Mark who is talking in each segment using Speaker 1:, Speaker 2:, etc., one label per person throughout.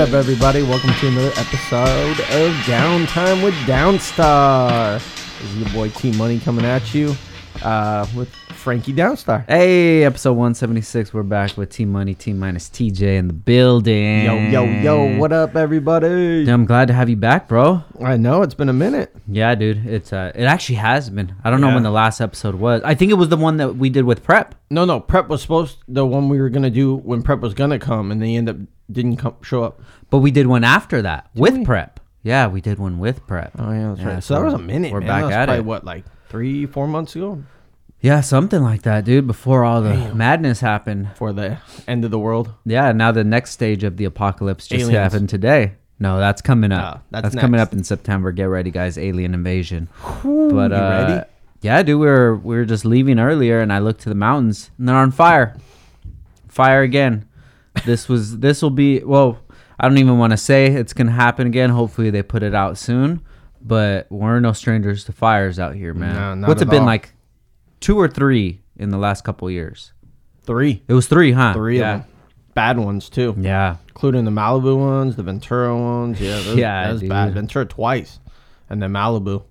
Speaker 1: up, everybody? Welcome to another episode of Downtime with Downstar. This is your boy T Money coming at you uh, with Frankie Downstar.
Speaker 2: Hey, episode 176. We're back with T Money, T minus TJ in the building.
Speaker 1: Yo, yo, yo! What up, everybody?
Speaker 2: Dude, I'm glad to have you back, bro.
Speaker 1: I know it's been a minute.
Speaker 2: Yeah, dude. It's uh, it actually has been. I don't know
Speaker 1: Yeah.
Speaker 2: when the last episode was. I think it was the one that we did with prep.
Speaker 1: No, no, prep was supposed the one we were gonna do when prep was gonna come, and they end up didn't come show up.
Speaker 2: But we did one after that with
Speaker 1: we?
Speaker 2: prep. Yeah, we did one with prep.
Speaker 1: Oh yeah, that's right. So
Speaker 2: so
Speaker 1: that was a minute.
Speaker 2: we're
Speaker 1: man.
Speaker 2: back
Speaker 1: that was
Speaker 2: at
Speaker 1: probably,
Speaker 2: it.
Speaker 1: What, like three, four months ago,
Speaker 2: Yeah, something like that, dude, before all the madness happened.
Speaker 1: for the end of the world.
Speaker 2: Yeah, now the next stage of the apocalypse just
Speaker 1: Aliens.
Speaker 2: happened today. No, that's coming up.
Speaker 1: Ah, that's
Speaker 2: that's coming
Speaker 1: next.
Speaker 2: up in September. Get ready, guys. Alien invasion. uh,
Speaker 1: you ready?
Speaker 2: Yeah, dude, we were we were just leaving earlier, and I looked to the mountains, and they're on fire, fire again. This was this will be well. I don't even want to say it's gonna happen again. Hopefully, they put it out soon. But we're no strangers to fires out here, man.
Speaker 1: No, not
Speaker 2: What's it
Speaker 1: at
Speaker 2: been
Speaker 1: all.
Speaker 2: like? Two or three in the last couple of years?
Speaker 1: Three,
Speaker 2: It was three, huh?
Speaker 1: three
Speaker 2: yeah.
Speaker 1: of them, bad ones too.
Speaker 2: Yeah,
Speaker 1: including the Malibu ones, the Ventura ones. Yeah, those,
Speaker 2: Yeah,
Speaker 1: that was
Speaker 2: dude.
Speaker 1: bad. Ventura twice, and then Malibu.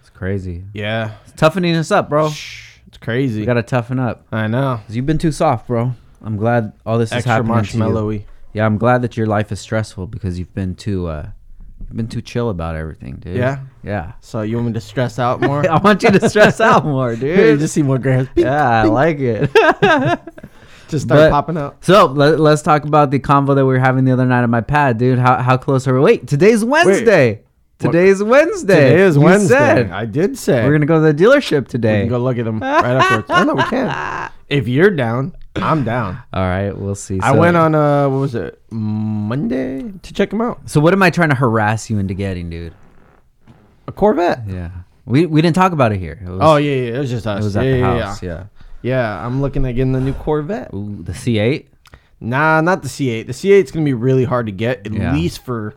Speaker 2: it's crazy.
Speaker 1: Yeah,
Speaker 2: toughening us up, bro.
Speaker 1: Shh, it's crazy.
Speaker 2: We gotta toughen up.
Speaker 1: I know.
Speaker 2: 'Cause You've been too soft, bro. I'm glad all this is
Speaker 1: Extra
Speaker 2: happening. to you.
Speaker 1: marshmallowy.
Speaker 2: Yeah, I'm glad that your life is stressful because you've been too, uh, you've been too chill about everything, dude.
Speaker 1: Yeah?
Speaker 2: yeah.
Speaker 1: So you want me to stress out more?
Speaker 2: I want you to stress out more,
Speaker 1: Here, you
Speaker 2: dude.
Speaker 1: just see more grass. Beep,
Speaker 2: yeah, I like it.
Speaker 1: just start
Speaker 2: but-
Speaker 1: popping out.
Speaker 2: So let, let's talk about the convo that we were having the other night at my pad, dude. How how close are we? Wait, today's Wednesday. Today's Wednesday.
Speaker 1: Today is
Speaker 2: You
Speaker 1: Wednesday.
Speaker 2: said
Speaker 1: I did say
Speaker 2: we're gonna go to the dealership
Speaker 1: We
Speaker 2: today.
Speaker 1: can go look at them right afterwards. Oh no, we can. If you're down, I'm down.
Speaker 2: All right, we'll see.
Speaker 1: I
Speaker 2: So-
Speaker 1: went on uh what was it Monday to check them out.
Speaker 2: So what am I trying to harass you into getting, dude?
Speaker 1: A Corvette.
Speaker 2: Yeah, we we didn't talk about it here. It was-
Speaker 1: Oh yeah, yeah, it was just us.
Speaker 2: it was at
Speaker 1: yeah,
Speaker 2: the
Speaker 1: yeah,
Speaker 2: house.
Speaker 1: yeah,
Speaker 2: Yeah.
Speaker 1: yeah. I'm looking at getting the new Corvette.
Speaker 2: Ooh, the C8.
Speaker 1: Nah, not the C8. The C8's going to be really hard to get, at
Speaker 2: Yeah.
Speaker 1: least for,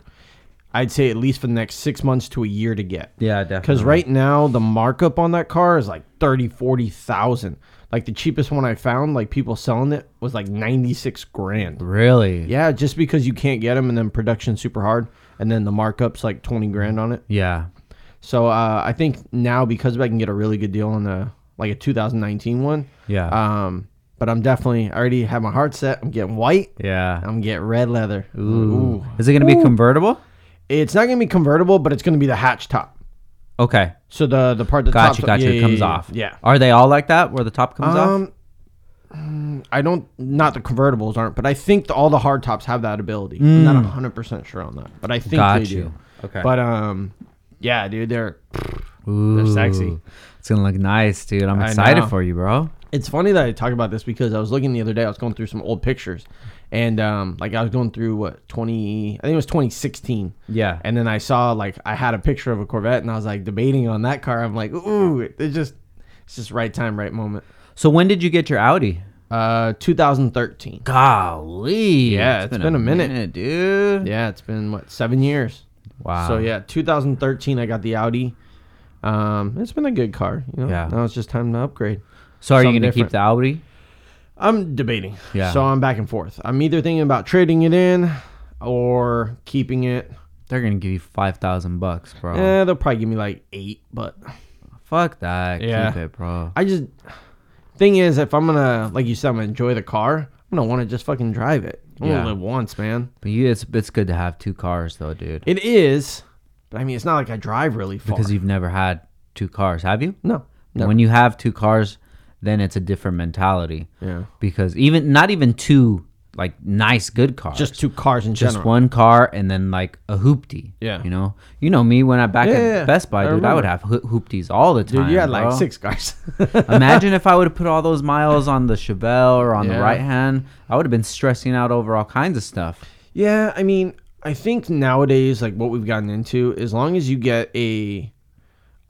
Speaker 1: I'd say at least for the next six months to a year to get.
Speaker 2: Yeah, definitely.
Speaker 1: Because right now, the markup on that car is like 30, 40,000. Like the cheapest one I found, like people selling it was like 96 grand.
Speaker 2: Really?
Speaker 1: Yeah, just because you can't get them and then production's super hard and then the markup's like 20 grand on it.
Speaker 2: Yeah.
Speaker 1: So uh, I think now because I can get a really good deal on a, like a 2019 one.
Speaker 2: Yeah.
Speaker 1: Um, but I'm definitely, I already have my heart set. I'm getting white.
Speaker 2: yeah.
Speaker 1: I'm getting red leather. Ooh.
Speaker 2: um, Is it gonna be convertible?
Speaker 1: It's not gonna be convertible, but it's gonna be the hatch top.
Speaker 2: Okay.
Speaker 1: So the the part that
Speaker 2: Gotcha.
Speaker 1: top,
Speaker 2: Gotcha.
Speaker 1: yeah,
Speaker 2: it
Speaker 1: yeah,
Speaker 2: comes
Speaker 1: yeah,
Speaker 2: off.
Speaker 1: Yeah.
Speaker 2: Are they all like that where the top comes off?
Speaker 1: Um, mm, I don't. Not the convertibles aren't, but I think the, all the hard tops have that ability. I'm not hundred percent sure on that, but I think
Speaker 2: Mm. Got
Speaker 1: they
Speaker 2: you.
Speaker 1: do.
Speaker 2: Okay.
Speaker 1: But um, yeah, dude, they're.
Speaker 2: Ooh,
Speaker 1: sexy.
Speaker 2: It's gonna look nice, dude. I'm
Speaker 1: I
Speaker 2: excited
Speaker 1: know.
Speaker 2: for you, bro.
Speaker 1: It's funny that I talk about this because I was looking the other day. I was going through some old pictures, and um, like I was going through what twenty, I think it was twenty sixteen.
Speaker 2: Yeah.
Speaker 1: And then I saw like I had a picture of a Corvette, and I was like debating on that car. I'm like, ooh, it's just, it's just right time, right moment.
Speaker 2: So when did you get your Audi?
Speaker 1: Uh, 2013.
Speaker 2: Golly.
Speaker 1: Yeah, it's been a minute.
Speaker 2: dude.
Speaker 1: Yeah, it's been what seven years.
Speaker 2: Wow.
Speaker 1: So yeah, 2013, I got the Audi. Um, it's been a good car. You know?
Speaker 2: Yeah.
Speaker 1: Now it's just time to upgrade.
Speaker 2: So are you
Speaker 1: Something
Speaker 2: gonna keep
Speaker 1: different.
Speaker 2: the Audi?
Speaker 1: I'm debating.
Speaker 2: Yeah.
Speaker 1: So I'm back and forth. I'm either thinking about trading it in or keeping it.
Speaker 2: They're gonna give you five thousand bucks, bro.
Speaker 1: Eh, they'll probably give me like eight, but
Speaker 2: Fuck that.
Speaker 1: Yeah.
Speaker 2: Keep it, bro.
Speaker 1: I just thing is if I'm gonna like you said, I'm gonna enjoy the car, I'm gonna wanna just fucking drive it. I
Speaker 2: Yeah.
Speaker 1: only live once, man.
Speaker 2: But you, it's it's good to have two cars though, dude.
Speaker 1: It is, but I mean it's not like I drive really far.
Speaker 2: because you've never had two cars, have you?
Speaker 1: no. No.
Speaker 2: When you have two cars, then it's a different mentality.
Speaker 1: Yeah.
Speaker 2: Because even not even two like nice good cars,
Speaker 1: Just two cars in
Speaker 2: just
Speaker 1: general.
Speaker 2: one car and then like a hoopty.
Speaker 1: Yeah.
Speaker 2: You know, you know me when I back
Speaker 1: Yeah,
Speaker 2: at
Speaker 1: yeah, yeah.
Speaker 2: Best Buy,
Speaker 1: I
Speaker 2: dude, I would have ho- hoopties all the time.
Speaker 1: Dude, you had like
Speaker 2: bro.
Speaker 1: six cars.
Speaker 2: Imagine if I would have put all those miles on the Chevelle or on
Speaker 1: Yeah.
Speaker 2: the right hand, I would have been stressing out over all kinds of stuff.
Speaker 1: Yeah, I mean, I think nowadays, like what we've gotten into, as long as you get a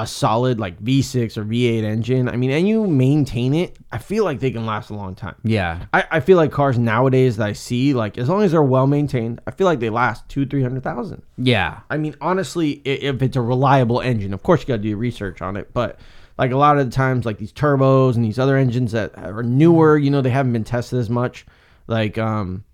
Speaker 1: a solid like V6 or V8 engine, I mean, and you maintain it, I feel like they can last a long time.
Speaker 2: Yeah.
Speaker 1: I, I feel like cars nowadays that I see, like as long as they're well maintained, I feel like they last two, three hundred thousand.
Speaker 2: Yeah.
Speaker 1: I mean, honestly, i- if it's a reliable engine, of course you got to do research on it. But like a lot of the times, like these turbos and these other engines that are newer, you know, they haven't been tested as much. Like, um,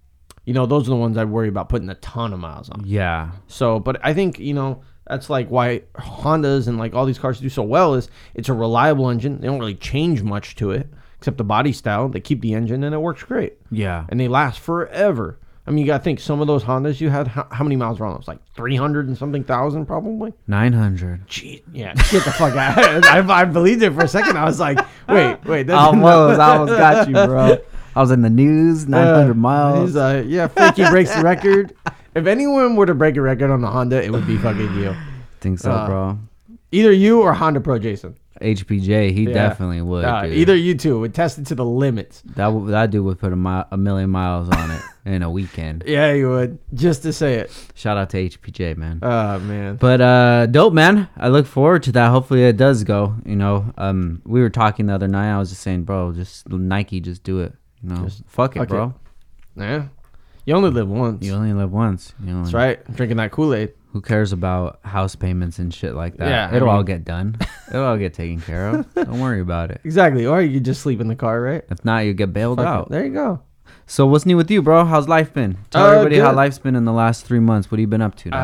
Speaker 1: you know, those are the ones I worry about putting a ton of miles on.
Speaker 2: Yeah.
Speaker 1: So, but I think you know that's like why Hondas and like all these cars do so well is it's a reliable engine. They don't really change much to it except the body style. They keep the engine and it works great,
Speaker 2: Yeah.
Speaker 1: and they last forever. I mean, you got to think some of those Hondas you had, how, how many miles were on those? Like three hundred and something thousand, probably.
Speaker 2: 900.
Speaker 1: Gee, yeah, get the fuck out! I, I believed it for a second. I was like, wait, wait, that's
Speaker 2: Almost. I almost got you, bro. I was in the news, 900
Speaker 1: Uh,
Speaker 2: miles.
Speaker 1: He's uh, yeah, Freaky breaks the record. If anyone were to break a record on a Honda, it would be fucking you.
Speaker 2: think so,
Speaker 1: uh,
Speaker 2: bro.
Speaker 1: Either you or Honda Pro Jason.
Speaker 2: HPJ, he
Speaker 1: Yeah.
Speaker 2: definitely would.
Speaker 1: Uh,
Speaker 2: dude.
Speaker 1: either you two would test it to the limits.
Speaker 2: That w- that dude would put a, mi- a million miles on it in a weekend.
Speaker 1: Yeah, you would. Just to say it.
Speaker 2: Shout out to HPJ, man.
Speaker 1: Oh man.
Speaker 2: But uh, dope, man. I look forward to that. Hopefully, it does go. You know, um, we were talking the other night. I was just saying, bro, just Nike, just do it. You know, fuck it,
Speaker 1: fuck it.
Speaker 2: bro.
Speaker 1: Yeah. You only live once.
Speaker 2: You only live once. You know,
Speaker 1: That's
Speaker 2: and
Speaker 1: right. Drinking that Kool Aid.
Speaker 2: Who cares about house payments and shit like that?
Speaker 1: Yeah, I
Speaker 2: it'll all
Speaker 1: mean-
Speaker 2: get done. it'll all get taken care of. Don't worry about it.
Speaker 1: Exactly. Or you could just sleep in the car, right?
Speaker 2: If not, you get bailed
Speaker 1: Fuck it.
Speaker 2: out.
Speaker 1: There you go.
Speaker 2: So what's new with you, bro? How's life been? Tell
Speaker 1: Uh,
Speaker 2: everybody how
Speaker 1: good.
Speaker 2: life's been in the last three months. What have you been up to? dog?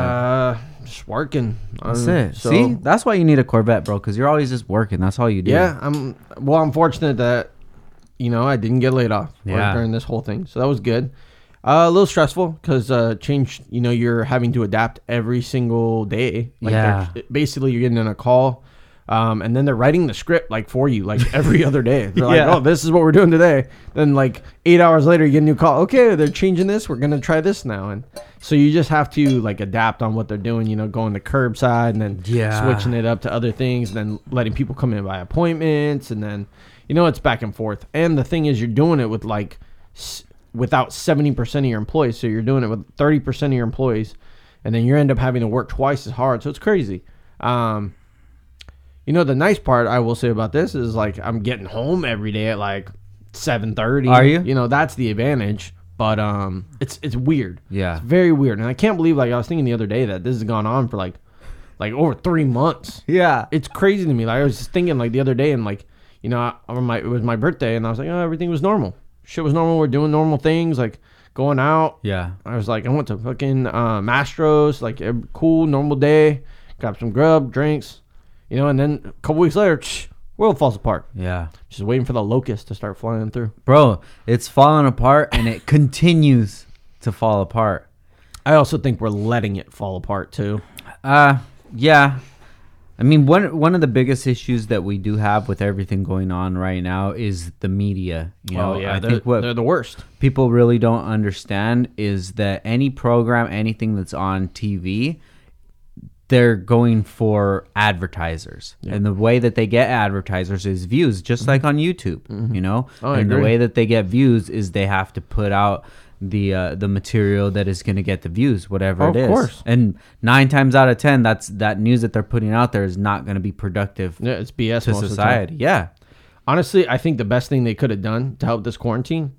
Speaker 1: Uh, just working.
Speaker 2: That's
Speaker 1: Uh,
Speaker 2: it.
Speaker 1: so-
Speaker 2: See, that's why you need a Corvette, bro, because you're always just working. That's all you do.
Speaker 1: Yeah, I'm. Well, I'm fortunate that you know I didn't get laid off or-
Speaker 2: Yeah.
Speaker 1: during this whole thing, so that was good. Uh, a little stressful because uh, change. You know, you're having to adapt every single day.
Speaker 2: Yeah.
Speaker 1: they're- Basically, you're getting in a call, um, and then they're writing the script like for you, like every other day. They're
Speaker 2: Yeah.
Speaker 1: like, "Oh, this is what we're doing today." Then like eight hours later, you get a new call. Okay, they're changing this. We're gonna try this now, and so you just have to like adapt on what they're doing. You know, going to curbside and then
Speaker 2: Yeah.
Speaker 1: switching it up to other things and then letting people come in by appointments and then you know it's back and forth and the thing is you're doing it with like s- without 70% of your employees so you're doing it with 30% of your employees and then you end up having to work twice as hard so it's crazy um you know the nice part i will say about this is like i'm getting home every day at like 7.30
Speaker 2: Are you?
Speaker 1: you know that's the advantage but um it's it's weird
Speaker 2: Yeah.
Speaker 1: it's very weird and i can't believe like i was thinking the other day that this has gone on for like like over three months
Speaker 2: Yeah.
Speaker 1: it's crazy to me like i was just thinking like the other day and like you know I, on my it was my birthday and i was like oh everything was normal shit was normal we're doing normal things like going out
Speaker 2: Yeah.
Speaker 1: i was like i went to fucking uh, mastros like a cool normal day got some grub drinks you know and then a couple weeks later world falls apart
Speaker 2: Yeah.
Speaker 1: just waiting for the locust to start flying through
Speaker 2: Bro, it's falling apart and it continues to fall apart.
Speaker 1: i also think we're letting it fall apart too
Speaker 2: Uh yeah. I mean one one of the biggest issues that we do have with everything going on right now is the media. You know, I
Speaker 1: Oh, they're,
Speaker 2: think what
Speaker 1: they're the worst
Speaker 2: people really don't understand is that any program, anything that's on TV, they're going for advertisers. And the way that they get advertisers is views, just like on YouTube, you know?
Speaker 1: Mm-hmm. Oh, I
Speaker 2: and the
Speaker 1: agree.
Speaker 2: way that they get views is they have to put out the uh, the material that is going to get the views whatever
Speaker 1: Oh,
Speaker 2: it
Speaker 1: of
Speaker 2: is
Speaker 1: course.
Speaker 2: and 9 times out of 10 that's that news that they're putting out there is not going to be productive
Speaker 1: yeah it's bs
Speaker 2: to
Speaker 1: most of the time.
Speaker 2: society yeah
Speaker 1: Honestly, I think the best thing they could have done to help this quarantine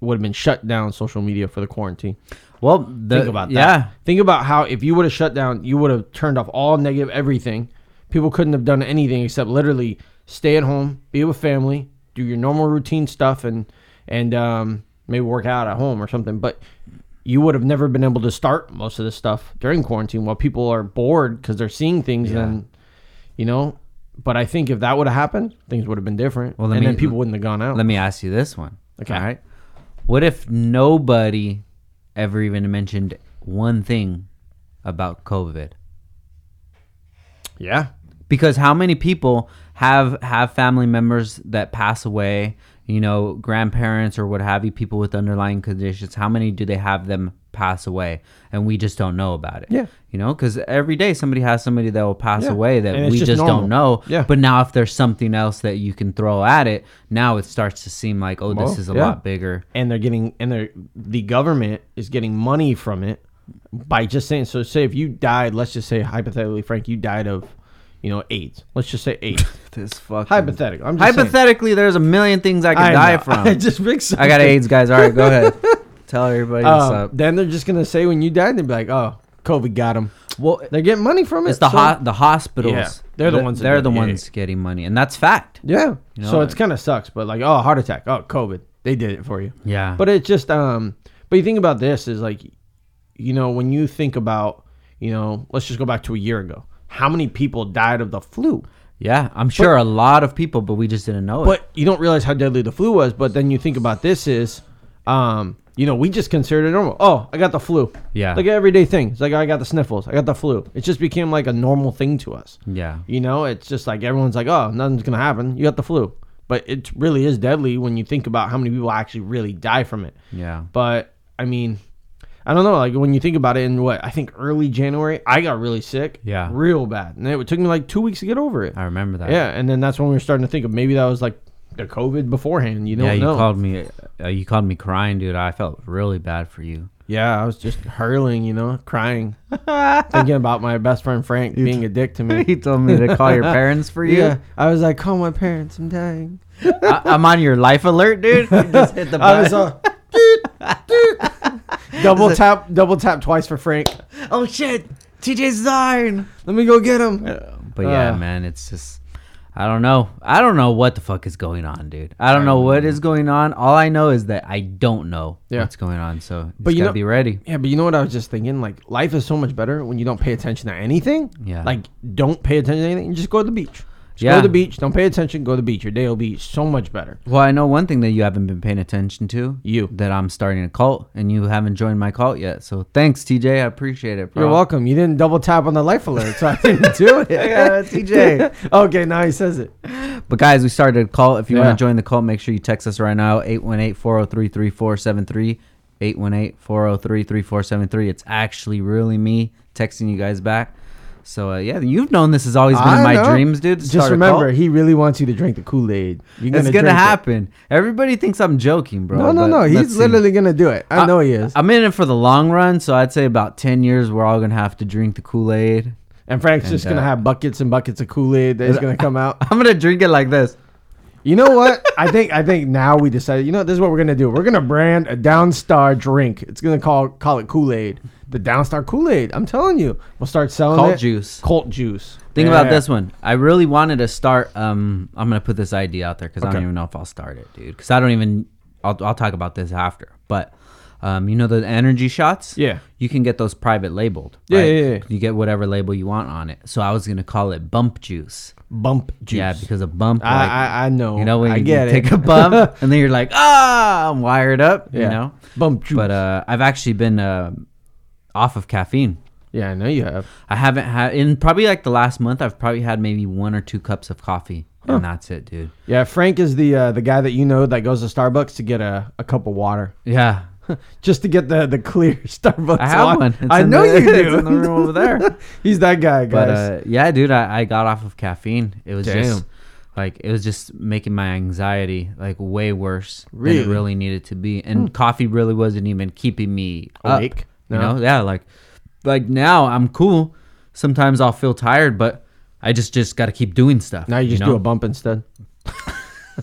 Speaker 1: would have been shut down social media for the quarantine.
Speaker 2: well the,
Speaker 1: Think about that.
Speaker 2: yeah
Speaker 1: Think about how if you would have shut down, you would have turned off all negative everything. People couldn't have done anything except literally stay at home, be with family, do your normal routine stuff, and and um, maybe work out at home or something. But you would have never been able to start most of this stuff during quarantine while people are bored because they're seeing things and you know. But I think if that would have happened, things would have been different.
Speaker 2: Well,
Speaker 1: Well,
Speaker 2: let
Speaker 1: and
Speaker 2: me-
Speaker 1: then people wouldn't have gone out.
Speaker 2: Let me ask you this one.
Speaker 1: Okay.
Speaker 2: All right. What if nobody ever even mentioned one thing about COVID?
Speaker 1: Yeah.
Speaker 2: Because how many people have have family members that pass away, you know, grandparents or what have you, people with underlying conditions, how many do they have them pass away and we just don't know about it?
Speaker 1: Yeah.
Speaker 2: You know, cuz every day somebody has somebody that will pass
Speaker 1: Yeah.
Speaker 2: away that
Speaker 1: And it's
Speaker 2: we
Speaker 1: just
Speaker 2: just
Speaker 1: normal.
Speaker 2: don't know.
Speaker 1: Yeah.
Speaker 2: But now if there's something else that you can throw at it, now it starts to seem like, oh,
Speaker 1: Well,
Speaker 2: this is a
Speaker 1: yeah.
Speaker 2: lot bigger.
Speaker 1: And they're getting and they're the government is getting money from it by just saying so say if you died, let's just say hypothetically, Frank, you died of, you know, AIDS. Let's just say AIDS.
Speaker 2: This fucking
Speaker 1: Hypothetical. I'm just saying.
Speaker 2: hypothetically, there's a million things I could
Speaker 1: I
Speaker 2: die
Speaker 1: know.
Speaker 2: from.
Speaker 1: I
Speaker 2: I,
Speaker 1: just mixed
Speaker 2: got
Speaker 1: something.
Speaker 2: AIDS, guys. All right, go ahead. Tell everybody what's
Speaker 1: Um,
Speaker 2: up.
Speaker 1: Then they're just gonna say when you died, they'd be like, Oh, COVID got him.
Speaker 2: Well,
Speaker 1: They're getting money from it.
Speaker 2: it's the
Speaker 1: so-
Speaker 2: ho- the hospitals.
Speaker 1: Yeah, they're the ones that
Speaker 2: They're
Speaker 1: do
Speaker 2: the
Speaker 1: it, yeah,
Speaker 2: ones getting money, and that's fact.
Speaker 1: Yeah.
Speaker 2: know,
Speaker 1: so it's
Speaker 2: like-
Speaker 1: kinda sucks, but like, oh heart attack, oh COVID. They did it for you.
Speaker 2: Yeah,
Speaker 1: But it just um But you think about this is like, you know, when you think about, you know, let's just go back to a year ago. How many people died of the flu?
Speaker 2: Yeah, I'm sure a lot of people, but we just didn't know it.
Speaker 1: But you don't realize how deadly the flu was. But then you think about this is, um, you know, we just considered it normal. Oh, I got the flu.
Speaker 2: Yeah.
Speaker 1: Like an everyday thing. It's like I got the sniffles. I got the flu. It just became like a normal thing to us.
Speaker 2: Yeah.
Speaker 1: You know, it's just like everyone's like, oh, nothing's gonna happen. You got the flu. But it really is deadly when you think about how many people actually really die from it.
Speaker 2: Yeah.
Speaker 1: But I mean, I don't know. Like when you think about it, in what I think early January, I got really sick.
Speaker 2: Yeah.
Speaker 1: Real bad, and it took me like two weeks to get over it.
Speaker 2: I remember that.
Speaker 1: Yeah, and then that's when we were starting to think of maybe that was like the COVID beforehand. You don't
Speaker 2: Yeah, you
Speaker 1: know.
Speaker 2: called me. Uh, you called me crying, dude. I felt really bad for you.
Speaker 1: yeah, I was just hurling, you know, crying, thinking about my best friend Frank being a dick to me.
Speaker 2: he told me to call your parents for you.
Speaker 1: Yeah, I was like, call my parents, I'm dying.
Speaker 2: I, I'm on your life alert, dude. You just hit the
Speaker 1: I was
Speaker 2: button.
Speaker 1: all, double tap, double tap twice for Frank.
Speaker 2: oh shit, TJ Zarn.
Speaker 1: Let me go get him.
Speaker 2: But yeah,
Speaker 1: Uh.
Speaker 2: man, it's just I don't know. I don't know what the fuck is going on, dude. I don't know what is going on. All I know is that I don't know
Speaker 1: Yeah.
Speaker 2: what's going on. So
Speaker 1: But
Speaker 2: but you
Speaker 1: you
Speaker 2: gotta
Speaker 1: know-
Speaker 2: be ready.
Speaker 1: Yeah, but you know what I was just thinking? Like, life is so much better when you don't pay attention to anything.
Speaker 2: Yeah.
Speaker 1: Like, don't pay attention to anything. Just go to the beach. Just go
Speaker 2: Yeah.
Speaker 1: to the beach. Don't pay attention. Go to the beach. Your day will be so much better.
Speaker 2: Well, I know one thing that you haven't been paying attention to.
Speaker 1: You.
Speaker 2: that I'm starting a cult, and you haven't joined my cult yet. So thanks, TJ. I appreciate it. Bro.
Speaker 1: You're welcome. You didn't double tap on the life alert, so I didn't do it.
Speaker 2: Yeah, TJ.
Speaker 1: okay, now he says it.
Speaker 2: But guys, we started a cult. If you
Speaker 1: Yeah.
Speaker 2: want to join the cult, make sure you text us right now 818-403-3473 818-403-3473. It's actually really me texting you guys back. So uh, yeah, you've known this has always been in
Speaker 1: I
Speaker 2: my
Speaker 1: know.
Speaker 2: dreams, dude. to
Speaker 1: Just
Speaker 2: start a
Speaker 1: remember,
Speaker 2: cult.
Speaker 1: he really wants you to drink the Kool Aid.
Speaker 2: it's gonna happen. Everybody thinks I'm joking, bro.
Speaker 1: No, no,
Speaker 2: but
Speaker 1: no.
Speaker 2: let's
Speaker 1: He's
Speaker 2: see. Uh,
Speaker 1: literally gonna do it. I, know he is.
Speaker 2: I'm in it for the long run, so I'd say about ten years we're all gonna have to drink the Kool Aid.
Speaker 1: and Frank's just
Speaker 2: and,
Speaker 1: gonna
Speaker 2: uh,
Speaker 1: have buckets and buckets of Kool Aid that is gonna come out.
Speaker 2: I'm gonna drink it like this.
Speaker 1: You know what? I think I think now we decided. You know, this is what we're gonna do. We're gonna brand a Downstar drink. It's gonna call call it Kool Aid. The Downstar Kool Aid. I'm telling you, we'll start selling
Speaker 2: Cult
Speaker 1: it.
Speaker 2: juice.
Speaker 1: Cult juice.
Speaker 2: Think
Speaker 1: Yeah.
Speaker 2: about this one. I really wanted to start. Um, I'm gonna put this idea out there because I
Speaker 1: Okay.
Speaker 2: don't even know if I'll start it, dude. Because I don't even. I'll, I'll talk about this after. But, um, you know the energy shots.
Speaker 1: Yeah.
Speaker 2: You can get those private labeled.
Speaker 1: Yeah, yeah, yeah.
Speaker 2: You get whatever label you want on it. So I was gonna call it bump juice.
Speaker 1: Bump juice.
Speaker 2: Yeah, because a bump.
Speaker 1: I,
Speaker 2: like-
Speaker 1: I I know.
Speaker 2: you know when
Speaker 1: I
Speaker 2: you
Speaker 1: get
Speaker 2: take
Speaker 1: it.
Speaker 2: a bump and then you're like, ah, I'm wired up. You
Speaker 1: Yeah.
Speaker 2: know.
Speaker 1: bump juice.
Speaker 2: But uh, I've actually been uh, off of caffeine.
Speaker 1: yeah, I know you have.
Speaker 2: I haven't had in probably like the last month. I've probably had maybe one or two cups of coffee, and that's it, dude.
Speaker 1: Yeah, Frank is the uh, the guy that you know that goes to Starbucks to get a, a cup of water,
Speaker 2: Yeah,
Speaker 1: just to get the the clear Starbucks.
Speaker 2: I have
Speaker 1: water.
Speaker 2: one. It's
Speaker 1: I
Speaker 2: in
Speaker 1: know
Speaker 2: the-
Speaker 1: you do.
Speaker 2: it's in the room over there.
Speaker 1: He's that guy, guys.
Speaker 2: but uh, yeah, dude, I, I got off of caffeine. It was just
Speaker 1: Damn.
Speaker 2: like it was just making my anxiety like way worse
Speaker 1: Really?
Speaker 2: than it really needed to be, and coffee really wasn't even keeping me up,
Speaker 1: Awake?
Speaker 2: You
Speaker 1: No.
Speaker 2: know, yeah, like like now I'm cool. Sometimes I'll feel tired, but I just just got to keep doing stuff.
Speaker 1: now you just
Speaker 2: know?
Speaker 1: do a bump instead.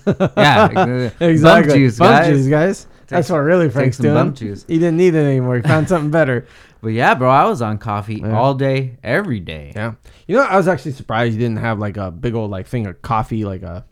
Speaker 2: yeah,
Speaker 1: Exactly.
Speaker 2: Bump juice, guys.
Speaker 1: That's
Speaker 2: some-
Speaker 1: what really Frank's
Speaker 2: some
Speaker 1: doing.
Speaker 2: bump juice.
Speaker 1: He didn't need it anymore. He found something better.
Speaker 2: But yeah, bro, I was on coffee all day, every day.
Speaker 1: Yeah. You know, I was actually surprised you didn't have like a big old like thing of coffee, like a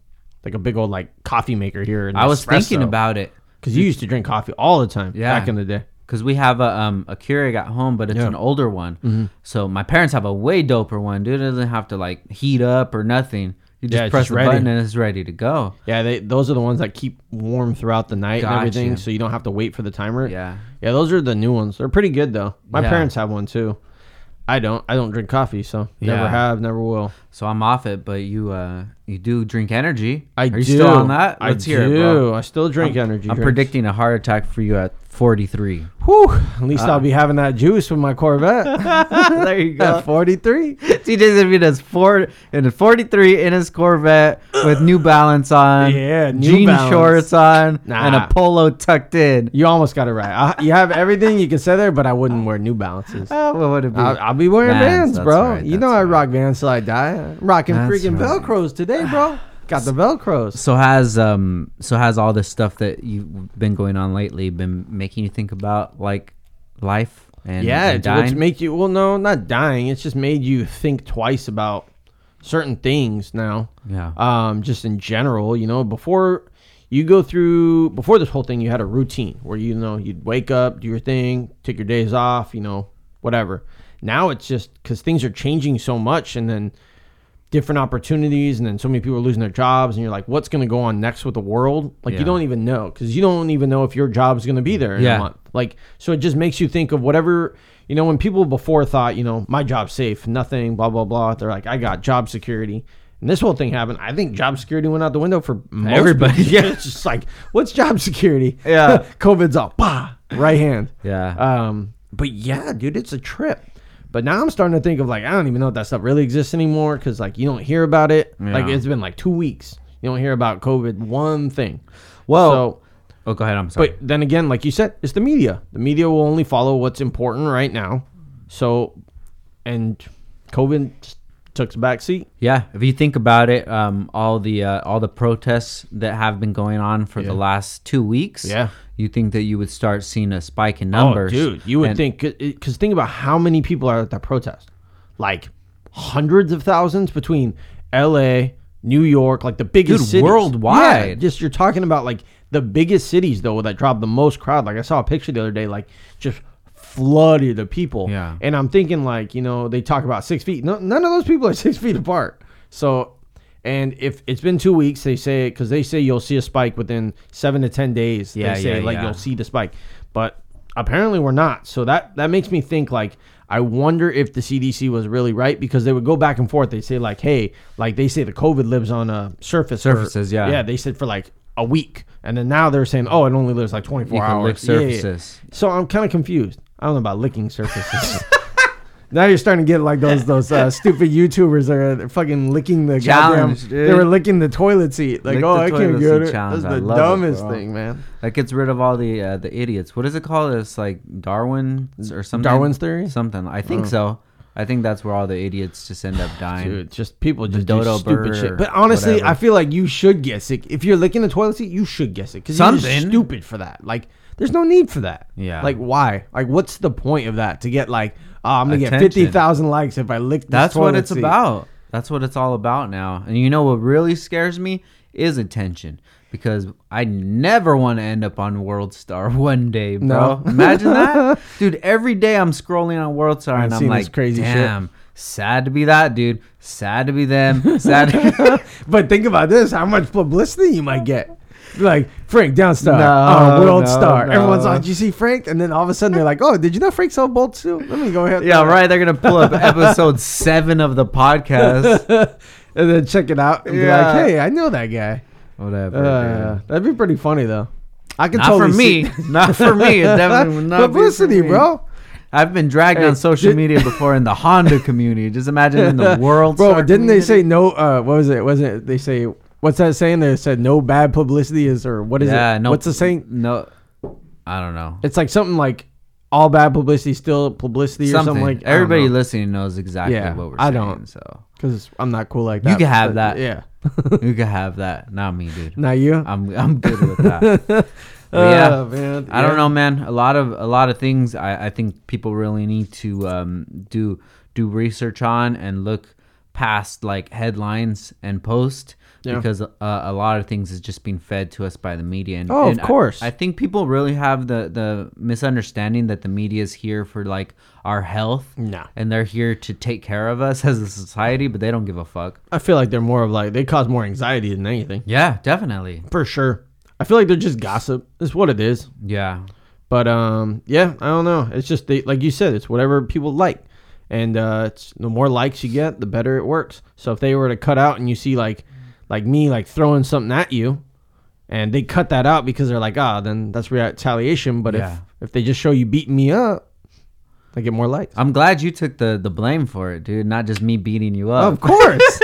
Speaker 1: like a big old like coffee maker here.
Speaker 2: I was thinking about it
Speaker 1: because you used to drink coffee all the time
Speaker 2: Yeah.
Speaker 1: back in the day.
Speaker 2: because we have a um a Keurig at home, but it's
Speaker 1: Yeah. Mm-hmm.
Speaker 2: an older one. So my parents have a way doper one, dude. It doesn't have to like heat up or nothing. You just
Speaker 1: Yeah, it's
Speaker 2: press
Speaker 1: just
Speaker 2: the
Speaker 1: ready.
Speaker 2: button and it's ready to go.
Speaker 1: Yeah, they, those are the ones that keep warm throughout the night and
Speaker 2: Gotcha.
Speaker 1: everything, so you don't have to wait for the timer.
Speaker 2: Yeah.
Speaker 1: Yeah, those are the new ones. They're pretty good though. My
Speaker 2: Yeah.
Speaker 1: parents have one too. I don't. I don't drink coffee, so never
Speaker 2: Yeah.
Speaker 1: have, never will.
Speaker 2: So I'm off it, but you uh you do drink energy.
Speaker 1: I
Speaker 2: Are
Speaker 1: do.
Speaker 2: you still on that?
Speaker 1: I
Speaker 2: Let's
Speaker 1: do.
Speaker 2: hear it, bro.
Speaker 1: I still drink energy.
Speaker 2: I'm
Speaker 1: drinks.
Speaker 2: predicting a heart attack for you at 43.
Speaker 1: Whew, at least I'll be having that juice with my Corvette
Speaker 2: there you
Speaker 1: at 43.
Speaker 2: TJ Zimby does four in a 43 in his Corvette with New Balance on,
Speaker 1: Yeah, New
Speaker 2: jean
Speaker 1: Balance.
Speaker 2: shorts on,
Speaker 1: Nah.
Speaker 2: and a polo tucked in.
Speaker 1: You almost got it right. I, you have everything you can say there, but I wouldn't wear New Balances.
Speaker 2: Ah, what would it be?
Speaker 1: I'll, I'll be wearing
Speaker 2: Vans,
Speaker 1: Uh, Vans,
Speaker 2: that's
Speaker 1: bro.
Speaker 2: right,
Speaker 1: you know
Speaker 2: that's
Speaker 1: I
Speaker 2: right.
Speaker 1: rock Vans till I die. I'm Rocking
Speaker 2: That's
Speaker 1: freaking
Speaker 2: right.
Speaker 1: Velcros today, bro. Got the Velcros.
Speaker 2: so has um so has all this stuff that you've been going on lately been making you think about like life and
Speaker 1: Yeah,
Speaker 2: and
Speaker 1: it's which
Speaker 2: dying?
Speaker 1: make you well, no, not dying. It's just made you think twice about certain things now.
Speaker 2: yeah
Speaker 1: um, just in general. You know, before you go through before this whole thing. You had a routine where you know you'd wake up, do your thing, take your days off, you know, whatever. Now it's just because things are changing so much, and then different opportunities, and then so many people are losing their jobs, and you're like, what's going to go on next with the world? Like
Speaker 2: Yeah.
Speaker 1: you don't even know because you don't even know if your job's going to be there in
Speaker 2: Yeah.
Speaker 1: a month. Like so, it just makes you think of whatever you know. When people before thought, you know, my job's safe, nothing, blah blah blah. They're like, I got job security. And this whole thing happened. I think job security went out the window for most
Speaker 2: Everybody,
Speaker 1: people.
Speaker 2: yeah.
Speaker 1: it's just like, what's job security?
Speaker 2: Yeah.
Speaker 1: COVID's all bah right hand.
Speaker 2: Yeah.
Speaker 1: Um, but yeah, dude, it's a trip. But now I'm starting to think of like I don't even know if that stuff really exists anymore because like you don't hear about it. Like
Speaker 2: Yeah.
Speaker 1: it's been like two weeks. You don't hear about COVID one thing.
Speaker 2: Well-
Speaker 1: so,
Speaker 2: oh, go ahead. I'm sorry.
Speaker 1: but then again, like you said, it's the media. The media will only follow what's important right now. So, and COVID just took a back seat.
Speaker 2: Yeah, if you think about it, um, all the uh, all the protests that have been going on for the last two weeks,
Speaker 1: Yeah.
Speaker 2: you think that you would start seeing a spike in numbers,
Speaker 1: Oh, dude, you would
Speaker 2: And-
Speaker 1: think because think about how many people are at that protest, like hundreds of thousands between L.A., New York, like the biggest
Speaker 2: Dude,
Speaker 1: cities.
Speaker 2: worldwide.
Speaker 1: Yeah, just you're talking about like the biggest cities though that drop the most crowd. Like I saw a picture the other day, like just flooded of people.
Speaker 2: Yeah.
Speaker 1: and I'm thinking like you know they talk about six feet. No, none of those people are six feet apart. So. And if it's been two weeks, they say because they say you'll see a spike within seven to ten days.
Speaker 2: Yeah,
Speaker 1: they say
Speaker 2: yeah,
Speaker 1: like
Speaker 2: yeah.
Speaker 1: you'll see the spike, but apparently we're not. So that that makes me think like I wonder if the CDC was really right because they would go back and forth. They say like, hey, like they say the COVID lives on a surface. for-
Speaker 2: Surfaces, yeah.
Speaker 1: yeah. They said for like a week, and then now they're saying, oh, it only lives like twenty four
Speaker 2: You can
Speaker 1: hours.
Speaker 2: lick
Speaker 1: Yeah, yeah, yeah.
Speaker 2: surfaces.
Speaker 1: So I'm kind of confused. I don't know about licking surfaces. Now you're starting to get like those those uh, stupid YouTubers that are fucking licking the
Speaker 2: Challenge,
Speaker 1: goddamn.
Speaker 2: dude.
Speaker 1: They were licking the toilet seat. Like,
Speaker 2: Lick
Speaker 1: oh,
Speaker 2: the
Speaker 1: I
Speaker 2: toilet
Speaker 1: can't get
Speaker 2: seat
Speaker 1: it.
Speaker 2: challenge.
Speaker 1: That's
Speaker 2: I
Speaker 1: the
Speaker 2: love it,
Speaker 1: dumbest
Speaker 2: bro.
Speaker 1: thing, man.
Speaker 2: That gets rid of all the uh, the idiots. What does it call this? Like Darwin or something?
Speaker 1: Darwin's theory? Oh.
Speaker 2: Something. I think so. I think that's where all the idiots just end up dying.
Speaker 1: Dude, just people just
Speaker 2: dodo
Speaker 1: do stupid
Speaker 2: bird or
Speaker 1: shit. But honestly,
Speaker 2: whatever.
Speaker 1: I feel like you should get sick. If you're licking the toilet seat, you should get sick because you're just
Speaker 2: Something.
Speaker 1: stupid for that. Like, there's no need for that.
Speaker 2: Yeah.
Speaker 1: Like, why? Like, what's the point of that? To get like, oh, I'm gonna
Speaker 2: Attention.
Speaker 1: get fifty thousand likes if I lick. This
Speaker 2: That's what
Speaker 1: toilet
Speaker 2: it's
Speaker 1: seat.
Speaker 2: about. That's what it's all about now. And you know what really scares me is attention because I never want to end up on World Star one day, bro.
Speaker 1: No.
Speaker 2: Imagine that, dude. Every day I'm scrolling on World Star and I'm
Speaker 1: seen this
Speaker 2: like,
Speaker 1: crazy shit.
Speaker 2: damn. Sad to be that dude. Sad to be them. Sad. To
Speaker 1: But think about this: how much publicity you might get. Like Frank Downstar,
Speaker 2: No,
Speaker 1: oh, world
Speaker 2: no,
Speaker 1: star.
Speaker 2: no.
Speaker 1: Everyone's like, "Did you see Frank?" And then all of a sudden, they're like, "Oh, did you know Frank sold bolts too?" Let me go ahead.
Speaker 2: yeah, right. They're gonna pull up episode seven of the podcast.
Speaker 1: and then check it out and be
Speaker 2: Yeah.
Speaker 1: like, "Hey, I know that guy."
Speaker 2: Whatever.
Speaker 1: Uh,
Speaker 2: dude.
Speaker 1: that'd be pretty funny though. I can
Speaker 2: Not
Speaker 1: totally
Speaker 2: for
Speaker 1: see-
Speaker 2: me. Not for me. It definitely would not be for
Speaker 1: publicity,
Speaker 2: me.
Speaker 1: bro.
Speaker 2: I've been dragged
Speaker 1: Hey,
Speaker 2: on social
Speaker 1: did-
Speaker 2: media before in the Honda community. Just imagine in the world.
Speaker 1: Bro,
Speaker 2: Star
Speaker 1: didn't they say no?
Speaker 2: community.
Speaker 1: Uh, what was it? Wasn't it, they say what's that saying? They said no bad publicity is or what is
Speaker 2: Yeah,
Speaker 1: it?
Speaker 2: no.
Speaker 1: What's the saying?
Speaker 2: No, I don't know.
Speaker 1: It's like something like all bad publicity still publicity or something like
Speaker 2: everybody listening knows exactly
Speaker 1: Yeah,
Speaker 2: what we're
Speaker 1: I
Speaker 2: saying.
Speaker 1: don't.
Speaker 2: So
Speaker 1: because I'm not cool like
Speaker 2: You
Speaker 1: that.
Speaker 2: can have
Speaker 1: but
Speaker 2: that.
Speaker 1: Yeah,
Speaker 2: you could have that. Not me, dude.
Speaker 1: not you.
Speaker 2: I'm I'm good with that. But yeah.
Speaker 1: Oh, man.
Speaker 2: I
Speaker 1: Yeah.
Speaker 2: don't know, man. A lot of a lot of things. I, I think people really need to um, do do research on and look past like headlines and post
Speaker 1: Yeah.
Speaker 2: because uh, a lot of things is just being fed to us by the media. And,
Speaker 1: Oh, of
Speaker 2: and I-
Speaker 1: course.
Speaker 2: I, think people really have the the misunderstanding that the media is here for like our health.
Speaker 1: No.
Speaker 2: and they're here to take care of us as a society, but they don't give a fuck.
Speaker 1: I feel like they're more of like they cause more anxiety than anything
Speaker 2: Yeah, definitely.
Speaker 1: for sure. I feel like they're just gossip. That's what it is.
Speaker 2: Yeah,
Speaker 1: But um, yeah, I don't know. It's just they, like you said, it's whatever people like, and uh, it's the more likes you get, the better it works. So if they were to cut out and you see like, like me like throwing something at you, and they cut that out because they're like, ah, then that's retaliation. But
Speaker 2: Yeah.
Speaker 1: if if they just show you beating me up, I get more likes.
Speaker 2: I'm glad you took the the blame for it, dude. Not just me beating you up.
Speaker 1: Of course,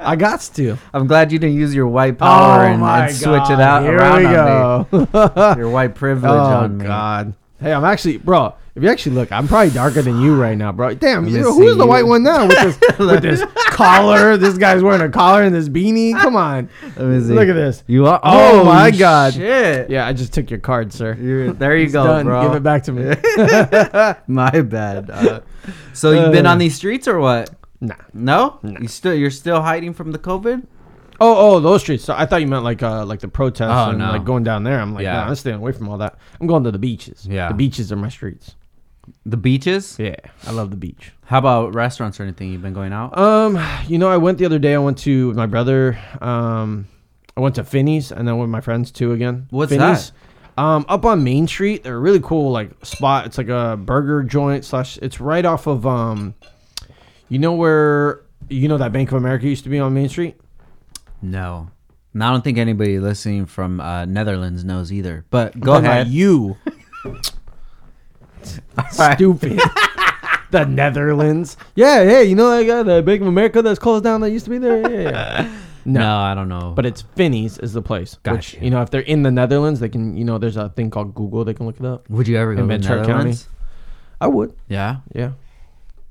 Speaker 1: I got to.
Speaker 2: I'm glad you didn't use your white
Speaker 1: Oh
Speaker 2: power and, and switch it out around on
Speaker 1: we go.
Speaker 2: me. Your white privilege
Speaker 1: Oh
Speaker 2: on me.
Speaker 1: God! Hey, I'm actually, bro. If you actually look, I'm probably darker than you right now, bro. Damn,
Speaker 2: me
Speaker 1: you know,
Speaker 2: see
Speaker 1: who's the
Speaker 2: you.
Speaker 1: white one now with this with this collar? This guy's wearing a collar and this beanie. Come on,
Speaker 2: Let me see.
Speaker 1: look at this.
Speaker 2: You are.
Speaker 1: Oh, my God.
Speaker 2: Shit.
Speaker 1: Yeah, I just took your card, sir.
Speaker 2: You're, there you
Speaker 1: It's
Speaker 2: go,
Speaker 1: done.
Speaker 2: bro.
Speaker 1: Give it back to me.
Speaker 2: My bad. dog.
Speaker 1: Uh.
Speaker 2: so you've been on these streets or what?
Speaker 1: nah,
Speaker 2: No. You still you're still hiding from the COVID.
Speaker 1: Oh, oh, those streets. So I thought you meant like uh like the protests
Speaker 2: Oh,
Speaker 1: and
Speaker 2: no.
Speaker 1: like going down there. I'm like,
Speaker 2: Yeah.
Speaker 1: nah, I'm staying away from all that. I'm going to the beaches.
Speaker 2: Yeah.
Speaker 1: The beaches are my streets.
Speaker 2: The beaches?
Speaker 1: Yeah. I love the beach.
Speaker 2: How about restaurants or anything? You've been going out?
Speaker 1: Um, you know, I went the other day. I went to with my brother. Um, I went to Finney's and then with my friends too again.
Speaker 2: What's
Speaker 1: Finney's. Um, up on Main Street, they're a really cool like spot. It's like a burger joint slash. It's right off of um, you know where you know that Bank of America used to be on Main Street.
Speaker 2: No. And I don't think anybody listening from uh, Netherlands knows either. But go
Speaker 1: Talking about
Speaker 2: ahead.
Speaker 1: you
Speaker 2: Alright.
Speaker 1: stupid. the Netherlands. Yeah, yeah. You know that guy, the Bank of America that's closed down that used to be there. Yeah, yeah, yeah.
Speaker 2: No, I don't know.
Speaker 1: but it's Finney's is the place. Which,
Speaker 2: Gotcha.
Speaker 1: you know, if they're in the Netherlands, they can. You know, there's a thing called Google. They can look it up.
Speaker 2: would you ever go
Speaker 1: in
Speaker 2: to the
Speaker 1: Ventura County.
Speaker 2: Netherlands?
Speaker 1: I would.
Speaker 2: Yeah.
Speaker 1: Yeah.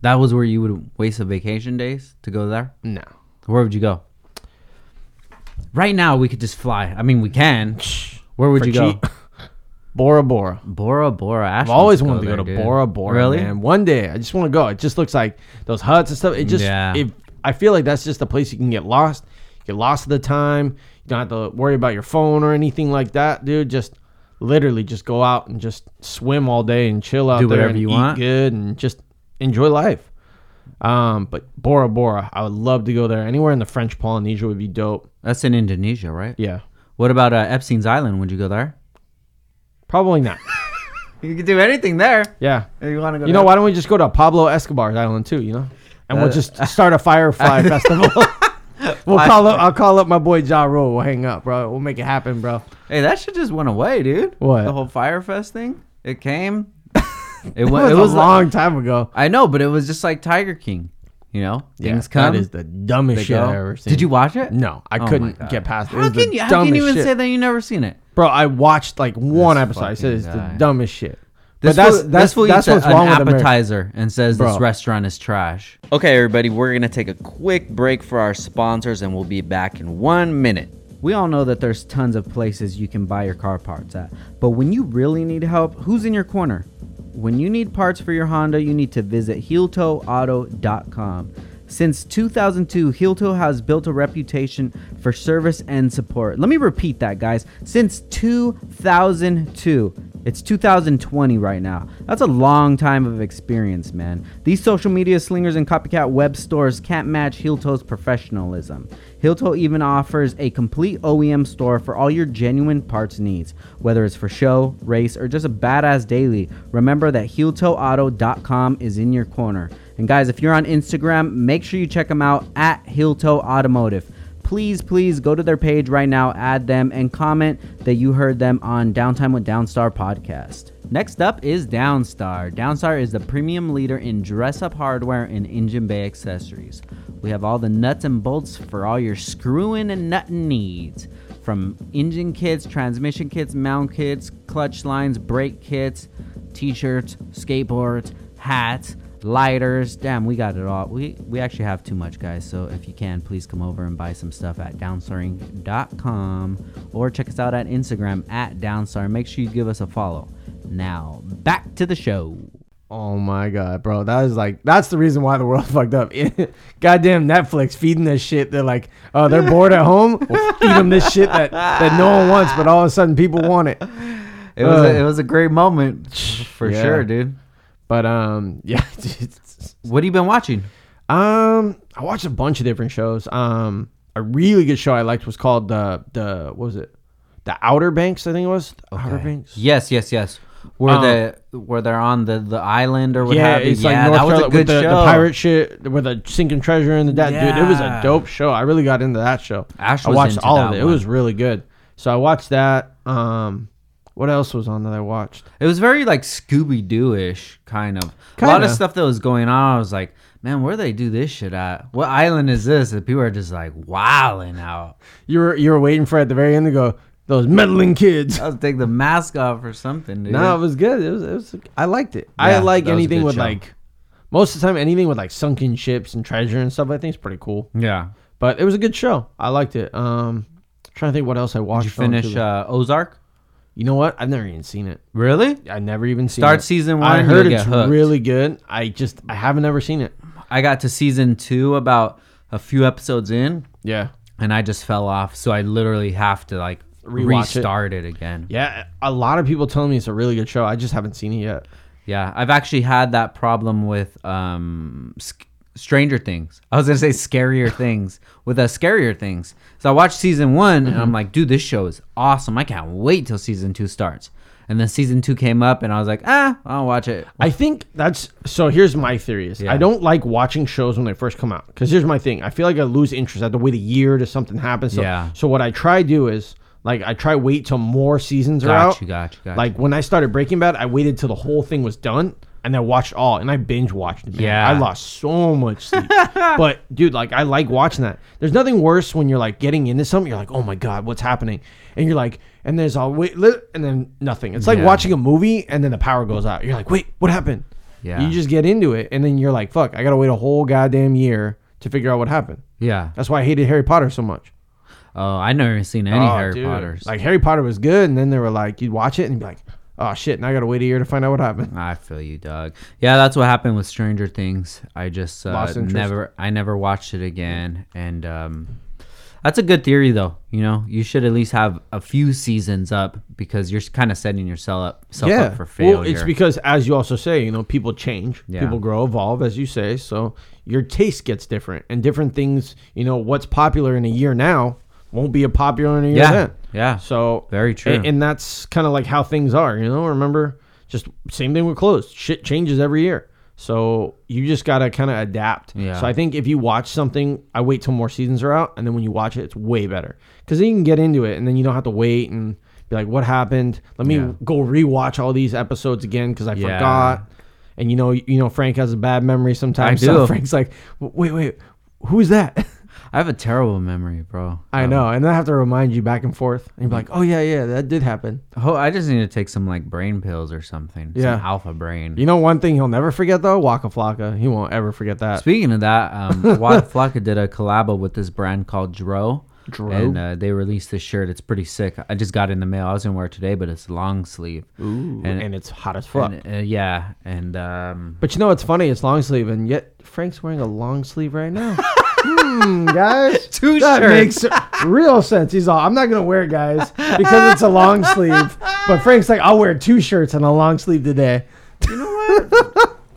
Speaker 2: That was where you would waste the vacation days to go there?
Speaker 1: No.
Speaker 2: Where would you go? Right now, we could just fly. I mean, we can. Where would
Speaker 1: For
Speaker 2: you go?
Speaker 1: cheap. Bora Bora.
Speaker 2: Bora Bora.
Speaker 1: I've always wanted to go to Bora Bora.
Speaker 2: Really?
Speaker 1: Man. One day, I just want to go. It just looks like those huts and stuff. It just.
Speaker 2: Yeah.
Speaker 1: It, I feel like that's just a place you can get lost. Get lost at the time. You don't have to worry about your phone or anything like that, dude. Just literally just go out and just swim all day and chill out
Speaker 2: Do
Speaker 1: there
Speaker 2: whatever
Speaker 1: and
Speaker 2: you
Speaker 1: eat
Speaker 2: want.
Speaker 1: good and just enjoy life. Um, but Bora Bora, I would love to go there. Anywhere in the French Polynesia would be dope.
Speaker 2: That's in Indonesia, right?
Speaker 1: Yeah.
Speaker 2: What about uh, Epstein's Island? Would you go there?
Speaker 1: Probably not.
Speaker 2: You could do anything there.
Speaker 1: Yeah.
Speaker 2: You want to go?
Speaker 1: You know, why don't we just go to Pablo Escobar's island too? You know, and we'll
Speaker 2: Uh,
Speaker 1: just start a Firefly festival. we'll
Speaker 2: Fire-
Speaker 1: call up. I'll call up my boy Ja Rule. We'll hang up, bro. We'll make it happen, bro.
Speaker 2: Hey, that shit just went away, dude.
Speaker 1: What?
Speaker 2: The whole Firefest thing. It came. it
Speaker 1: It
Speaker 2: went.
Speaker 1: was,
Speaker 2: It was
Speaker 1: a
Speaker 2: long.
Speaker 1: long time ago.
Speaker 2: I know, but it was just like Tiger King. You know, things
Speaker 1: Yeah,
Speaker 2: come.
Speaker 1: That is the dumbest
Speaker 2: they
Speaker 1: shit
Speaker 2: go.
Speaker 1: I've ever seen.
Speaker 2: Did you watch it?
Speaker 1: No, I
Speaker 2: Oh my
Speaker 1: couldn't
Speaker 2: God.
Speaker 1: get past. It. It
Speaker 2: How
Speaker 1: was the
Speaker 2: can you? How can
Speaker 1: dumbest
Speaker 2: you even
Speaker 1: shit.
Speaker 2: say that you never seen it?
Speaker 1: bro? I watched like one
Speaker 2: This
Speaker 1: episode. I said
Speaker 2: fucking
Speaker 1: it's
Speaker 2: guy.
Speaker 1: the dumbest shit. But
Speaker 2: This
Speaker 1: that's
Speaker 2: fool,
Speaker 1: that's
Speaker 2: this fool
Speaker 1: that's
Speaker 2: eats a-
Speaker 1: what's wrong
Speaker 2: an
Speaker 1: with America.
Speaker 2: appetizer and says
Speaker 1: Bro.
Speaker 2: this restaurant is trash. Okay, everybody, we're gonna take a quick break for our sponsors, and we'll be back in one minute. We all know that there's tons of places you can buy your car parts at, but when you really need help, who's in your corner? When you need parts for your Honda, you need to visit HeelToeAuto.com. Since 2002, Heeltoe has built a reputation for service and support. Let me repeat that, guys. Since 2002. It's 2020 right now. That's a long time of experience, man. These social media slingers and copycat web stores can't match Hilto's professionalism. Hilto even offers a complete OEM store for all your genuine parts needs, whether it's for show, race, or just a badass daily. Remember that HiltoAuto.com is in your corner. And guys, if you're on Instagram, make sure you check them out at Hilto Automotive please, please go to their page right now, add them, and comment that you heard them on Downtime with Downstar podcast. Next up is Downstar. Downstar is the premium leader in dress up hardware and engine bay accessories. We have all the nuts and bolts for all your screwing and nutting needs from engine kits, transmission kits, mount kits, clutch lines, brake kits, t shirts, skateboards, hats, lighters. Damn, we got it all. We we actually have too much, guys. So if you can, please come over and buy some stuff at downstaring.com or check us out at Instagram at downstar. Make sure you give us a follow. Now back to the show.
Speaker 1: Oh my god, bro, that is like that's the reason why the world fucked up. Goddamn Netflix feeding this shit. They're like, oh, they're bored at home. We'll feed them this shit that, that no one wants, but all of a sudden people want it.
Speaker 2: It
Speaker 1: was a- it
Speaker 2: was a great moment Uh, for
Speaker 1: sure,
Speaker 2: dude.
Speaker 1: But um, yeah, it's-
Speaker 2: What have you been watching?
Speaker 1: um, I watched a bunch of different shows. Um, a really good show I liked was called the the what was it? The Outer Banks, I think it was. The Outer Banks.
Speaker 2: Yes, yes, yes. Where
Speaker 1: Um,
Speaker 2: the where they're on the, the island or what
Speaker 1: Yeah,
Speaker 2: have you.
Speaker 1: it's like
Speaker 2: yeah,
Speaker 1: North
Speaker 2: that was
Speaker 1: Carolina
Speaker 2: a good
Speaker 1: with the,
Speaker 2: show.
Speaker 1: the pirate shit with the sinking treasure and the dead dude. It was a
Speaker 2: Yeah.
Speaker 1: dope show. I really got into that show.
Speaker 2: Ash
Speaker 1: I
Speaker 2: was
Speaker 1: watched
Speaker 2: into
Speaker 1: all of
Speaker 2: that
Speaker 1: it. It was really good. So I watched that. Um, what else was on that I watched?
Speaker 2: It was very like Scooby Doo ish kind of. A lot
Speaker 1: Kinda.
Speaker 2: of stuff that was going on. I was like, man, where they do this shit at? What island is this? And people are just like wilding out.
Speaker 1: You were you were waiting for at the very end to go those meddling kids.
Speaker 2: I'll take the mask off or something, dude.
Speaker 1: No, it was good. It was, it was I liked it. I
Speaker 2: Yeah,
Speaker 1: like
Speaker 2: that was a
Speaker 1: anything
Speaker 2: good
Speaker 1: with
Speaker 2: show.
Speaker 1: like most of the time anything with like sunken ships and treasure and stuff. I think is pretty cool.
Speaker 2: yeah.
Speaker 1: But it was a good show. I liked it. Um, trying to think what else I watched.
Speaker 2: Did you
Speaker 1: on
Speaker 2: finish
Speaker 1: Tubi.
Speaker 2: uh, Ozark?
Speaker 1: you know what? I've never even seen it.
Speaker 2: Really?
Speaker 1: I never even seen
Speaker 2: Start
Speaker 1: it.
Speaker 2: season one.
Speaker 1: I heard
Speaker 2: you'll
Speaker 1: it's
Speaker 2: get hooked.
Speaker 1: really good. I just I haven't ever seen it.
Speaker 2: I got to season two about a few episodes in.
Speaker 1: Yeah.
Speaker 2: and I just fell off. So I literally have to like
Speaker 1: Rewatch it.
Speaker 2: restart it, again.
Speaker 1: Yeah, a lot of people telling me it's a really good show. I just haven't seen it yet.
Speaker 2: Yeah, I've actually had that problem with um, sc- Stranger Things. I was gonna say scarier things with uh, scarier things. So I watched season one, and
Speaker 1: Mm-hmm.
Speaker 2: I'm like, dude, this show is awesome. I can't wait till season two starts. And then season two came up, and I was like, ah, I'll watch it.
Speaker 1: I think that's so. Here's my theory: is
Speaker 2: Yeah.
Speaker 1: I don't like watching shows when they first come out because here's my thing. I feel like I lose interest. I have to wait a year to something happens. So,
Speaker 2: Yeah.
Speaker 1: So what I try do is like I try wait till more seasons are
Speaker 2: Got
Speaker 1: out.
Speaker 2: you, got you, got you.
Speaker 1: Like when I started Breaking Bad, I waited till the whole thing was done and I watched all and I binge watched it. man.
Speaker 2: Yeah.
Speaker 1: I lost so much sleep. but dude, like I like watching that. There's nothing worse when you're like getting into something, you're like, oh my God, what's happening? And you're like, and there's all wait li- and then nothing. It's like
Speaker 2: Yeah.
Speaker 1: watching a movie and then the power goes out. You're like, wait, what happened?
Speaker 2: Yeah.
Speaker 1: You just get into it and then you're like, fuck, I gotta wait a whole goddamn year to figure out what happened.
Speaker 2: Yeah.
Speaker 1: That's why I hated Harry Potter so much.
Speaker 2: Oh, I never even seen any
Speaker 1: Oh,
Speaker 2: Harry
Speaker 1: dude.
Speaker 2: Potter's.
Speaker 1: Like Harry Potter was good, and then they were like, you'd watch it and be like, oh shit, now I gotta wait a year to find out what happened.
Speaker 2: I feel you, Doug. Yeah, that's what happened with Stranger Things. I just uh,
Speaker 1: Lost interest.
Speaker 2: never, I never watched it again, and um, that's a good theory, though. You know, you should at least have a few seasons up because you're kind of setting yourself up, self up for failure.
Speaker 1: Well, it's because as you also say, you know, people change,
Speaker 2: Yeah.
Speaker 1: people grow, evolve, as you say. So your taste gets different, and different things. You know, what's popular in a year now won't be a popular in a year
Speaker 2: yeah,
Speaker 1: then.
Speaker 2: yeah.
Speaker 1: So
Speaker 2: Very
Speaker 1: a-
Speaker 2: true.
Speaker 1: And, that's kind of like how things are. You know, remember, just same thing with clothes. Shit changes every year. So you just gotta kind of adapt.
Speaker 2: Yeah.
Speaker 1: So I think if you watch something, I wait till more seasons are out, and then when you watch it, it's way better because then you can get into it, and then you don't have to wait and be like, "What happened? Let me
Speaker 2: Yeah.
Speaker 1: go rewatch all these episodes again because I
Speaker 2: Yeah.
Speaker 1: forgot." And you know, you know, Frank has a bad memory sometimes.
Speaker 2: I
Speaker 1: So
Speaker 2: do.
Speaker 1: Frank's like, "Wait, wait, who is that?"
Speaker 2: I have a terrible memory, bro.
Speaker 1: I know, and then I have to remind you back and forth, and you're like, "Oh yeah, yeah, that did happen."
Speaker 2: Oh, I just need to take some like brain pills or something.
Speaker 1: Yeah.
Speaker 2: some alpha brain.
Speaker 1: You know one thing he'll never forget though, Waka Flocka. He won't ever forget that.
Speaker 2: Speaking of that, um, Wad Flocka did a collab with this brand called Dro.
Speaker 1: Dro?
Speaker 2: And uh, they released this shirt. It's pretty sick. I just got it in the mail. I was gonna wear it today, but it's long sleeve.
Speaker 1: Ooh, and,
Speaker 2: and-
Speaker 1: it's hot as fuck.
Speaker 2: And, uh, yeah, and um,
Speaker 1: but you know it's funny? It's long sleeve, and yet Frank's wearing a long sleeve right now. hmm, guys,
Speaker 2: Two
Speaker 1: that
Speaker 2: shirts.
Speaker 1: makes real sense. He's all, I'm not gonna wear it, guys, because it's a long sleeve. But Frank's like, I'll wear two shirts and a long sleeve today.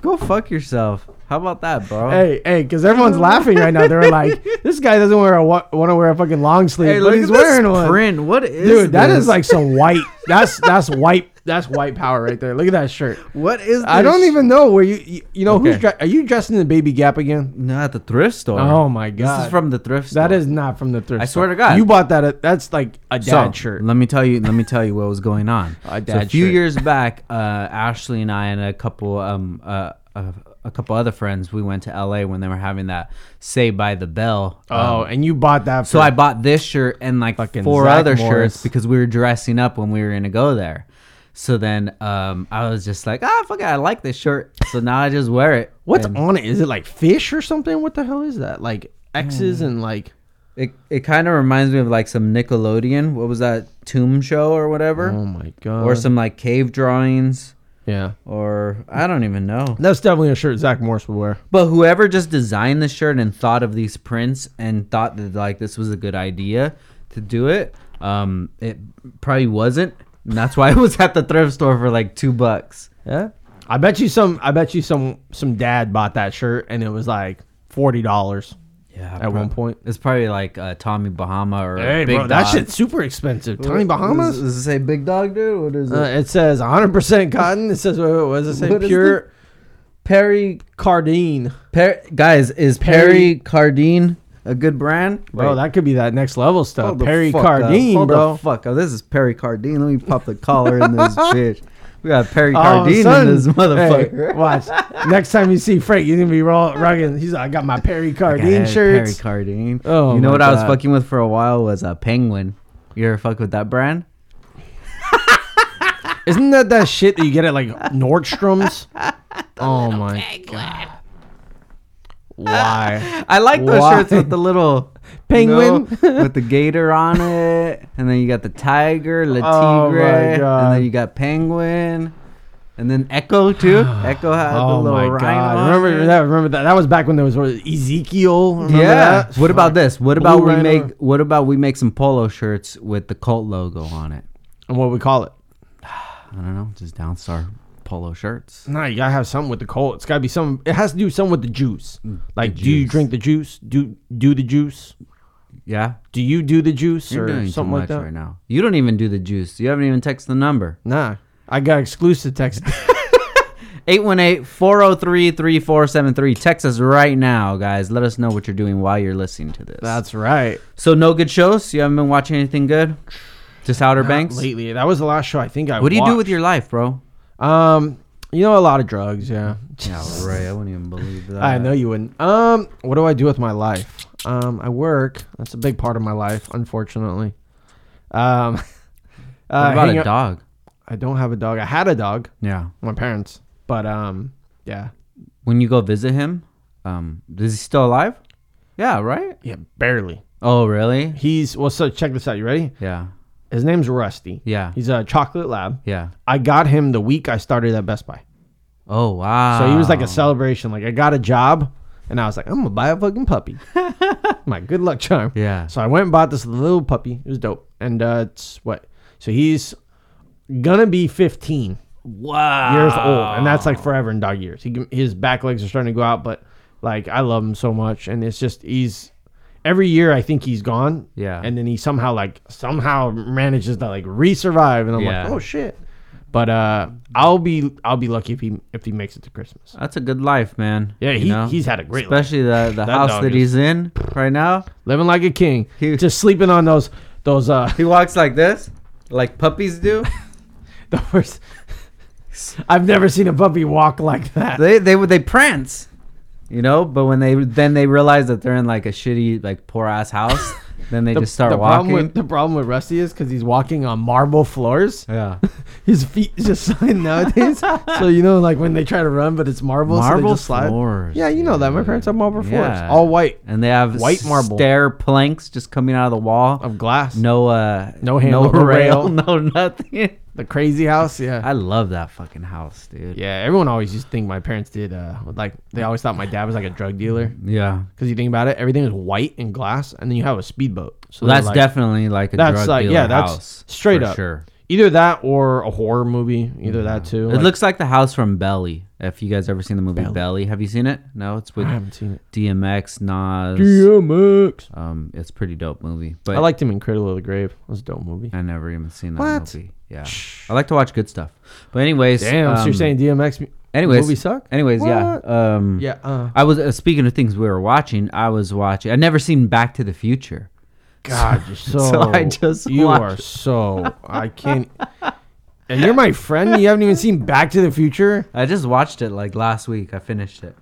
Speaker 2: go fuck yourself. How about that, bro?
Speaker 1: Hey, hey, because everyone's laughing right now. They're like, this guy doesn't wear a want to wear a fucking long sleeve,
Speaker 2: Hey,
Speaker 1: but he's wearing one.
Speaker 2: print. What is
Speaker 1: Dude, that
Speaker 2: this?
Speaker 1: is like some white. That's that's white. That's white power right there. Look at that shirt.
Speaker 2: what is? This?
Speaker 1: I don't even know where you. You, you know who's?
Speaker 2: Okay.
Speaker 1: Dre- are you dressed in the baby gap again?
Speaker 2: No, at the thrift store.
Speaker 1: Oh my god!
Speaker 2: This is from the thrift store.
Speaker 1: That is not from the thrift.
Speaker 2: I swear
Speaker 1: store.
Speaker 2: to God.
Speaker 1: you bought that. At, that's like a dad
Speaker 2: so,
Speaker 1: shirt.
Speaker 2: Let me tell you. Let me tell you what was going on.
Speaker 1: A
Speaker 2: so a
Speaker 1: dad
Speaker 2: few
Speaker 1: shirt.
Speaker 2: years back, uh, Ashley and I and a couple um uh, a, a couple other friends, we went to L.A. when they were having that Say by the Bell. um,
Speaker 1: Oh, and you bought that.
Speaker 2: so
Speaker 1: for-
Speaker 2: I bought this shirt and like
Speaker 1: Fucking
Speaker 2: four
Speaker 1: Zach
Speaker 2: other
Speaker 1: Morris.
Speaker 2: shirts because we were dressing up when we were gonna go there. So then um, I was just like, ah, fuck it, I like this shirt. So now I just wear it.
Speaker 1: what's
Speaker 2: And
Speaker 1: on it? Is it like fish or something? What the hell is that? Like X's and like.
Speaker 2: it? It kind of reminds me of like some Nickelodeon. What was that tomb show or whatever?
Speaker 1: Oh my god.
Speaker 2: or some like cave drawings
Speaker 1: Yeah.
Speaker 2: or I don't even know.
Speaker 1: That's definitely a shirt Zach Morris would wear.
Speaker 2: But whoever just designed the shirt and thought of these prints and thought that like this was a good idea to do it, um, it probably wasn't. And that's why it was at the thrift store for like two bucks.
Speaker 1: Yeah. I bet you some. I bet you some. Some dad bought that shirt and it was like forty dollars
Speaker 2: Yeah,
Speaker 1: at one point.
Speaker 2: It's probably like uh, Tommy Bahama or
Speaker 1: Hey,
Speaker 2: Big
Speaker 1: bro,
Speaker 2: Dog.
Speaker 1: that shit's super expensive. Tiny Bahamas.
Speaker 2: Does it say Big Dog, dude? What is
Speaker 1: Uh, it says 100% cotton. It says wait, wait, what does it say?
Speaker 2: What is
Speaker 1: Pure
Speaker 2: Perry,
Speaker 1: cardine.
Speaker 2: per- guys, is Perry, Cardine a good brand?
Speaker 1: Bro,
Speaker 2: Wait.
Speaker 1: that could be that next level stuff.
Speaker 2: Hold Oh, the
Speaker 1: Perry
Speaker 2: fuck up.
Speaker 1: Cardine,
Speaker 2: Hold
Speaker 1: bro.
Speaker 2: The fuck up. This is Perry Cardine. Let me pop the collar in this bitch. We got Perry
Speaker 1: All of a
Speaker 2: Cardine
Speaker 1: sudden-
Speaker 2: in this motherfucker.
Speaker 1: Hey, watch. next time you see Frank, he's gonna be raw, rugging. He's like, I got my Perry Cardine shirts.
Speaker 2: Perry Cardine.
Speaker 1: Oh,
Speaker 2: you know
Speaker 1: my
Speaker 2: what I was
Speaker 1: God.
Speaker 2: fucking with for a while was a penguin. You ever fuck with that brand?
Speaker 1: Isn't that that shit that you get at like Nordstrom's? oh my god. Why?
Speaker 2: I like those
Speaker 1: Why?
Speaker 2: shirts with the little
Speaker 1: Penguin?
Speaker 2: you know, with the gator on it, and then you got the tiger, La
Speaker 1: Oh, my
Speaker 2: Tigre, and
Speaker 1: God.
Speaker 2: then you got penguin, And then Echo too. Echo had
Speaker 1: Oh
Speaker 2: the
Speaker 1: my
Speaker 2: little rhino.
Speaker 1: god!
Speaker 2: on
Speaker 1: Remember
Speaker 2: it.
Speaker 1: that? Remember that? That was back when there was what, Ezekiel. Remember
Speaker 2: yeah.
Speaker 1: that?
Speaker 2: What about
Speaker 1: Fuck.
Speaker 2: this? What
Speaker 1: Blue
Speaker 2: about we
Speaker 1: rhino.
Speaker 2: make? What about we make some polo shirts with the cult logo on it?
Speaker 1: And what we call it?
Speaker 2: I don't know. Just Downstar polo shirts.
Speaker 1: Nah, you gotta have something with the cold. It's gotta be some. It has to do something with the juice. Like, do you
Speaker 2: Mm, juice.
Speaker 1: drink the juice? Do do the juice?
Speaker 2: Yeah.
Speaker 1: Do you do the juice
Speaker 2: You're
Speaker 1: or
Speaker 2: doing too
Speaker 1: something
Speaker 2: much
Speaker 1: like that?
Speaker 2: right now. You don't even do the juice. You haven't even texted the number.
Speaker 1: Nah, I got exclusive text.
Speaker 2: 818-403-3473. Text us right now, guys. Let us know what you're doing while you're listening to this.
Speaker 1: That's right.
Speaker 2: so no good shows? You haven't been watching anything good? Just Outer Banks?
Speaker 1: Lately, that was the last show I think I.
Speaker 2: What do you do with
Speaker 1: watched.
Speaker 2: your life, bro?
Speaker 1: Um, you know, a lot of drugs. Yeah.
Speaker 2: Yeah, right. I wouldn't even believe that.
Speaker 1: I know you wouldn't. Um, what do I do with my life? Um, I work. That's a big part of my life, unfortunately. Um, uh,
Speaker 2: What about
Speaker 1: hang
Speaker 2: a
Speaker 1: out-
Speaker 2: dog?
Speaker 1: I don't have a dog. I had a dog,
Speaker 2: Yeah.
Speaker 1: my parents, but um, yeah,
Speaker 2: When you go visit him, um, is he still alive? Yeah, right?
Speaker 1: yeah, barely.
Speaker 2: Oh, really?
Speaker 1: He's well. So check this out. You ready?
Speaker 2: Yeah.
Speaker 1: His name's Rusty.
Speaker 2: Yeah.
Speaker 1: He's a chocolate lab.
Speaker 2: Yeah.
Speaker 1: I got him the week I started at Best Buy.
Speaker 2: Oh, wow.
Speaker 1: So he was like a celebration. Like I got a job, and I was like, I'm gonna buy a fucking puppy. my good luck charm.
Speaker 2: Yeah.
Speaker 1: So I went and bought this little puppy. It was dope. And uh, it's what? So he's gonna be 15
Speaker 2: Wow.
Speaker 1: years old, and that's like forever in dog years. He can- his back legs are starting to go out, but like I love him so much, and it's just he's every year I think he's gone.
Speaker 2: Yeah.
Speaker 1: And then he somehow like somehow manages to like resurvive, and I'm
Speaker 2: Yeah.
Speaker 1: like, oh shit. But uh, I'll be I'll be lucky if he if he makes it to Christmas.
Speaker 2: That's a good life, man.
Speaker 1: Yeah,
Speaker 2: You
Speaker 1: he,
Speaker 2: know?
Speaker 1: he's had a great life.
Speaker 2: especially the the
Speaker 1: That
Speaker 2: house
Speaker 1: dog
Speaker 2: that
Speaker 1: is-
Speaker 2: he's in right now.
Speaker 1: living like a king.
Speaker 2: He-
Speaker 1: just sleeping on those those uh
Speaker 2: He walks like this, like puppies do.
Speaker 1: the worst. I've never seen a puppy walk like that.
Speaker 2: they they would they prance, you know. But when they then they realize that they're in like a shitty like poor ass house, then they just start
Speaker 1: the
Speaker 2: walking.
Speaker 1: Problem with, the problem with Rusty is because he's walking on marble floors.
Speaker 2: yeah,
Speaker 1: His feet just slide nowadays. so you know, like when they try to run, but it's marble. so they
Speaker 2: marble
Speaker 1: just slide.
Speaker 2: floors.
Speaker 1: Yeah, you know that. My
Speaker 2: dude.
Speaker 1: parents have marble
Speaker 2: Yeah.
Speaker 1: floors, all white
Speaker 2: and they have
Speaker 1: White marble.
Speaker 2: stair planks just coming out of the wall.
Speaker 1: of glass.
Speaker 2: No, uh,
Speaker 1: No handle,
Speaker 2: no
Speaker 1: no rail.
Speaker 2: rail, no nothing.
Speaker 1: The crazy house. Yeah.
Speaker 2: I love that fucking house, dude.
Speaker 1: yeah, everyone always used to think my parents did. Uh, like they always thought my dad was like a drug dealer
Speaker 2: yeah.
Speaker 1: because you think about it, everything is white and glass, and then you have a speedboat. So
Speaker 2: Well,
Speaker 1: they're
Speaker 2: that's
Speaker 1: like,
Speaker 2: definitely like a
Speaker 1: That's
Speaker 2: drug
Speaker 1: like-
Speaker 2: dealer
Speaker 1: yeah, that's
Speaker 2: house,
Speaker 1: straight
Speaker 2: for
Speaker 1: up.
Speaker 2: Sure,
Speaker 1: either that or a horror movie. Either that too.
Speaker 2: it looks like the house from Belly. If you guys ever seen the movie Belly, have you seen it? No, it's with
Speaker 1: I haven't seen it.
Speaker 2: DMX, Nas.
Speaker 1: DMX.
Speaker 2: Um, it's a pretty dope movie, but
Speaker 1: I
Speaker 2: I, like-
Speaker 1: liked him in Cradle of the Grave. That was a dope movie.
Speaker 2: I never even seen that
Speaker 1: What?
Speaker 2: movie. Yeah, I like to watch good stuff. But anyways,
Speaker 1: Damn, so
Speaker 2: um,
Speaker 1: you're saying DMX mu-
Speaker 2: anyways,
Speaker 1: movies suck?
Speaker 2: Anyways,
Speaker 1: What?
Speaker 2: yeah, um,
Speaker 1: Yeah. Uh,
Speaker 2: I was uh, speaking of things we were watching. I was watching. I'd never seen Back to the Future.
Speaker 1: God, you're so.
Speaker 2: I just
Speaker 1: You
Speaker 2: watched-
Speaker 1: are so. I can't. And you're my friend. and You haven't even seen Back to the Future.
Speaker 2: I just watched it like last week. I finished it.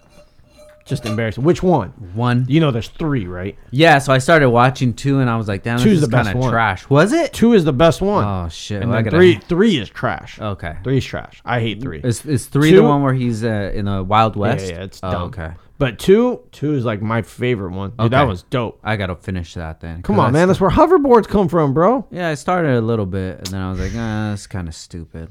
Speaker 1: Just embarrassing. Which one?
Speaker 2: One.
Speaker 1: You know, there's three, right?
Speaker 2: Yeah, so I started watching two, and I was like, "Damn,
Speaker 1: Two's
Speaker 2: this is
Speaker 1: the best
Speaker 2: kind of
Speaker 1: one.
Speaker 2: trash." Was it?
Speaker 1: Two is the best one.
Speaker 2: Oh shit!
Speaker 1: and
Speaker 2: well, I
Speaker 1: then
Speaker 2: gotta-
Speaker 1: three, three is trash.
Speaker 2: Okay.
Speaker 1: Three is trash. I hate three.
Speaker 2: Is is three the
Speaker 1: Two-
Speaker 2: one where he's uh, in the Wild
Speaker 1: yeah,
Speaker 2: West?
Speaker 1: yeah, it's
Speaker 2: Oh,
Speaker 1: dumb.
Speaker 2: okay.
Speaker 1: But two, two is like my favorite one. Dude, that
Speaker 2: Okay.
Speaker 1: was dope.
Speaker 2: I gotta finish that then.
Speaker 1: Come
Speaker 2: 'cause
Speaker 1: on,
Speaker 2: I
Speaker 1: man. That's where hoverboards come from, bro.
Speaker 2: st- yeah, I started a little bit, and then I was like, "Ah, that's kind of stupid,"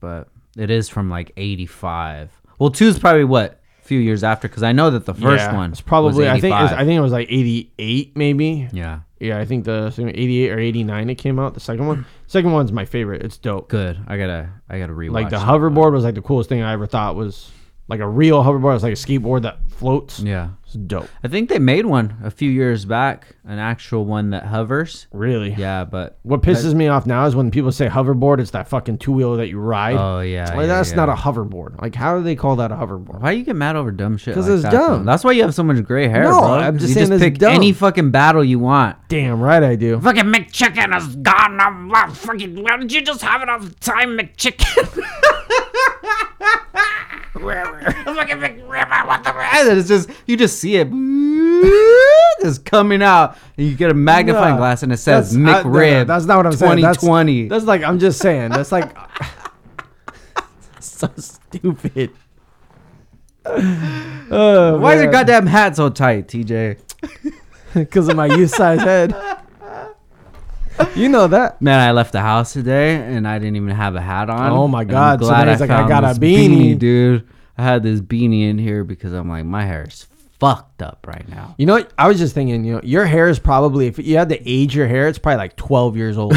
Speaker 2: but it is from like '85. Well, two's probably what a few years after, because I know that the first
Speaker 1: Yeah,
Speaker 2: one
Speaker 1: It's probably
Speaker 2: was
Speaker 1: I think it was,
Speaker 2: 85.
Speaker 1: I think it was like 88 maybe. Yeah,
Speaker 2: yeah,
Speaker 1: I think the second- 88 or 89 it came out. The second one. Second one's my favorite. It's dope.
Speaker 2: good. I gotta I gotta rewatch.
Speaker 1: Like the
Speaker 2: that.
Speaker 1: hoverboard was like the coolest thing I ever thought was like a real hoverboard. It's like a skateboard that floats.
Speaker 2: Yeah,
Speaker 1: It's dope.
Speaker 2: I think they made one a few years back, an actual one that hovers.
Speaker 1: Really.
Speaker 2: Yeah, but
Speaker 1: What pisses me off now is when people say hoverboard, it's that fucking two wheeler that you ride.
Speaker 2: Oh, yeah,
Speaker 1: Like,
Speaker 2: yeah,
Speaker 1: that's
Speaker 2: yeah.
Speaker 1: not a hoverboard. Like how do they call that a hoverboard?
Speaker 2: Why you get mad over dumb shit?
Speaker 1: 'Cause
Speaker 2: like
Speaker 1: it's
Speaker 2: that, though?
Speaker 1: dumb.
Speaker 2: That's why you have so much gray hair,
Speaker 1: No,
Speaker 2: bro.
Speaker 1: I'm just
Speaker 2: you
Speaker 1: saying
Speaker 2: just
Speaker 1: it's
Speaker 2: pick
Speaker 1: dumb.
Speaker 2: any fucking battle you want.
Speaker 1: Damn right I do.
Speaker 3: Fucking McChicken is gone. I'm not fucking. Why don't you just have it on time, McChicken? fucking McRib, what the
Speaker 2: And then it's just you just see it just coming out, and you get a magnifying
Speaker 1: No,
Speaker 2: glass, and it says
Speaker 1: that's- I-
Speaker 2: McRib.
Speaker 1: no, no, that's not what I'm saying. That's-
Speaker 2: 2020.
Speaker 1: That's like I'm just saying. That's like so stupid. Oh,
Speaker 2: why is your goddamn hat so tight, TJ?
Speaker 1: Because of my youth size head. You know that.
Speaker 2: Man, I left the house today and I didn't even have a hat on.
Speaker 1: Oh my
Speaker 2: And
Speaker 1: God, today's like, I got a
Speaker 2: this
Speaker 1: beanie.
Speaker 2: dude. I had this beanie in here because I'm like, my hair is fucked up right now.
Speaker 1: You know, what? I was just thinking. You know, your hair is probably if you had to age your hair, it's probably like twelve years old.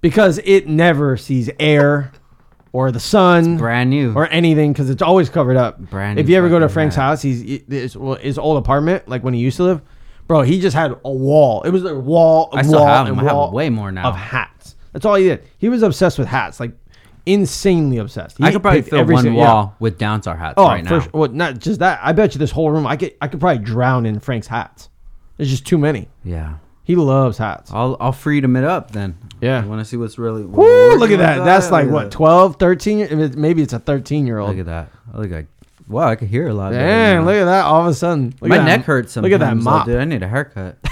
Speaker 1: because it never sees air, or the sun,
Speaker 2: Brand new.
Speaker 1: or anything because it's always covered up.
Speaker 2: Brand
Speaker 1: if
Speaker 2: new
Speaker 1: you ever go to
Speaker 2: fucking
Speaker 1: Frank's
Speaker 2: hat.
Speaker 1: house, he's his, well, his old apartment, like when he used to live, bro. He just had a wall. It was a wall, a
Speaker 2: I
Speaker 1: wall,
Speaker 2: still have them.
Speaker 1: and
Speaker 2: I have
Speaker 1: wall
Speaker 2: way more now.
Speaker 1: of hats. That's all he did. He was obsessed with hats, like insanely obsessed. He
Speaker 2: I could probably
Speaker 1: picked
Speaker 2: fill
Speaker 1: every
Speaker 2: one
Speaker 1: single- yeah.
Speaker 2: wall with Downstar hats
Speaker 1: Oh,
Speaker 2: right
Speaker 1: for
Speaker 2: now.
Speaker 1: sure. Well, not just that. I bet you this whole room, I could, I could probably drown in Frank's hats. There's just too many.
Speaker 2: Yeah.
Speaker 1: He loves hats.
Speaker 2: I'll I'll freedom it up then.
Speaker 1: Yeah.
Speaker 2: I want to see what's really.
Speaker 1: Woo, look at that. That's like
Speaker 2: Look
Speaker 1: what
Speaker 2: at
Speaker 1: 12, 13? I mean, Maybe it's a 13 year
Speaker 2: that. Look
Speaker 1: old.
Speaker 2: at that. I look like wow. I could hear a lot. better
Speaker 1: Damn,
Speaker 2: now.
Speaker 1: look at that. All of a sudden, Look
Speaker 2: My
Speaker 1: at that-
Speaker 2: neck hurts. Sometimes.
Speaker 1: Look at that
Speaker 2: though,
Speaker 1: mop.
Speaker 2: dude. I need a haircut.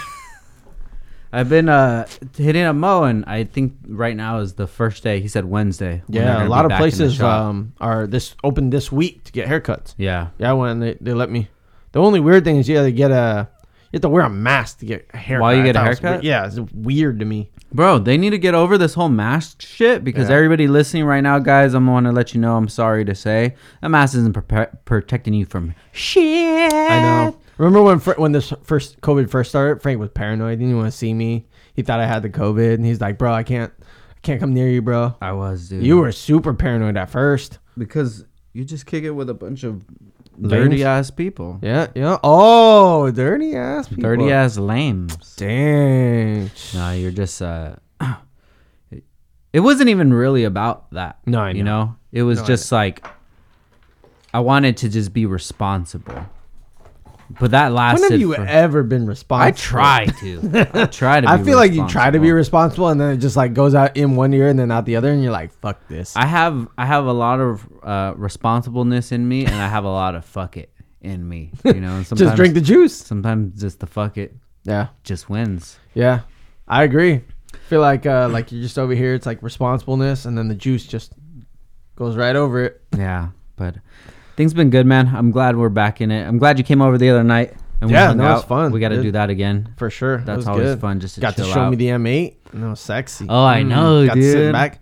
Speaker 2: I've been uh hitting up Mo, and I think right now is the first day. He said Wednesday. when they're
Speaker 1: Yeah,
Speaker 2: gonna
Speaker 1: a
Speaker 2: be
Speaker 1: lot of
Speaker 2: back in the
Speaker 1: places
Speaker 2: shop.
Speaker 1: um, are this open this week to get haircuts.
Speaker 2: yeah.
Speaker 1: Yeah, when they, they let me. The only weird thing is you have to get a you have to wear a mask to get a haircut.
Speaker 2: While you
Speaker 1: I
Speaker 2: get a
Speaker 1: thought it was
Speaker 2: haircut?
Speaker 1: weird. Yeah, it's weird to me.
Speaker 2: Bro, they need to get over this whole mask shit because
Speaker 1: Yeah.
Speaker 2: everybody listening right now, guys, I'm want to let you know. I'm sorry to say, that mask isn't prepa- protecting you from shit.
Speaker 1: I know. Remember when Fra- when this first COVID first started, Frank was paranoid. He didn't want to see me. He thought I had the COVID, and he's like, "Bro, I can't, I can't come near you, bro."
Speaker 2: I was, dude.
Speaker 1: You were super paranoid at first.
Speaker 2: because you just kick it with a bunch of
Speaker 1: Lames?
Speaker 2: dirty ass people,
Speaker 1: Yeah, yeah. Oh, dirty ass people.
Speaker 2: dirty ass lames.
Speaker 1: Dang.
Speaker 2: No, you're just. Uh, it wasn't even really about that.
Speaker 1: No, I
Speaker 2: you
Speaker 1: know.
Speaker 2: know, it was just like I wanted to just be responsible, but that
Speaker 1: When
Speaker 2: lasted.
Speaker 1: have you
Speaker 2: for-
Speaker 1: ever been responsible?
Speaker 2: I try to. I try to.
Speaker 1: I
Speaker 2: be
Speaker 1: feel like you try to be responsible,
Speaker 2: responsible.
Speaker 1: and then it just like goes out in one ear and then out the other, and you're like, "Fuck this."
Speaker 2: I have I have a lot of uh, responsibleness in me, and I have a lot of fuck it in me. You know, and sometimes
Speaker 1: just drink the juice.
Speaker 2: sometimes just the fuck it
Speaker 1: Yeah,
Speaker 2: just wins.
Speaker 1: yeah. I agree. feel like uh like you're just over here. It's like responsibleness, and then the juice just goes right over it.
Speaker 2: Yeah, but things been good, man. I'm glad we're back in it. I'm glad you came over the other night. And
Speaker 1: Yeah,
Speaker 2: hung
Speaker 1: no, it's
Speaker 2: out.
Speaker 1: fun.
Speaker 2: We got to
Speaker 1: It-
Speaker 2: do that again.
Speaker 1: For sure. That
Speaker 2: That's
Speaker 1: was
Speaker 2: always
Speaker 1: good.
Speaker 2: fun, just to
Speaker 1: got to
Speaker 2: chill
Speaker 1: show me
Speaker 2: out.
Speaker 1: the M8. No, sexy. Mm,
Speaker 2: Oh, I know,
Speaker 1: got to sit
Speaker 2: dude.
Speaker 1: back.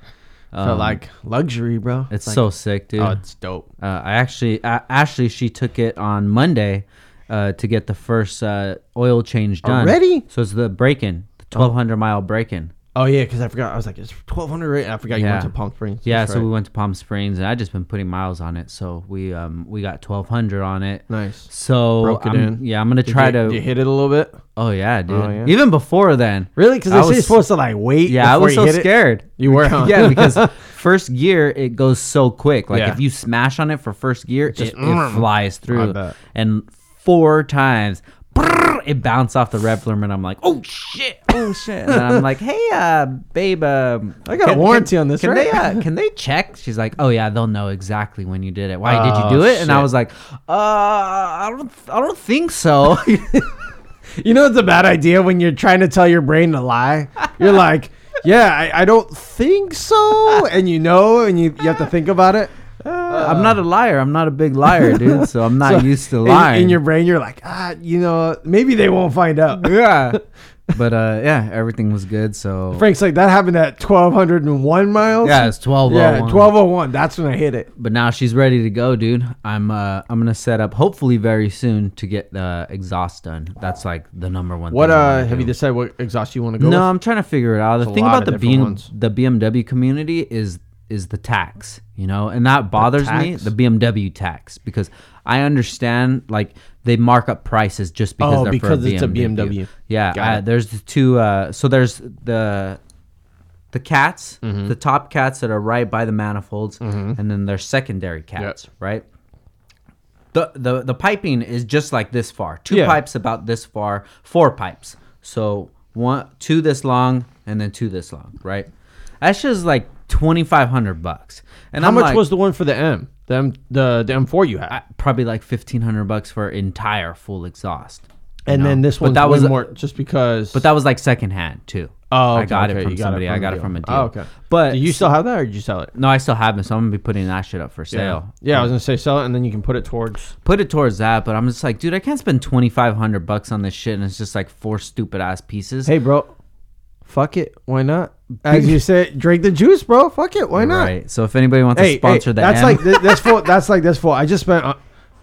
Speaker 1: Felt
Speaker 2: Um,
Speaker 1: like luxury, bro.
Speaker 2: It's
Speaker 1: like,
Speaker 2: so sick, dude.
Speaker 1: Oh, it's dope.
Speaker 2: uh, I actually, A Ashley, she took it on Monday uh, to get the first uh, oil change done.
Speaker 1: Already?
Speaker 2: So it's the break-in, the 1,200 mile break-in.
Speaker 1: Oh yeah, because I forgot. I was like, it's twelve hundred. Right? And I forgot you
Speaker 2: Yeah.
Speaker 1: went to Palm Springs.
Speaker 2: Yeah,
Speaker 1: That's
Speaker 2: so
Speaker 1: right.
Speaker 2: we went to Palm Springs, and I just been putting miles on it. So we um we got 1,200 on it.
Speaker 1: nice.
Speaker 2: So
Speaker 1: Broke it
Speaker 2: I'm-
Speaker 1: in.
Speaker 2: yeah, I'm gonna
Speaker 1: Did
Speaker 2: try
Speaker 1: you,
Speaker 2: to.
Speaker 1: did you hit it a little bit.
Speaker 2: Oh yeah, dude.
Speaker 1: Oh, yeah.
Speaker 2: Even before then.
Speaker 1: Really? Because
Speaker 2: I
Speaker 1: they say you're
Speaker 2: was-
Speaker 1: supposed to like wait.
Speaker 2: Yeah, I
Speaker 1: before
Speaker 2: was
Speaker 1: you
Speaker 2: so
Speaker 1: hit it.
Speaker 2: scared.
Speaker 1: You were, huh?
Speaker 2: yeah, because first gear it goes so quick. Like
Speaker 1: Yeah.
Speaker 2: if you smash on it for first gear,
Speaker 1: Just mm,
Speaker 2: it, it flies through.
Speaker 1: bet.
Speaker 2: And four times, brrr, it bounced off the rev limiter, and I'm like, oh shit, oh shit. And then I'm like, hey, uh, babe, um,
Speaker 1: I got a warranty on this,
Speaker 2: Can
Speaker 1: right?
Speaker 2: they uh, can they check? She's like, oh yeah, they'll know exactly when you did it. Why did you
Speaker 1: Oh,
Speaker 2: do it? And I
Speaker 1: shit.
Speaker 2: was like, uh, I don't, I don't think so.
Speaker 1: You know it's a bad idea when you're trying to tell your brain to lie. You're like, yeah, I, I don't think so, and you know, and you, you have to think about it.
Speaker 2: I'm not a liar. I'm not a big liar, dude. So I'm not
Speaker 1: So
Speaker 2: used to
Speaker 1: in-
Speaker 2: lying.
Speaker 1: In, your brain, you're like, ah, you know, maybe they won't find out.
Speaker 2: yeah. But uh, yeah, everything was good. So
Speaker 1: Frank's like, that happened at 1,201 miles.
Speaker 2: yeah, it's twelve. oh
Speaker 1: yeah, 1,201. That's when I hit it.
Speaker 2: But now she's ready to go, dude. I'm uh, I'm gonna set up hopefully very soon to get the exhaust done. That's like the number one.
Speaker 1: What
Speaker 2: thing I wanna
Speaker 1: uh, have
Speaker 2: do.
Speaker 1: you decided what exhaust you want to go
Speaker 2: No,
Speaker 1: with?
Speaker 2: I'm trying to figure it out. The
Speaker 1: a
Speaker 2: thing
Speaker 1: lot
Speaker 2: about
Speaker 1: of
Speaker 2: the
Speaker 1: different
Speaker 2: BM,
Speaker 1: ones.
Speaker 2: the BMW community is is the tax, you know, and that bothers me.
Speaker 1: tax?
Speaker 2: The BMW tax because I understand like they mark up prices just because
Speaker 1: Oh,
Speaker 2: they're
Speaker 1: because
Speaker 2: for a
Speaker 1: it's a BMW.
Speaker 2: Yeah,
Speaker 1: Got
Speaker 2: uh,
Speaker 1: it.
Speaker 2: there's the two. Uh, so there's the the cats,
Speaker 1: Mm-hmm.
Speaker 2: the top cats that are right by the manifolds, and then there's secondary cats, right? the the the piping is just like this far. Two
Speaker 1: Yeah.
Speaker 2: pipes about this far, four pipes. So one two this long and then two this long, right? That's just like twenty five hundred bucks. And
Speaker 1: How
Speaker 2: I'm
Speaker 1: much
Speaker 2: like,
Speaker 1: was the one for the M? The M, the, the M4 you had,
Speaker 2: probably like fifteen hundred bucks for entire full exhaust. you
Speaker 1: and
Speaker 2: know?
Speaker 1: then this
Speaker 2: But
Speaker 1: one
Speaker 2: that was
Speaker 1: more just because.
Speaker 2: but that was like secondhand too.
Speaker 1: Oh,
Speaker 2: I got
Speaker 1: okay,
Speaker 2: it from
Speaker 1: you
Speaker 2: somebody. I got it from a deal.
Speaker 1: Oh, okay.
Speaker 2: but
Speaker 1: Do you still have that, or did you sell it?
Speaker 2: No, I still have it, so I'm gonna be putting that shit up for sale.
Speaker 1: Yeah, I was gonna say sell it, and then you can put it towards.
Speaker 2: put it towards that, but I'm just like, dude, I can't spend twenty five hundred bucks on this shit, and it's just like four stupid ass pieces.
Speaker 1: Hey, bro, Fuck it, why not? As you said, drink the juice, bro. Fuck it, why not?
Speaker 2: Right. So if anybody wants
Speaker 1: Hey,
Speaker 2: to sponsor
Speaker 1: hey,
Speaker 2: the
Speaker 1: that's
Speaker 2: M,
Speaker 1: like th- that's full. That's like that's full. I just spent uh,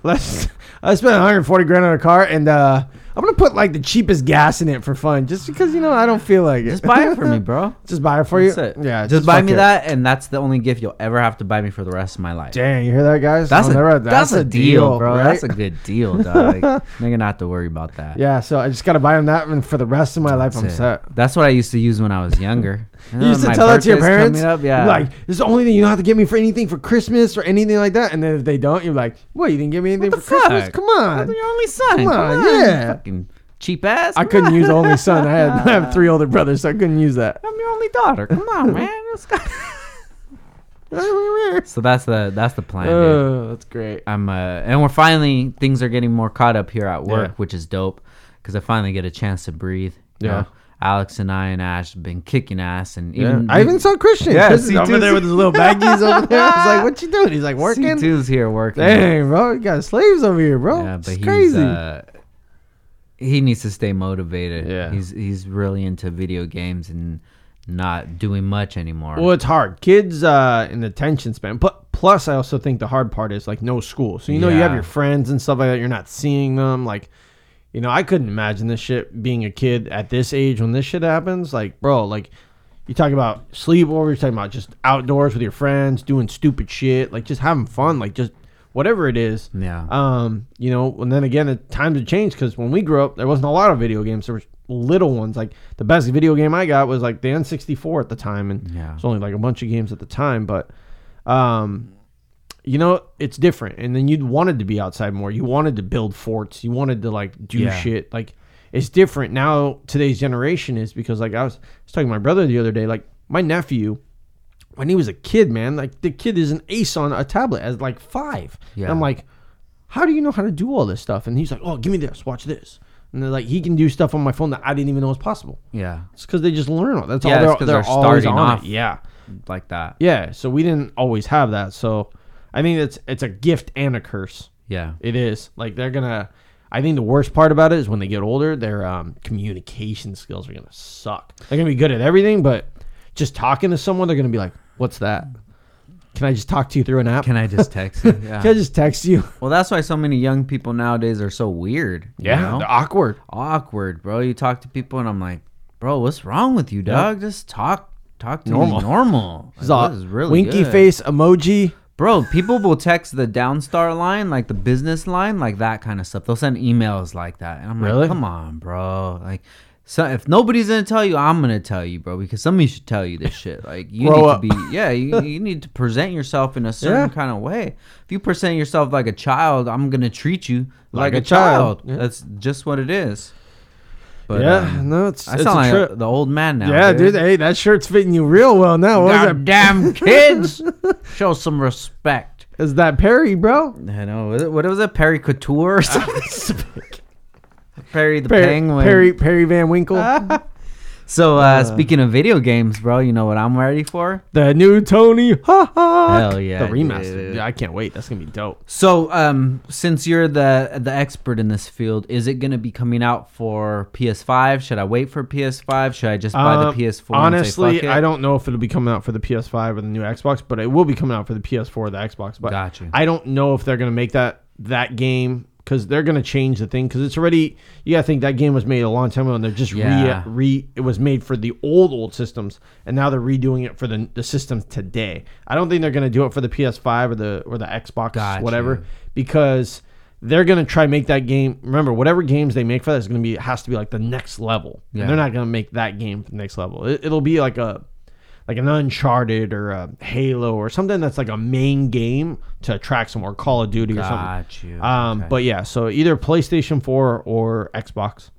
Speaker 1: less. I spent 140 grand on a car, and uh, I'm gonna put like the cheapest gas in it for fun, just because you know I don't feel like it.
Speaker 2: just buy it for me, bro.
Speaker 1: Just buy it for you.
Speaker 2: That's it.
Speaker 1: Yeah,
Speaker 2: just, buy
Speaker 1: fuck
Speaker 2: me
Speaker 1: it.
Speaker 2: that, and that's the only gift you'll ever have to buy me for the rest of my life.
Speaker 1: Dang, you hear that, guys?
Speaker 2: That's,
Speaker 1: I'll
Speaker 2: a,
Speaker 1: never-
Speaker 2: that's, a deal, bro. That's a
Speaker 1: right?
Speaker 2: good deal, dog. Like, nigga, not to worry about that.
Speaker 1: yeah. So I just gotta buy him that, and for the rest of my life, I'm
Speaker 2: That's it.
Speaker 1: set.
Speaker 2: That's what I used to use when I was younger.
Speaker 1: You used to
Speaker 2: My
Speaker 1: tell that to your
Speaker 2: birthday's
Speaker 1: parents.
Speaker 2: coming Up,
Speaker 1: You're
Speaker 2: yeah.
Speaker 1: Like, this is the only thing you don't have to get me for anything for Christmas or anything like that. And then if they don't, you're like, what, you didn't get me anything
Speaker 2: the
Speaker 1: for Christmas?
Speaker 2: fuck?
Speaker 1: Come on.
Speaker 2: your only son.
Speaker 1: Come on, yeah.
Speaker 2: Fucking cheap ass.
Speaker 1: I
Speaker 2: Come
Speaker 1: couldn't
Speaker 2: on.
Speaker 1: use only son. I, had, I have three older brothers, so I couldn't use that.
Speaker 2: I'm your only daughter. Come on, man. Let's go. so that's the that's the plan. dude.
Speaker 1: Oh, that's great.
Speaker 2: I'm uh, and we're finally things are getting more caught up here at work,
Speaker 1: Yeah.
Speaker 2: which is dope because I finally get a chance to breathe. you
Speaker 1: Yeah.
Speaker 2: know? Alex and I and Ash have been kicking ass, and
Speaker 1: Yeah.
Speaker 2: even
Speaker 1: I even saw Christian.
Speaker 2: Yeah,
Speaker 1: Christian's
Speaker 2: see,
Speaker 1: over
Speaker 2: dude.
Speaker 1: there with his little baggies over there. I was like, what you doing? He's like, working.
Speaker 2: C2's here working.
Speaker 1: Dang, bro. You got slaves over here, bro.
Speaker 2: Yeah, but
Speaker 1: it's
Speaker 2: he's
Speaker 1: crazy.
Speaker 2: Uh, he needs to stay motivated.
Speaker 1: Yeah.
Speaker 2: he's he's really into video games and not doing much anymore.
Speaker 1: Well, it's hard. Kids uh, in attention span. But plus, I also think the hard part is like no school. So you know you have
Speaker 2: Yeah.
Speaker 1: your friends and stuff like that. You're not seeing them. Like, you know, I couldn't imagine this shit being a kid at this age when this shit happens. Like, bro, like you talk about sleepovers. You're talking about just outdoors with your friends, doing stupid shit, like just having fun, like just whatever it is.
Speaker 2: Yeah.
Speaker 1: Um, you know, and then again, the times have changed because when we grew up, there wasn't a lot of video games. There was little ones. Like the best video game I got was like the N64 at the time, and
Speaker 2: Yeah.
Speaker 1: it's only like a bunch of games at the time. But, um, you know, it's different. And then you wanted to be outside more. You wanted to build forts. You wanted to like do
Speaker 2: Yeah.
Speaker 1: shit. Like it's different now. Today's generation is because like I was, I was talking to my brother the other day. Like my nephew, when he was a kid, man, like the kid is an ace on a tablet as like five.
Speaker 2: Yeah.
Speaker 1: And I'm like, how do you know how to do all this stuff? And he's like, oh, give me this, watch this. And they're like, he can do stuff on my phone that I didn't even know was possible.
Speaker 2: yeah,
Speaker 1: It's because they just learn all. That's
Speaker 2: Yeah, it's
Speaker 1: all
Speaker 2: 'cause
Speaker 1: they're, they're,
Speaker 2: they're
Speaker 1: always
Speaker 2: starting
Speaker 1: on. it.
Speaker 2: off.
Speaker 1: Yeah,
Speaker 2: like that.
Speaker 1: yeah. So we didn't always have that. So I think it's it's a gift and a curse.
Speaker 2: Yeah,
Speaker 1: It is like they're gonna. I think the worst part about it is when they get older, their um, communication skills are gonna suck. They're gonna be good at everything, but just talking to someone, they're gonna be like, "What's that? Can I just talk to you through an app?
Speaker 2: can I just text you? Yeah.
Speaker 1: Can I just text you?"
Speaker 2: Well, that's why so many young people nowadays are so weird. you
Speaker 1: Yeah,
Speaker 2: know?
Speaker 1: they're awkward.
Speaker 2: awkward, bro. You talk to people, and I'm like, bro, what's wrong with you, dog? Just talk, talk to
Speaker 1: Normal.
Speaker 2: me normal. Like,
Speaker 1: It's all
Speaker 2: this is really
Speaker 1: winky
Speaker 2: good.
Speaker 1: face emoji.
Speaker 2: bro. People will text the downstar line, like the business line, like that kind of stuff. They'll send emails like that, and I'm
Speaker 1: Really?
Speaker 2: like, come on, bro. Like, so if nobody's gonna tell you, I'm gonna tell you, bro, because somebody should tell you this shit. Like, you
Speaker 1: Grow
Speaker 2: need
Speaker 1: up.
Speaker 2: to be, yeah, you, you need to present yourself in a certain
Speaker 1: uh, Yeah.
Speaker 2: kind of way. If you present yourself like a child, I'm gonna treat you
Speaker 1: Like
Speaker 2: like,
Speaker 1: a
Speaker 2: a child.
Speaker 1: child. Yeah.
Speaker 2: That's just what it is. But,
Speaker 1: yeah,
Speaker 2: um,
Speaker 1: no, it's,
Speaker 2: I
Speaker 1: it's
Speaker 2: sound
Speaker 1: a
Speaker 2: like
Speaker 1: trip.
Speaker 2: the old man now.
Speaker 1: yeah, dude. Hey, that shirt's fitting you real well now. What is that?
Speaker 2: Goddamn kids, show some respect.
Speaker 1: Is that Perry, bro?
Speaker 2: I know. Was it, what was it? Perry Couture or something? Perry the
Speaker 1: Perry,
Speaker 2: Penguin. Ah.
Speaker 1: Perry, Perry Van Winkle.
Speaker 2: So, uh, speaking of video games, bro, you know what I'm ready for?
Speaker 1: the new Tony Ha Ha.
Speaker 2: Hell yeah,
Speaker 1: The remaster.
Speaker 2: dude.
Speaker 1: Dude, I can't wait. That's gonna be dope.
Speaker 2: So, um, since you're the the expert in this field, is it going to be coming out for PS5? Should I wait for PS5? Should I just buy
Speaker 1: Um,
Speaker 2: the PS4?
Speaker 1: Honestly,
Speaker 2: and say, Fuck it?
Speaker 1: I don't know if it'll be coming out for the PS5 or the new Xbox, but it will be coming out for the PS4 or the Xbox. But
Speaker 2: Got you.
Speaker 1: I don't know if they're gonna make that that game because they're gonna change the thing because it's already. You gotta think that game was made a long time ago, and they're just
Speaker 2: Yeah.
Speaker 1: re re. It was made for the old old systems, and now they're redoing it for the the systems today. I don't think they're gonna do it for the PS5 or the or the Xbox
Speaker 2: Got
Speaker 1: whatever
Speaker 2: you.
Speaker 1: because. They're gonna try make that game. Remember, whatever games they make for that is gonna be has to be like the next level.
Speaker 2: Yeah.
Speaker 1: And they're not gonna make that game to the next level. It, it'll be like a like an Uncharted or a Halo or something that's like a main game to attract some or Call of Duty or
Speaker 2: Got you.
Speaker 1: something. Um,
Speaker 2: Okay.
Speaker 1: but yeah, so either PlayStation 4 or Xbox.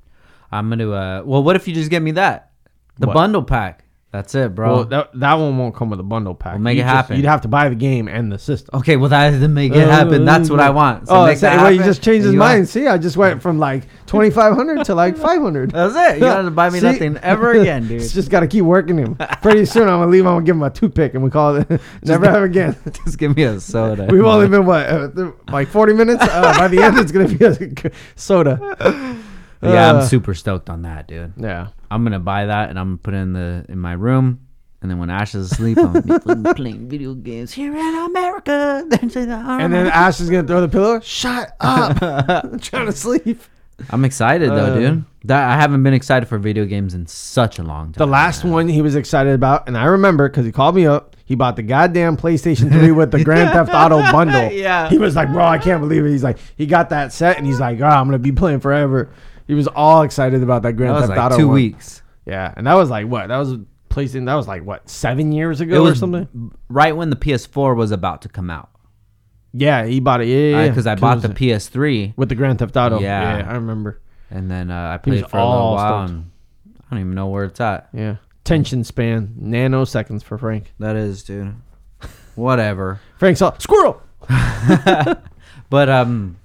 Speaker 2: I'm going to. Uh, well, what if you just get me that the
Speaker 1: What?
Speaker 2: bundle pack? That's it, bro.
Speaker 1: Well, that, that one won't come with a bundle pack.
Speaker 2: We'll make
Speaker 1: You
Speaker 2: it
Speaker 1: just-
Speaker 2: happen.
Speaker 1: You'd have to buy the game and the system.
Speaker 2: okay, well that didn't make it happen. That's what I want. So
Speaker 1: Uh, oh,
Speaker 2: make
Speaker 1: so,
Speaker 2: that
Speaker 1: well, you
Speaker 2: happen,
Speaker 1: just changed
Speaker 2: and
Speaker 1: his
Speaker 2: you want-
Speaker 1: mind. See, I just went from like 2,500 to like 500.
Speaker 2: That's it. You don't have to buy me
Speaker 1: See?
Speaker 2: nothing ever again, dude.
Speaker 1: It's just got to keep working him. Pretty soon I'm going to leave. I'm going to give him a toothpick and we call it never have again.
Speaker 2: Just give me a soda.
Speaker 1: We've only been what uh, th- like forty minutes. Uh, by the end, it's gonna be a soda.
Speaker 2: yeah,
Speaker 1: Uh,
Speaker 2: I'm super stoked on that, dude.
Speaker 1: Yeah,
Speaker 2: I'm gonna buy that and I'm gonna put it in the in my room. And then when Ash is asleep, I'm gonna be fucking playing video games here in America.
Speaker 1: And then Ash is gonna throw the pillow. Shut up! I'm trying to sleep.
Speaker 2: I'm excited though,
Speaker 1: Uh,
Speaker 2: dude. That I haven't been excited for video games in such a long
Speaker 1: The
Speaker 2: time.
Speaker 1: last one he was excited about, and I remember because he called me up. He bought the goddamn PlayStation 3 with the Grand Theft Auto bundle.
Speaker 2: Yeah.
Speaker 1: He was like, bro, I can't believe it. He's like, he got that set, and he's like, oh, I'm gonna be playing forever. He was all excited about that Grand
Speaker 2: that was
Speaker 1: Theft
Speaker 2: like
Speaker 1: Auto.
Speaker 2: two
Speaker 1: one.
Speaker 2: weeks.
Speaker 1: Yeah, and that was like what? That was PlayStation. That was like what? Seven years ago
Speaker 2: It
Speaker 1: or
Speaker 2: was
Speaker 1: something?
Speaker 2: right when the PS4 was about to come out.
Speaker 1: Yeah, he bought it. Yeah, yeah, yeah.
Speaker 2: Because I bought the
Speaker 1: it was
Speaker 2: PS3
Speaker 1: with the Grand Theft Auto.
Speaker 2: Yeah.
Speaker 1: Yeah. I remember.
Speaker 2: and then uh, I played
Speaker 1: was
Speaker 2: for a little
Speaker 1: all
Speaker 2: while.
Speaker 1: stoked.
Speaker 2: And I don't even know where it's at.
Speaker 1: Yeah, tension span nanoseconds for Frank.
Speaker 2: That is, dude. Whatever.
Speaker 1: Frank's all squirrel.
Speaker 2: But um,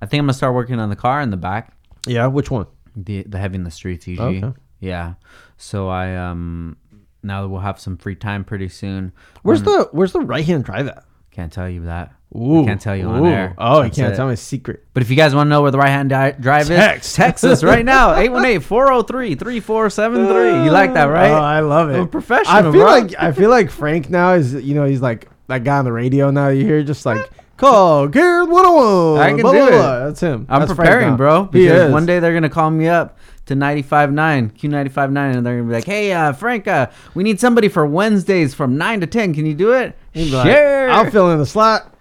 Speaker 2: I think I'm gonna start working on the car in the back.
Speaker 1: Yeah, which one?
Speaker 2: the the heavy in the streets EG.
Speaker 1: Okay.
Speaker 2: Yeah. So I um now that we'll have some free time pretty soon.
Speaker 1: Where's the Where's the right hand drive at?
Speaker 2: Can't tell you that. I
Speaker 1: Ooh,
Speaker 2: can't tell you on
Speaker 1: ooh.
Speaker 2: air.
Speaker 1: Oh, you
Speaker 2: That's
Speaker 1: can't
Speaker 2: it.
Speaker 1: tell me a secret.
Speaker 2: But if you guys want to know where the right hand di- drive is,
Speaker 1: Text.
Speaker 2: text us right now 818-403-3473. You like that, right?
Speaker 1: Oh, I love it.
Speaker 2: I'm a professional,
Speaker 1: I feel
Speaker 2: bro.
Speaker 1: like I feel like Frank now is you know he's like that guy on the radio now. You hear just like call Garrett 101.
Speaker 2: I can
Speaker 1: blah,
Speaker 2: do
Speaker 1: blah,
Speaker 2: it.
Speaker 1: blah. That's him.
Speaker 2: I'm
Speaker 1: That's Frank
Speaker 2: preparing,
Speaker 1: now.
Speaker 2: bro.
Speaker 1: He
Speaker 2: Because
Speaker 1: is.
Speaker 2: one day they're gonna call me up to 95.9 Q95.9, and they're gonna be like, "Hey, uh, Frank, uh, we need somebody for Wednesdays from nine to ten. Can you do it?"
Speaker 1: He'd be like, I'll fill in the slot.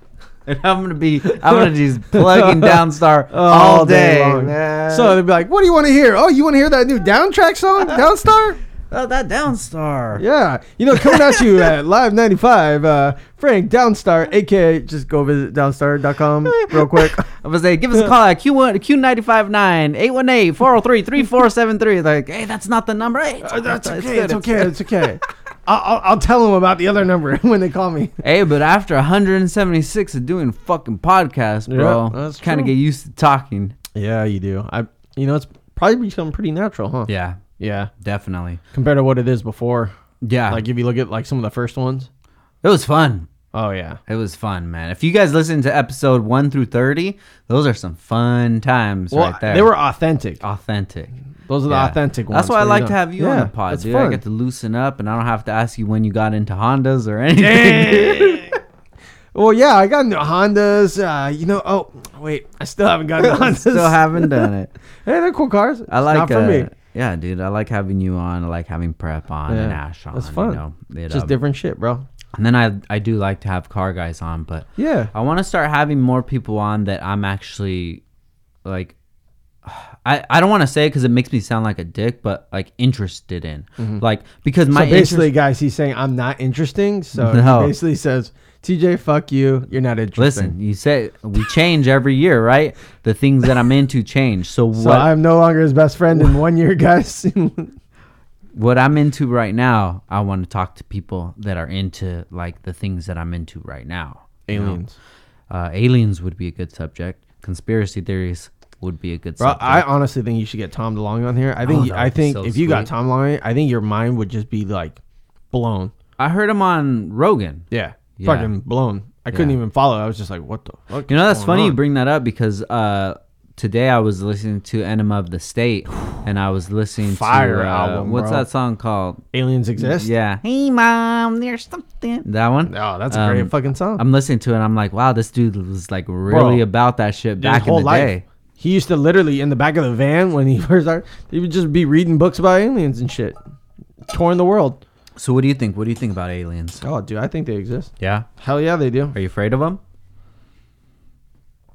Speaker 2: And I'm gonna be I'm gonna just plugging Downstar all,
Speaker 1: all
Speaker 2: day,
Speaker 1: day, long.
Speaker 2: man.
Speaker 1: So they'd be like, "What do you want to hear? Oh, you want to hear that new Downtrack song, Downstar?
Speaker 2: oh, that Downstar.
Speaker 1: Yeah, you know, coming at you at Live 95, uh, Frank Downstar, aka just go visit downstar.com real quick.
Speaker 2: I'm gonna say, give us a call at Q1 Q959 818 403 3473. Like, hey, that's not the number. Hey, it's-
Speaker 1: Uh, That's
Speaker 2: it's
Speaker 1: okay.
Speaker 2: good,
Speaker 1: It's
Speaker 2: it's
Speaker 1: okay. It's okay. I'll, I'll, I'll tell them about the other number when they call me.
Speaker 2: Hey, but after 176 of doing fucking podcasts, bro,
Speaker 1: Yeah, that's
Speaker 2: kind of
Speaker 1: true.
Speaker 2: get used to talking.
Speaker 1: Yeah, you do. I, you know, it's probably become pretty natural, huh?
Speaker 2: Yeah,
Speaker 1: Yeah,
Speaker 2: definitely.
Speaker 1: compared to what it is before.
Speaker 2: Yeah,
Speaker 1: Like if you look at like some of the first ones.
Speaker 2: it was fun.
Speaker 1: Oh yeah.
Speaker 2: It was fun, man. If you guys listen to episode one through thirty, those are some fun times
Speaker 1: Well,
Speaker 2: right there.
Speaker 1: they were authentic.
Speaker 2: authentic.
Speaker 1: Those are the
Speaker 2: Yeah.
Speaker 1: authentic ones.
Speaker 2: That's why
Speaker 1: where
Speaker 2: I
Speaker 1: you
Speaker 2: like to
Speaker 1: know-
Speaker 2: have you on
Speaker 1: Yeah,
Speaker 2: the pod,
Speaker 1: it's
Speaker 2: dude. I
Speaker 1: fun.
Speaker 2: get to loosen up, and I don't have to ask you when you got into Hondas or anything.
Speaker 1: Well, yeah, I got into Hondas. Uh, you know, oh wait, I still haven't gotten into Hondas.
Speaker 2: Still haven't done it.
Speaker 1: hey, they're cool cars.
Speaker 2: I like
Speaker 1: not for
Speaker 2: uh,
Speaker 1: me.
Speaker 2: Yeah, dude. I like having you on. I like having Prep on and
Speaker 1: Yeah,
Speaker 2: Ash on.
Speaker 1: that's
Speaker 2: You
Speaker 1: fun.
Speaker 2: know, It,
Speaker 1: It's just
Speaker 2: um,
Speaker 1: different shit, bro.
Speaker 2: And then I I do like to have car guys on, but
Speaker 1: Yeah,
Speaker 2: I want to start having more people on that I'm actually like I, I don't want to say it because it makes me sound like a dick, but like interested in like because my
Speaker 1: Mm-hmm. so basically,
Speaker 2: interest-
Speaker 1: guys, he's saying I'm not interesting. So
Speaker 2: No.
Speaker 1: he basically says, TJ, fuck you. You're not interesting.
Speaker 2: Listen, you say we change every year, right? The things that I'm into change. So what
Speaker 1: So I'm no longer his best friend in one year, guys.
Speaker 2: what I'm into right now, I want to talk to people that are into like the things that I'm into right now. you know?
Speaker 1: Aliens.
Speaker 2: Uh, aliens would be a good subject. Conspiracy theories would be a good
Speaker 1: Bro,
Speaker 2: subject.
Speaker 1: I honestly think you should get Tom DeLonge on here. I think
Speaker 2: Oh,
Speaker 1: you-
Speaker 2: that
Speaker 1: I
Speaker 2: would be
Speaker 1: think
Speaker 2: so
Speaker 1: if you got
Speaker 2: sweet.
Speaker 1: Tom DeLonge, I think your mind would just be like blown.
Speaker 2: I heard him on Rogan.
Speaker 1: Yeah.
Speaker 2: Yeah.
Speaker 1: Fucking blown. I couldn't
Speaker 2: Yeah.
Speaker 1: even follow. I was just like, what the fuck?
Speaker 2: You know, that's
Speaker 1: going
Speaker 2: funny you
Speaker 1: on?
Speaker 2: bring that up because uh, today I was listening to Enema of the State and I was listening
Speaker 1: Fire
Speaker 2: to. uh,
Speaker 1: album,
Speaker 2: What's
Speaker 1: bro.
Speaker 2: that song called?
Speaker 1: Aliens exist?
Speaker 2: Yeah. Hey, mom, there's something. That one?
Speaker 1: Oh, that's a great
Speaker 2: Um,
Speaker 1: fucking song.
Speaker 2: I'm listening to it and I'm like, wow, this dude was like really
Speaker 1: Bro,
Speaker 2: about that shit
Speaker 1: Dude,
Speaker 2: back in the day.
Speaker 1: He used to literally in the back of the van when he first started, he would just be reading books about aliens and shit. Touring the world.
Speaker 2: So what do you think? What do you think about aliens?
Speaker 1: Oh, dude, I think they exist.
Speaker 2: Yeah.
Speaker 1: Hell yeah, they do.
Speaker 2: Are you afraid of them?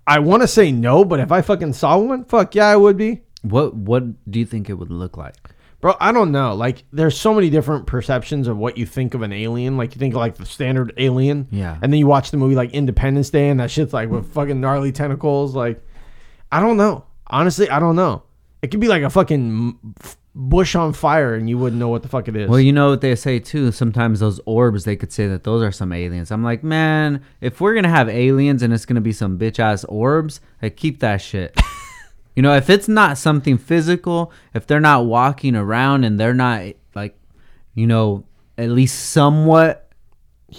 Speaker 1: I want to say no, but if I fucking saw one, fuck yeah, I would be.
Speaker 2: What what do you think it would look like?
Speaker 1: Bro, I don't know. Like, there's so many different perceptions of what you think of an alien. Like, you think like the standard alien,
Speaker 2: Yeah.
Speaker 1: and then you watch the movie like Independence Day, and that shit's like with fucking gnarly tentacles. Like, I don't know. Honestly, I don't know. It could be like a fucking f- bush on fire, and you wouldn't know what the fuck it is.
Speaker 2: Well, you know what they say too. Sometimes those orbs, they could say that those are some aliens. I'm like, man, if we're gonna have aliens and it's gonna be some bitch ass orbs, like keep that shit. you know, if it's not something physical, if they're not walking around and they're not like, you know, at least somewhat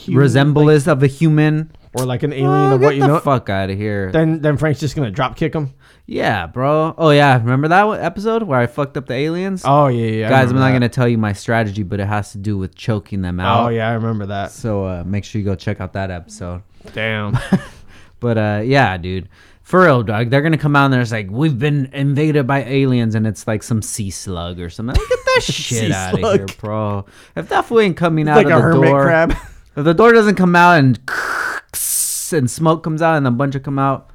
Speaker 2: resemblance of a human,
Speaker 1: or like an alien
Speaker 2: Oh,
Speaker 1: of
Speaker 2: get
Speaker 1: what you
Speaker 2: the
Speaker 1: know.
Speaker 2: fuck out of here.
Speaker 1: Then then Frank's just gonna drop kick him.
Speaker 2: yeah, bro. Oh yeah, remember that one episode where I fucked up the aliens?
Speaker 1: Oh yeah, yeah. I
Speaker 2: Guys, I'm
Speaker 1: remember
Speaker 2: not
Speaker 1: that.
Speaker 2: gonna tell you my strategy, but it has to do with choking them out.
Speaker 1: Oh yeah, I remember that.
Speaker 2: So uh, make sure you go check out that episode.
Speaker 1: Damn.
Speaker 2: But uh, yeah, dude, for real, dog, they're gonna come out and there's like, we've been invaded by aliens, and it's like some sea slug or something. Like, get that shit
Speaker 1: Sea
Speaker 2: out of here,
Speaker 1: slug.
Speaker 2: bro. If that fool ain't coming out
Speaker 1: like
Speaker 2: of
Speaker 1: a
Speaker 2: the
Speaker 1: hermit
Speaker 2: door,
Speaker 1: crab.
Speaker 2: if the door doesn't come out and and smoke comes out and a bunch of come out,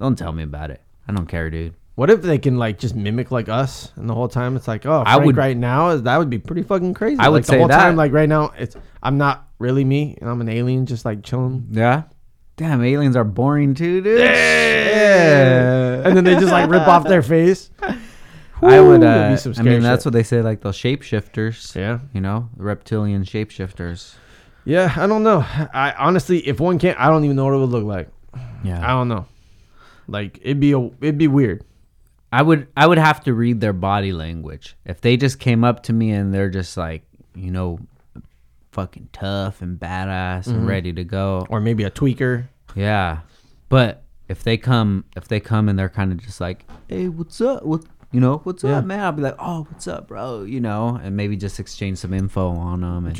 Speaker 2: don't tell me about it. I don't care, dude.
Speaker 1: What if they can like just mimic like us, and the whole time it's like, oh, Frank
Speaker 2: I would-
Speaker 1: right now is that would be pretty fucking crazy.
Speaker 2: I would
Speaker 1: like, the
Speaker 2: say
Speaker 1: whole
Speaker 2: that.
Speaker 1: time, like right now, it's I'm not really me, and I'm an alien just like chilling.
Speaker 2: Yeah. Damn, aliens are boring too, dude.
Speaker 1: Yeah. And then they just like rip off their face.
Speaker 2: I would.
Speaker 1: Woo,
Speaker 2: Uh,
Speaker 1: it'd be some
Speaker 2: I
Speaker 1: scary
Speaker 2: mean, that's
Speaker 1: shit.
Speaker 2: what they say, like the shapeshifters.
Speaker 1: Yeah.
Speaker 2: You know, reptilian shapeshifters.
Speaker 1: Yeah, I don't know. I honestly, if one can't, I don't even know what it would look like. I
Speaker 2: Yeah.
Speaker 1: don't know. Like it'd be a, it'd be weird.
Speaker 2: I would. I would have to read their body language. If they just came up to me and they're just like, you know, fucking tough and badass
Speaker 1: Mm-hmm.
Speaker 2: and ready to go.
Speaker 1: Or maybe a tweaker.
Speaker 2: Yeah. But if they come, if they come and they're kind of just like, hey, what's up? What you know? What's
Speaker 1: Yeah.
Speaker 2: up, man? I'll be like, oh, what's up, bro? You know, and maybe just exchange some info on them. And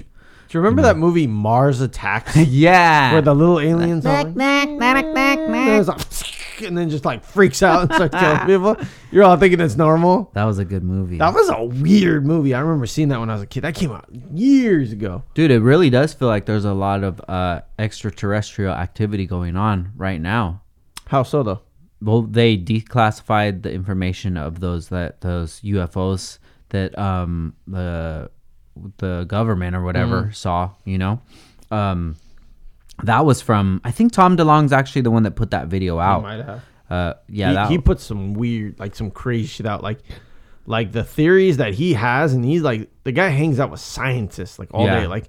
Speaker 1: Do you remember
Speaker 2: Mm.
Speaker 1: that movie Mars Attacks,
Speaker 2: yeah.
Speaker 1: where the little aliens are? like- And
Speaker 3: That
Speaker 1: it's like, and then just like freaks out and starts killing people. You're all thinking it's normal.
Speaker 2: that was a good movie.
Speaker 1: That was a weird movie. I remember seeing that when I was a kid. That came out years ago.
Speaker 2: Dude, it really does feel like there's a lot of uh, extraterrestrial activity going on right now.
Speaker 1: How so though?
Speaker 2: Well, they declassified the information of those that those UFOs that um, the the government or whatever
Speaker 1: Mm.
Speaker 2: saw. You know, um, that was from I think Tom DeLong's actually the one that put that video out.
Speaker 1: Might have.
Speaker 2: uh, yeah,
Speaker 1: he,
Speaker 2: that,
Speaker 1: he put some weird, like some crazy shit out, like like the theories that he has, and he's like the guy hangs out with scientists like all
Speaker 2: Yeah.
Speaker 1: day, like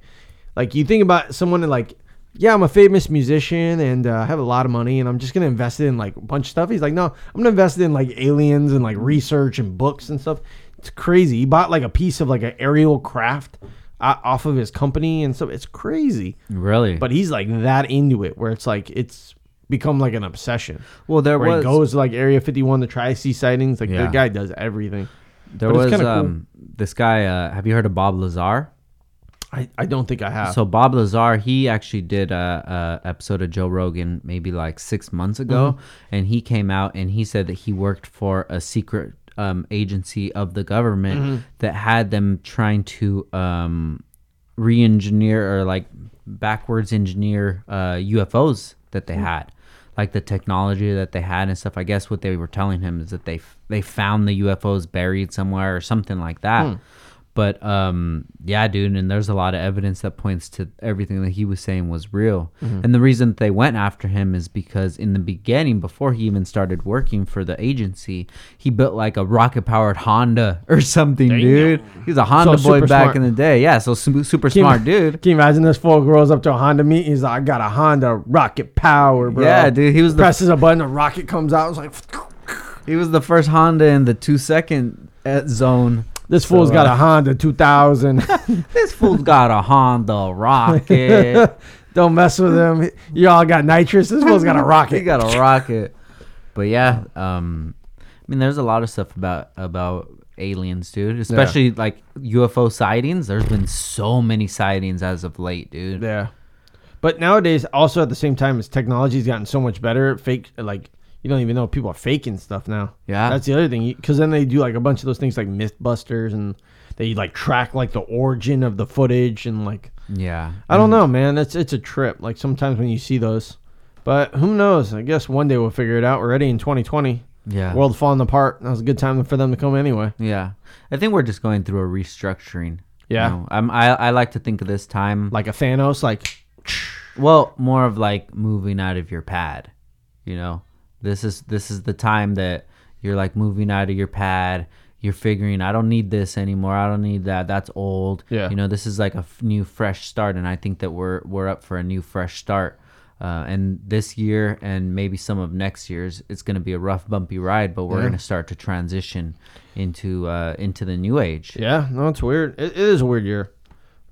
Speaker 1: like you think about someone that, like yeah, I'm a famous musician and uh, I have a lot of money, and I'm just gonna invest it in like a bunch of stuff. He's like, no, I'm gonna invest it in like aliens and like research and books and stuff. It's crazy. He bought like a piece of like an aerial craft uh, off of his company and stuff. It's crazy,
Speaker 2: really.
Speaker 1: but he's like that into it where it's like it's become like an obsession
Speaker 2: well, there
Speaker 1: where he
Speaker 2: was
Speaker 1: goes to like Area 51 to try see sightings. Like
Speaker 2: Yeah.
Speaker 1: the guy does everything.
Speaker 2: there
Speaker 1: but it's
Speaker 2: was
Speaker 1: kinda cool.
Speaker 2: um, this guy. Uh, have you heard of Bob Lazar?
Speaker 1: I, I don't think I have.
Speaker 2: So Bob Lazar, he actually did a, a episode of Joe Rogan maybe like six months ago, and he came out and he said that he worked for a secret um, agency of the government that had them trying to um, re-engineer or like backwards engineer uh, UFOs that they had. Like the technology that they had and stuff. I guess what they were telling him is that they f- they found the UFOs buried somewhere or something like that. But um, yeah, dude, and there's a lot of evidence that points to everything that he was saying was real.
Speaker 1: Mm-hmm.
Speaker 2: And the reason that they went after him is because in the beginning, before he even started working for the agency, he built like a rocket powered Honda or something, dude. He was a Honda
Speaker 1: So
Speaker 2: boy
Speaker 1: super
Speaker 2: back
Speaker 1: smart.
Speaker 2: in the day. Yeah, so su- super smart, dude.
Speaker 1: Can you imagine this fool grows up to a Honda meet? He's like, I got a Honda rocket power, bro.
Speaker 2: Yeah, dude, he was the-
Speaker 1: presses a button, a rocket comes out. It's like
Speaker 2: He was the first Honda in the two second uh, zone.
Speaker 1: this fool's
Speaker 2: So,
Speaker 1: got
Speaker 2: uh,
Speaker 1: a Honda 2000.
Speaker 2: This fool's got a Honda rocket.
Speaker 1: don't mess with him. You all got nitrous. This fool's got a
Speaker 2: he
Speaker 1: rocket.
Speaker 2: got a rocket. But yeah, um, I mean, there's a lot of stuff about about aliens, dude. Especially like UFO sightings. There's been so many sightings as of late, dude.
Speaker 1: yeah, but nowadays, also at the same time, as technology's gotten so much better, fake like. You don't even know people are faking stuff now.
Speaker 2: Yeah.
Speaker 1: that's the other thing. Because then they do like a bunch of those things like MythBusters, and they like track like the origin of the footage, and like
Speaker 2: Yeah.
Speaker 1: I don't know, man. It's it's a trip. Like sometimes when you see those, but who knows? I guess one day we'll figure it out. We're already in 2020.
Speaker 2: Yeah.
Speaker 1: World falling apart. That was a good time for them to come anyway.
Speaker 2: Yeah. I think we're just going through a restructuring. you
Speaker 1: Yeah.
Speaker 2: know? I'm, I I like to think of this time
Speaker 1: Like a Thanos, like
Speaker 2: Well, more of like moving out of your pad. You know, this is this is the time that you're like moving out of your pad. You're figuring, I don't need this anymore. I don't need that. That's old.
Speaker 1: Yeah.
Speaker 2: You know, this is like a f- new fresh start, and I think that we're we're up for a new fresh start. Uh, and this year, and maybe some of next year's, it's going to be a rough, bumpy ride. But we're going to start to transition into uh, into the new age.
Speaker 1: yeah. No, it's weird. It, it is a weird year.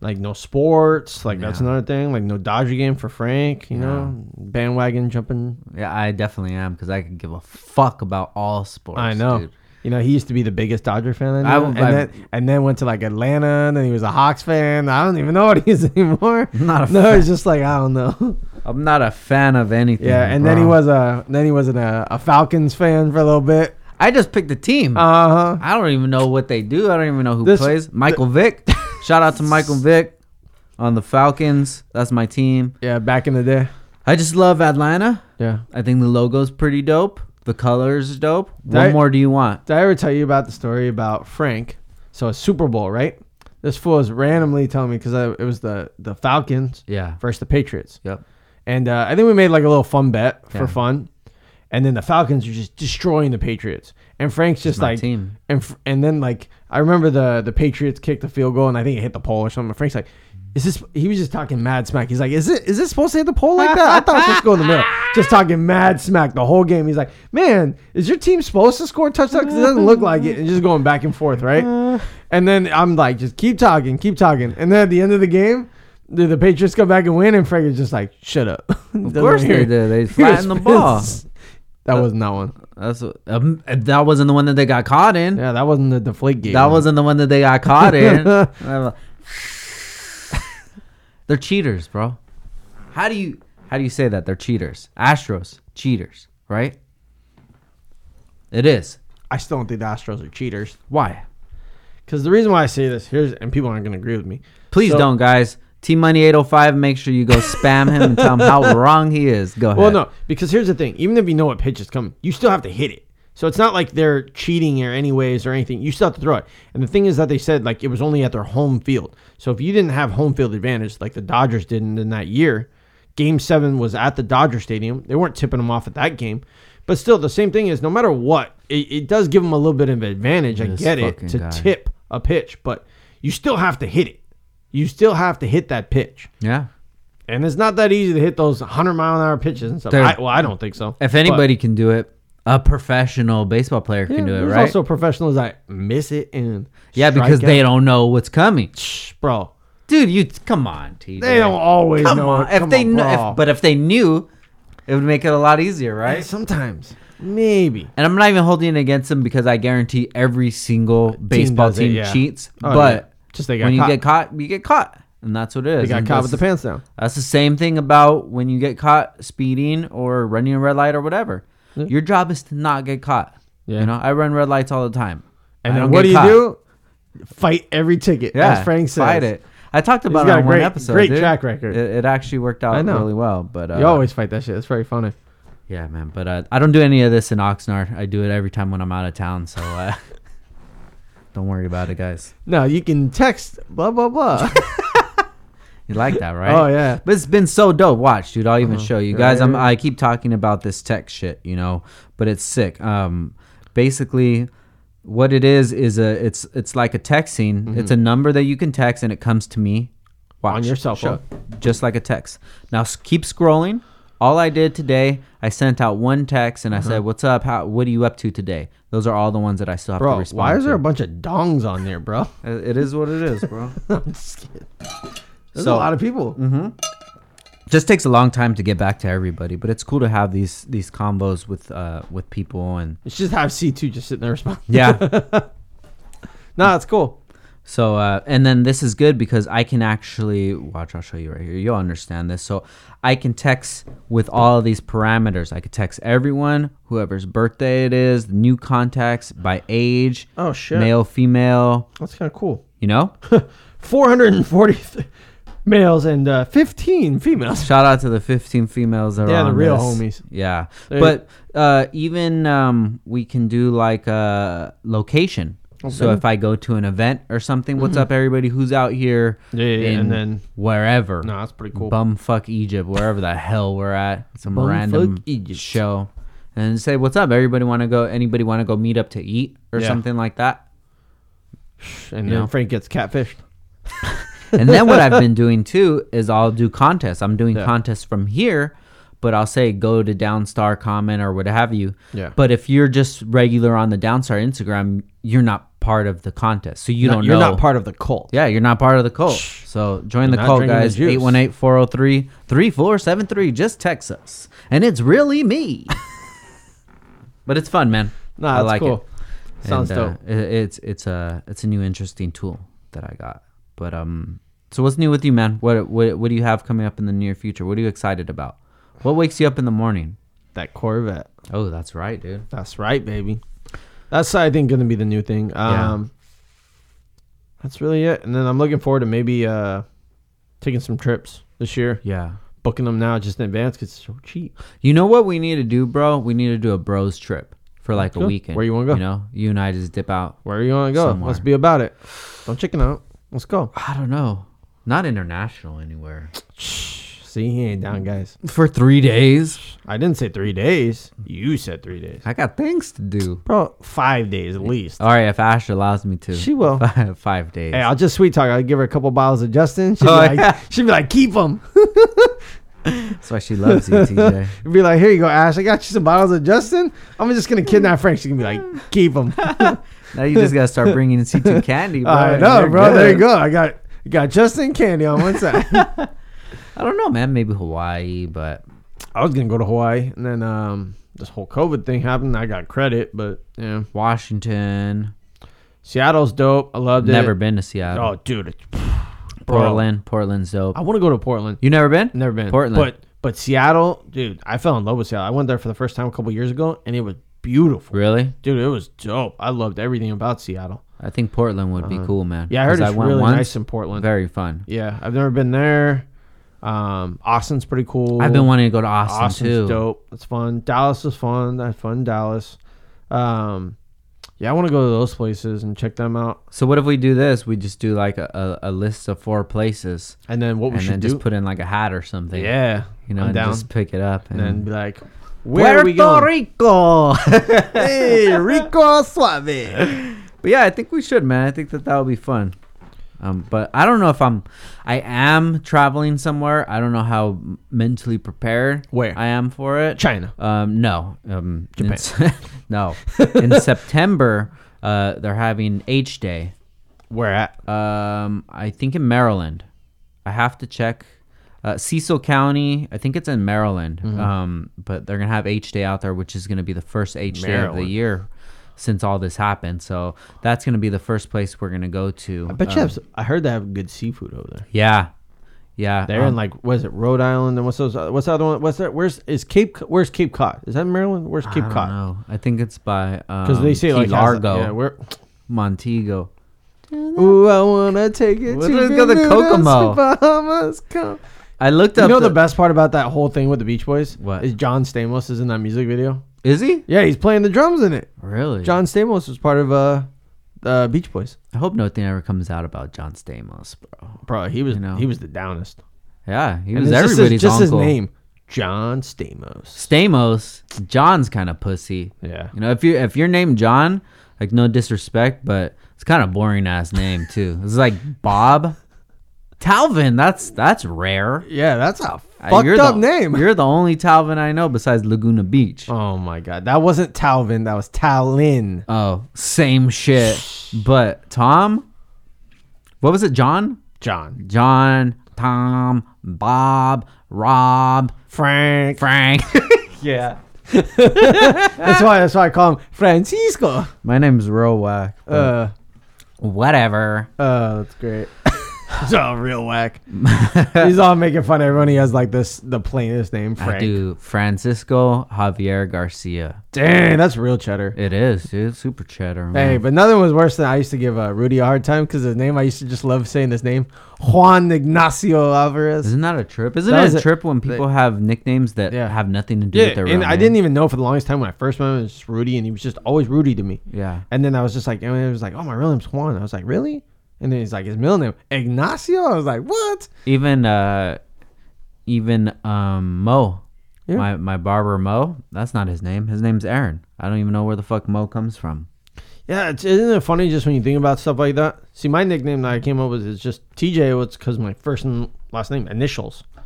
Speaker 1: like no sports. Like that's
Speaker 2: Yeah.
Speaker 1: another thing. Like no Dodger game for Frank. You know, bandwagon jumping.
Speaker 2: Yeah, I definitely am because I could give a fuck about all sports.
Speaker 1: I know.
Speaker 2: dude.
Speaker 1: You know, he used to be the biggest Dodger fan. I
Speaker 2: I
Speaker 1: knew,
Speaker 2: w-
Speaker 1: and,
Speaker 2: I-
Speaker 1: then, and then went to like Atlanta, and then he was a Hawks fan. I don't even know what he is anymore.
Speaker 2: Not a
Speaker 1: no, it's just like I don't know.
Speaker 2: I'm not a fan of anything.
Speaker 1: Yeah, and then he
Speaker 2: bro.
Speaker 1: was a then he was an, uh, a Falcons fan for a little bit.
Speaker 2: I just picked a team.
Speaker 1: Uh huh.
Speaker 2: I don't even know what they do. I don't even know who
Speaker 1: This-
Speaker 2: plays. Michael Vick. Shout out to Michael Vick on the Falcons. That's my team.
Speaker 1: Yeah, back in the day.
Speaker 2: I just love Atlanta.
Speaker 1: Yeah.
Speaker 2: I think the logo's pretty dope. The colors is dope. What
Speaker 1: That-
Speaker 2: more do you want?
Speaker 1: Did I ever tell you about the story about Frank? So a Super Bowl, right? This fool is randomly telling me because it was the the Falcons
Speaker 2: Yeah.
Speaker 1: versus the Patriots.
Speaker 2: Yep.
Speaker 1: And uh, I think we made like a little fun bet for
Speaker 2: Yeah.
Speaker 1: fun. And then the Falcons are just destroying the Patriots. And Frank's just
Speaker 2: my
Speaker 1: like,
Speaker 2: team.
Speaker 1: and fr- and then like I remember the the Patriots kicked the field goal and I think it hit the pole or something. And Frank's like, is this? He was just talking mad smack. He's like, is it? Is this supposed to hit the pole like that? I thought it was supposed to go in the middle. Just talking mad smack the whole game. He's like, man, is your team supposed to score a touchdown? 'Cause it doesn't look like it. And just going back and forth, right? And then I'm like, just keep talking, keep talking. And then at the end of the game. The, the Patriots come back and win, and Frank is just like, "Shut up." Of
Speaker 2: course they did. They flattened the ball.
Speaker 1: That wasn't that one.
Speaker 2: That's what- um, that wasn't the one that they got caught in.
Speaker 1: Yeah, that wasn't the deflate game.
Speaker 2: That wasn't the one that they got caught in. They're cheaters, bro. How do you how do you say that? They're cheaters. Astros, cheaters, right? It is.
Speaker 1: I still don't think the Astros are cheaters.
Speaker 2: Why?
Speaker 1: Because the reason why I say this here's and people aren't going to agree with me.
Speaker 2: Please
Speaker 1: So-
Speaker 2: don't, guys. T Money eight oh five, make sure you go spam him and tell him how wrong he is. Go ahead.
Speaker 1: Well, no, because here's the thing. Even if you know what pitch is coming, you still have to hit it. So it's not like they're cheating or anyways or anything. You still have to throw it. And the thing is that they said like it was only at their home field. So if you didn't have home field advantage like the Dodgers did in, in that year, Game Seven was at the Dodger Stadium. They weren't tipping them off at that game, but still the same thing is no matter what, it, it does give them a little bit of advantage. I
Speaker 2: This
Speaker 1: get it
Speaker 2: fucking
Speaker 1: to
Speaker 2: guy.
Speaker 1: tip a pitch, but you still have to hit it. You still have to hit that pitch.
Speaker 2: Yeah.
Speaker 1: And it's not that easy to hit those 100 mile an hour pitches and stuff.
Speaker 2: Dude.
Speaker 1: I, well, I don't think so.
Speaker 2: If anybody can do it, a professional baseball player
Speaker 1: But,
Speaker 2: can do
Speaker 1: yeah,
Speaker 2: it,
Speaker 1: there's
Speaker 2: right?
Speaker 1: also professionals that miss it and
Speaker 2: yeah, because
Speaker 1: strike
Speaker 2: they
Speaker 1: out.
Speaker 2: don't know what's coming.
Speaker 1: Shh, bro.
Speaker 2: Dude, you come on, T.
Speaker 1: They don't always
Speaker 2: Come
Speaker 1: know.
Speaker 2: on, if
Speaker 1: Come
Speaker 2: they
Speaker 1: on,
Speaker 2: kn- if-
Speaker 1: bro.
Speaker 2: but if they knew, it would make it a lot easier, right?
Speaker 1: sometimes maybe
Speaker 2: And I'm not even holding it against them because I guarantee every single baseball
Speaker 1: does it,
Speaker 2: team
Speaker 1: yeah.
Speaker 2: cheats.
Speaker 1: Oh,
Speaker 2: but
Speaker 1: yeah. just they got
Speaker 2: when
Speaker 1: caught.
Speaker 2: you get caught, you get caught, and that's what it is.
Speaker 1: they got
Speaker 2: And
Speaker 1: caught
Speaker 2: that's-
Speaker 1: with the pants down.
Speaker 2: That's the same thing about when you get caught speeding or running a red light or whatever. Your job is to not get caught.
Speaker 1: Yeah.
Speaker 2: You know, I run red lights all the time.
Speaker 1: And
Speaker 2: I
Speaker 1: then
Speaker 2: don't
Speaker 1: what
Speaker 2: get
Speaker 1: do you
Speaker 2: caught.
Speaker 1: do? Fight every ticket.
Speaker 2: Yeah,
Speaker 1: as Frank says.
Speaker 2: fight it. I talked about it
Speaker 1: got
Speaker 2: on
Speaker 1: a
Speaker 2: one
Speaker 1: great-
Speaker 2: episode.
Speaker 1: great
Speaker 2: dude.
Speaker 1: track record.
Speaker 2: It, it actually worked out
Speaker 1: I know.
Speaker 2: really well. But uh,
Speaker 1: You always fight that shit. It's very funny.
Speaker 2: Yeah, man. But uh, I don't do any of this in Oxnard. I do it every time when I'm out of town. So uh, don't worry about it, guys.
Speaker 1: No, you can text blah blah blah.
Speaker 2: You like that, right?
Speaker 1: Oh yeah.
Speaker 2: But it's been so dope. Watch, dude. I'll even
Speaker 1: Uh-huh.
Speaker 2: show you guys. I'm,
Speaker 1: Right.
Speaker 2: I keep talking about this tech shit, you know, but it's sick. Um, basically, what it is is a it's it's like a texting. It's a number that you can text, and it comes to me. Watch
Speaker 1: Mm-hmm. On your cell
Speaker 2: Show.
Speaker 1: phone.
Speaker 2: just like a text. Now s- keep scrolling. All I did today, I sent out one text,
Speaker 1: Uh-huh.
Speaker 2: and I said, "What's up? How? What are you up to today?" Those are all the ones that I still have to
Speaker 1: Bro,
Speaker 2: respond.
Speaker 1: why is
Speaker 2: to.
Speaker 1: there a bunch of dongs on there, bro?
Speaker 2: Uh, It is what it is, bro.
Speaker 1: I'm just kidding. There's a
Speaker 2: So-
Speaker 1: lot of people.
Speaker 2: just takes a long time to get back to everybody, but it's cool to have these these combos with uh with people and
Speaker 1: It's just have C two just sitting there responding.
Speaker 2: yeah.
Speaker 1: No, it's cool.
Speaker 2: so uh and then this is good because I can actually watch. I'll show you right here. You'll understand this. So I can text with all of these parameters. I could text everyone, whoever's birthday it is, new contacts by age,
Speaker 1: Oh, shit.
Speaker 2: male, female.
Speaker 1: That's kind of cool.
Speaker 2: You know.
Speaker 1: 440 males and uh, 15 females.
Speaker 2: Shout out to the 15 females that
Speaker 1: Yeah,
Speaker 2: are
Speaker 1: the
Speaker 2: on
Speaker 1: real
Speaker 2: this.
Speaker 1: homies.
Speaker 2: Yeah,
Speaker 1: They-
Speaker 2: but uh, even um, we can do like a location. So if I go to an event or something, what's up, everybody? Who's out here?
Speaker 1: Mm-hmm. Yeah, yeah, yeah, and
Speaker 2: in
Speaker 1: then-
Speaker 2: wherever.
Speaker 1: No, that's pretty cool.
Speaker 2: Bumfuck Egypt, wherever the hell we're at, some random
Speaker 1: Bumfuck Egypt.
Speaker 2: show, and say what's up. Everybody want to go? Anybody want to go meet up to eat or
Speaker 1: Yeah.
Speaker 2: something like that?
Speaker 1: And
Speaker 2: Yeah.
Speaker 1: then Frank gets catfished.
Speaker 2: And then what I've been doing too is I'll do contests. I'm doing
Speaker 1: Yeah.
Speaker 2: contests from here, but I'll say go to Downstar comment or what have you.
Speaker 1: Yeah.
Speaker 2: But if you're just regular on the Downstar Instagram, you're not part of the contest, so you don't
Speaker 1: You're
Speaker 2: know.
Speaker 1: not part of the cult.
Speaker 2: Yeah, you're not part of the cult. So join the
Speaker 1: not
Speaker 2: cult,
Speaker 1: drinking the
Speaker 2: guys.
Speaker 1: juice.
Speaker 2: 818 403 3473. Just text us. And it's really me. but it's fun, man.
Speaker 1: Nah,
Speaker 2: I
Speaker 1: that's
Speaker 2: like
Speaker 1: cool.
Speaker 2: it.
Speaker 1: Sounds
Speaker 2: And, uh,
Speaker 1: dope.
Speaker 2: it- it's, it's, a, it's a new interesting tool that I got. But um, so what's new with you, man? What, what, what do you have coming up in the near future? What are you excited about? What wakes you up in the morning?
Speaker 1: That Corvette.
Speaker 2: Oh, that's right, dude.
Speaker 1: That's right, baby. That's I think gonna be the new thing.
Speaker 2: Yeah.
Speaker 1: Um That's really it. And then I'm looking forward to maybe uh taking some trips this year.
Speaker 2: Yeah.
Speaker 1: Booking them now just in advance because it's so cheap.
Speaker 2: You know what we need to do, bro? We need to do a bros trip for like a
Speaker 1: Sure.
Speaker 2: weekend.
Speaker 1: Where you wanna go?
Speaker 2: You know, you and I just dip out.
Speaker 1: Where are you gonna go?
Speaker 2: Somewhere.
Speaker 1: Let's be about it. Don't chicken out. Let's go.
Speaker 2: I don't know. Not international anywhere.
Speaker 1: See, he ain't
Speaker 2: Mm.
Speaker 1: down, guys.
Speaker 2: For three days?
Speaker 1: I didn't say three days. You said three days.
Speaker 2: I got things to do.
Speaker 1: Bro, five days at least.
Speaker 2: All right, if Ash allows me to.
Speaker 1: She will.
Speaker 2: Five, five days.
Speaker 1: Hey, I'll just sweet talk. I'll give her a couple bottles of Justin. She'd be,
Speaker 2: Oh,
Speaker 1: like,
Speaker 2: yeah.
Speaker 1: she'd be like, keep them.
Speaker 2: That's why she loves you, TJ.
Speaker 1: be like, here you go, Ash. I got you some bottles of Justin. I'm just going to kidnap Frank. She's going to be like, keep them.
Speaker 2: Now you just got to start bringing in C2 candy, bro.
Speaker 1: I
Speaker 2: and
Speaker 1: know,
Speaker 2: you're
Speaker 1: bro. There you
Speaker 2: good.
Speaker 1: go. I got I got Justin candy on one side.
Speaker 2: I don't know, man. Maybe Hawaii, but
Speaker 1: I was going to go to Hawaii. And then um, this whole COVID thing happened. I got credit, but yeah.
Speaker 2: Washington.
Speaker 1: Seattle's dope. I loved it.
Speaker 2: Never been to Seattle.
Speaker 1: Oh, dude. it's- Oh, bro.
Speaker 2: Portland. Portland's dope.
Speaker 1: I want to go to Portland.
Speaker 2: You never been?
Speaker 1: Never been.
Speaker 2: Portland.
Speaker 1: But but Seattle, dude, I fell in love with Seattle. I went there for the first time a couple years ago and it was beautiful.
Speaker 2: Really?
Speaker 1: Dude, it was dope. I loved everything about Seattle.
Speaker 2: I think Portland would be cool, man.
Speaker 1: Uh-huh. Yeah, I heard
Speaker 2: 'Cause
Speaker 1: it's
Speaker 2: went
Speaker 1: really
Speaker 2: once.
Speaker 1: nice in Portland.
Speaker 2: Very fun.
Speaker 1: Yeah, I've never been there. Um, Austin's pretty cool.
Speaker 2: I've been wanting to go to Austin
Speaker 1: Austin's
Speaker 2: too.
Speaker 1: dope. It's fun. Dallas is fun. That's fun. Dallas. Um, yeah, I want to go to those places and check them out.
Speaker 2: So what if we do this? We just do like a, a, a list of four places,
Speaker 1: And then what we
Speaker 2: and
Speaker 1: should
Speaker 2: then
Speaker 1: do?
Speaker 2: just put in like a hat or something.
Speaker 1: yeah,
Speaker 2: you know,
Speaker 1: I'm
Speaker 2: and
Speaker 1: down.
Speaker 2: just pick it up. And,
Speaker 1: and then be like, where are we going?
Speaker 2: Rico.
Speaker 1: Hey, Rico Suave.
Speaker 2: But yeah, I think we should, man. I think that that would be fun. Um, but I don't know if I'm, I am traveling somewhere. I don't know how m- mentally prepared
Speaker 1: Where?
Speaker 2: I am for it.
Speaker 1: China.
Speaker 2: Um, no. Um, in se- no. In September, uh, they're having H Day.
Speaker 1: Where at?
Speaker 2: Um, I think in Maryland. I have to check. Uh, Cecil County, I think it's in Maryland.
Speaker 1: Mm-hmm.
Speaker 2: Um, but they're gonna have H Day out there, which is gonna be the first H Day of the
Speaker 1: Maryland.
Speaker 2: year since all this happened. So that's gonna be the first place we're gonna go to.
Speaker 1: I
Speaker 2: Uh,
Speaker 1: bet you have. I heard they have good seafood over there.
Speaker 2: Yeah, yeah. um,
Speaker 1: They're in like, what is it Rhode Island and what's those? uh, What's the other one? What's that? Where's is Cape? C- Where's Cape Cod? Is that in Maryland? Where's Cape
Speaker 2: I don't
Speaker 1: Cod?
Speaker 2: know. I think it's by
Speaker 1: Because
Speaker 2: um,
Speaker 1: they say
Speaker 2: Key
Speaker 1: like has-
Speaker 2: Largo,
Speaker 1: Yeah, where?
Speaker 2: Montego.
Speaker 1: Ooh, I wanna take it
Speaker 2: Let's
Speaker 1: to
Speaker 2: just go to
Speaker 1: Bermuda,
Speaker 2: Kokomo.
Speaker 1: Bahamas, come.
Speaker 2: I looked up.
Speaker 1: You know
Speaker 2: the,
Speaker 1: the best part about that whole thing with the Beach Boys?
Speaker 2: What?
Speaker 1: is John Stamos is in that music video?
Speaker 2: is he
Speaker 1: Yeah, he's playing the drums in it.
Speaker 2: really?
Speaker 1: John Stamos was part of uh, uh Beach Boys.
Speaker 2: I hope nothing ever comes out about John Stamos, bro.
Speaker 1: Bro, he was
Speaker 2: You know.
Speaker 1: he was the downest.
Speaker 2: Yeah, he
Speaker 1: And
Speaker 2: was
Speaker 1: it's just his-
Speaker 2: everybody's
Speaker 1: just
Speaker 2: uncle.
Speaker 1: his name, John Stamos.
Speaker 2: Stamos, John's kind of pussy.
Speaker 1: Yeah.
Speaker 2: You know, if you if you're named John, like no disrespect, but it's kind of boring ass name too. It's like Bob, Talvin. That's that's rare.
Speaker 1: Yeah, that's a
Speaker 2: Uh,
Speaker 1: fucked
Speaker 2: you're
Speaker 1: up
Speaker 2: the-
Speaker 1: name.
Speaker 2: You're the only Talvin I know besides Laguna Beach. Oh,
Speaker 1: Oh my god, that wasn't Talvin, that was Talin.
Speaker 2: Oh, same shit. But Tom, what was it? John,
Speaker 1: John,
Speaker 2: John, Tom, Bob, Rob,
Speaker 1: Frank.
Speaker 2: Frank.
Speaker 1: Yeah. that's why that's why I call him Francisco.
Speaker 2: My name's real whack.
Speaker 1: Uh,
Speaker 2: Whatever.
Speaker 1: Oh, that's great. It's all real whack. He's all making fun of everyone. He has like this the plainest name,
Speaker 2: I
Speaker 1: Frank.
Speaker 2: do Francisco Javier Garcia.
Speaker 1: Dang, that's real cheddar.
Speaker 2: It is, dude. Super cheddar.
Speaker 1: Hey,
Speaker 2: Man.
Speaker 1: but nothing was worse than I used to give uh, Rudy a hard time because his name I used to just love saying this name, Juan Ignacio Alvarez.
Speaker 2: Isn't that a trip? Isn't
Speaker 1: That
Speaker 2: it
Speaker 1: was
Speaker 2: a
Speaker 1: a-
Speaker 2: trip when people have nicknames that
Speaker 1: Yeah.
Speaker 2: have nothing to do
Speaker 1: Yeah,
Speaker 2: with their
Speaker 1: and
Speaker 2: real
Speaker 1: I
Speaker 2: name?
Speaker 1: didn't e- even know for the longest time when I first met him it was just Rudy, and he was just always Rudy to me.
Speaker 2: Yeah.
Speaker 1: And then I was just like, and it was like, oh, my real name's Juan. I was like, really? And then he's like, his middle name Ignacio. I was like, what?
Speaker 2: Even uh, even um Mo,
Speaker 1: Yeah.
Speaker 2: my my barber Mo. That's not his name. His name's Aaron. I don't even know where the fuck Mo comes from.
Speaker 1: Yeah, it's, isn't it funny just when you think about stuff like that? See, my nickname that I came up with is just TJ. It's because my first and last name initials.
Speaker 2: Do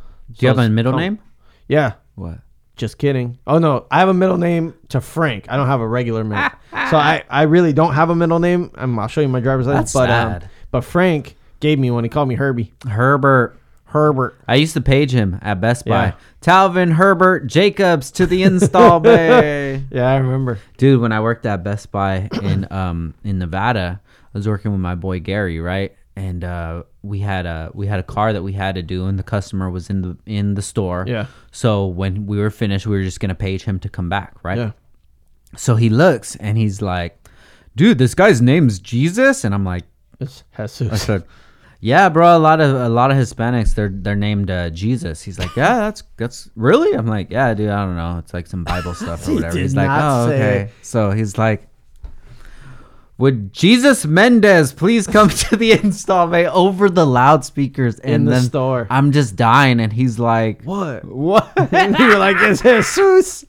Speaker 2: you have a
Speaker 1: oh.
Speaker 2: middle name?
Speaker 1: Yeah,
Speaker 2: What?
Speaker 1: just kidding. Oh no, I have a middle name to Frank. I don't have a regular name, so I, I really don't have a middle name. Um, I'll show you my driver's license.
Speaker 2: That's
Speaker 1: but um,
Speaker 2: sad.
Speaker 1: but Frank Gave me one. He called me Herbie.
Speaker 2: Herbert.
Speaker 1: Herbert.
Speaker 2: I used to page him at Best Buy.
Speaker 1: Yeah.
Speaker 2: Talvin Herbert Jacobs to the install bay.
Speaker 1: Yeah, I remember.
Speaker 2: Dude, when I worked at Best Buy in um in Nevada, I was working with my boy Gary, right? And uh, we had a we had a car that we had to do, and the customer was in the in the store.
Speaker 1: Yeah.
Speaker 2: So when we were finished, we were just gonna page him to come back, right?
Speaker 1: Yeah.
Speaker 2: So he looks and he's like, "Dude, this guy's name's Jesus," and I'm like,
Speaker 1: It's
Speaker 2: I
Speaker 1: Jesus.
Speaker 2: said, "Yeah, bro. A lot of a lot of Hispanics, they're they're named uh, Jesus." He's like, "Yeah, that's that's really." I'm like, "Yeah, dude. I don't know. It's like some Bible stuff or
Speaker 1: He
Speaker 2: whatever."
Speaker 1: did
Speaker 2: He's like,
Speaker 1: not
Speaker 2: "Oh,
Speaker 1: say
Speaker 2: okay." So he's like, "Would Jesus Mendez please come to the install bay over the loudspeakers and
Speaker 1: In the
Speaker 2: then
Speaker 1: store.
Speaker 2: I'm just dying, and he's like,
Speaker 1: What? you
Speaker 2: "What?"
Speaker 1: were like, it's Jesus.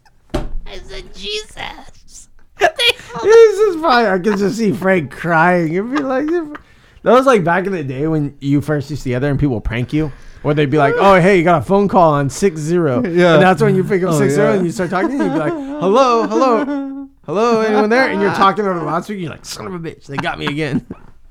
Speaker 3: It's a Jesus.
Speaker 1: This is probably, I can just see Frank crying. It'd be like, that was like back in the day when you first used the other and people would prank you. Or they'd be like, oh, hey, you got a phone call on 6 0.
Speaker 2: Yeah.
Speaker 1: And that's when you pick up 6 0
Speaker 2: yeah.
Speaker 1: and you start talking and you'd be like, hello, hello, hello, anyone there? And you're talking over the loudspeaker. You're like, son of a bitch, they got me again.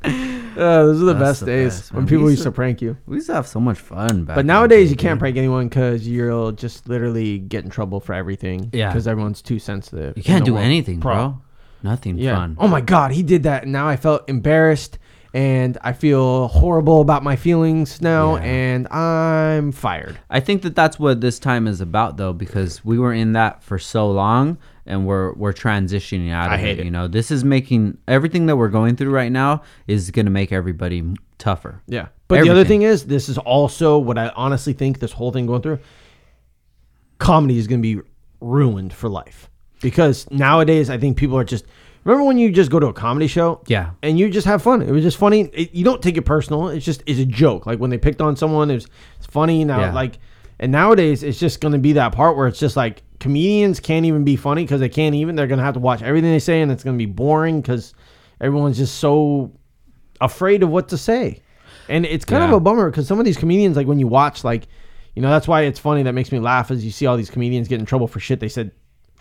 Speaker 1: Uh, those are the
Speaker 2: That's
Speaker 1: best
Speaker 2: the
Speaker 1: days
Speaker 2: best,
Speaker 1: when
Speaker 2: man.
Speaker 1: people
Speaker 2: We
Speaker 1: used
Speaker 2: used
Speaker 1: to
Speaker 2: to-
Speaker 1: prank you.
Speaker 2: We used to have so much fun, back
Speaker 1: But
Speaker 2: in the
Speaker 1: nowadays,
Speaker 2: day,
Speaker 1: you can't
Speaker 2: dude.
Speaker 1: prank anyone because you'll just literally get in trouble for everything.
Speaker 2: Yeah.
Speaker 1: Because everyone's too sensitive.
Speaker 2: You can't do anything, bro. Nothing
Speaker 1: Yeah.
Speaker 2: fun.
Speaker 1: Oh my God, he did that. And now I felt embarrassed and I feel horrible about my feelings now
Speaker 2: Yeah.
Speaker 1: and I'm fired.
Speaker 2: I think that that's what this time is about, though, because we were in that for so long, and we're we're transitioning out of
Speaker 1: I hate
Speaker 2: it,
Speaker 1: it.
Speaker 2: You know, this is making everything that we're going through right now is going to make everybody m- tougher.
Speaker 1: Yeah. But the other
Speaker 2: Everything.
Speaker 1: thing is, this is also what I honestly think this whole thing going through comedy is going to be ruined for life. Because nowadays, I think people are just. Remember when you just go to a comedy show?
Speaker 2: Yeah.
Speaker 1: And you just have fun. It was just funny. It, you don't take it personal. It's just, it's a joke. Like when they picked on someone, it was, it's funny. Now,
Speaker 2: Yeah.
Speaker 1: like, and nowadays, it's just going to be that part where it's just like comedians can't even be funny because they can't even. They're going to have to watch everything they say and it's going to be boring because everyone's just so afraid of what to say. And it's kind of
Speaker 2: Yeah.
Speaker 1: a bummer because some of these comedians, like when you watch, like, you know, that's why it's funny that makes me laugh is you see all these comedians get in trouble for shit they said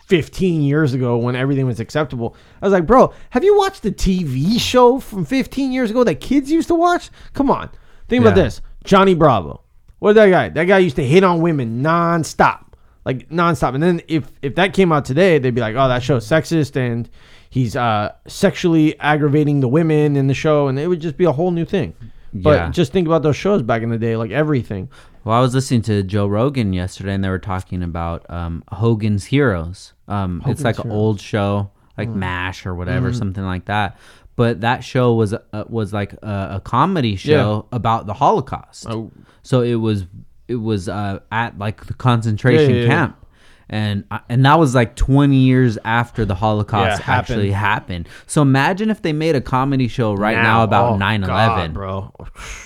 Speaker 1: 15 years ago when everything was acceptable. I was like, bro, have you watched the TV show from 15 years ago that kids used to watch? Come on. Think about
Speaker 2: Yeah.
Speaker 1: this Johnny Bravo. What that guy? That guy used to hit on women nonstop. Like nonstop. And then if if that came out today, they'd be like, Oh, that show's sexist and he's uh sexually aggravating the women in the show and it would just be a whole new thing. But
Speaker 2: Yeah.
Speaker 1: just think about those shows back in the day, like everything.
Speaker 2: Well, I was listening to Joe Rogan yesterday, and they were talking about um, Hogan's Heroes. Um, it's like an old show, like
Speaker 1: Hmm.
Speaker 2: Mash or whatever, something like that. But that show was uh, was like a, a comedy show about the Holocaust.
Speaker 1: Oh.
Speaker 2: So it was it was uh, at like the concentration
Speaker 1: yeah, yeah.
Speaker 2: camp. And I- and that was like 20 years after the Holocaust
Speaker 1: Yeah, happened.
Speaker 2: actually happened. So imagine if they made a comedy show right now,
Speaker 1: oh,
Speaker 2: about 9
Speaker 1: God,
Speaker 2: 11.
Speaker 1: bro.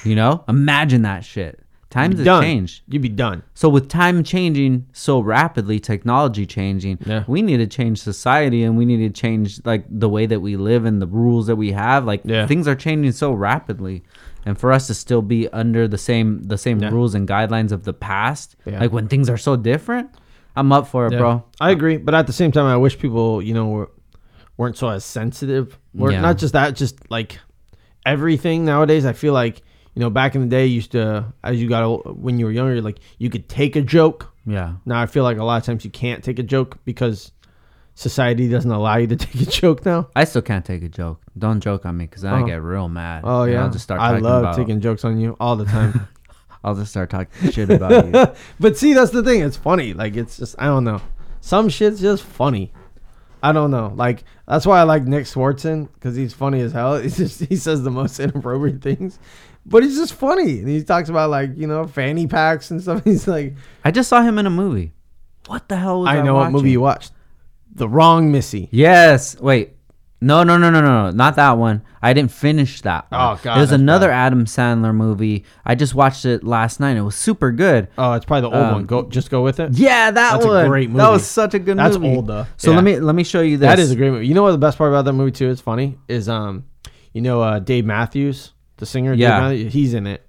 Speaker 2: You know, imagine that shit. Times have
Speaker 1: Done.
Speaker 2: changed.
Speaker 1: You'd be done.
Speaker 2: So with time changing so rapidly, technology changing,
Speaker 1: Yeah.
Speaker 2: we need to change society and we need to change like the way that we live and the rules that we have. Like
Speaker 1: Yeah.
Speaker 2: things are changing so rapidly. And for us to still be under the same the same rules and guidelines of the past,
Speaker 1: Yeah.
Speaker 2: like when things are so different, I'm up for it, bro.
Speaker 1: I agree, but at the same time, I wish people, you know, were, weren't so as sensitive. Or
Speaker 2: Yeah.
Speaker 1: not just that, just like everything nowadays. I feel like you know, back in the day, you used to as you got ol- when you were younger, like you could take a joke.
Speaker 2: Yeah.
Speaker 1: Now I feel like a lot of times you can't take a joke because society doesn't allow you to take a joke now.
Speaker 2: I still can't take a joke. Don't joke on me because I
Speaker 1: Oh.
Speaker 2: get real mad.
Speaker 1: Oh
Speaker 2: And
Speaker 1: yeah,
Speaker 2: I'll just start.
Speaker 1: I
Speaker 2: talking
Speaker 1: love
Speaker 2: about,
Speaker 1: taking jokes on you all the time.
Speaker 2: I'll just start talking shit about you.
Speaker 1: but see, that's the thing. It's funny. Like it's just I don't know. Some shit's just funny. I don't know. Like that's why I like Nick Swartzen because he's funny as hell. He's just he says the most inappropriate things, but he's just funny. And he talks about like you know fanny packs and stuff. He's like,
Speaker 2: I just saw him in a movie. What the hell was I,
Speaker 1: I know what movie
Speaker 2: watching?
Speaker 1: you watched, The Wrong Missy.
Speaker 2: Yes. Wait. No, no, no, no, no, no. Not that one. I didn't finish that. one.
Speaker 1: Oh, God,
Speaker 2: There's
Speaker 1: that's
Speaker 2: another Adam Sandler movie. I just watched it last night. It was super good.
Speaker 1: Oh, it's probably the old
Speaker 2: Um,
Speaker 1: one. Go just go with it.
Speaker 2: Yeah, that
Speaker 1: That's a
Speaker 2: one.
Speaker 1: great
Speaker 2: That
Speaker 1: movie.
Speaker 2: was such a good
Speaker 1: That's
Speaker 2: movie.
Speaker 1: old, though.
Speaker 2: So
Speaker 1: Yeah.
Speaker 2: let me let me show you this.
Speaker 1: That is a great movie. You know what the best part about that movie too is funny is um, you know uh Dave Matthews, the singer.
Speaker 2: Yeah.
Speaker 1: Dave Matthews, he's in it.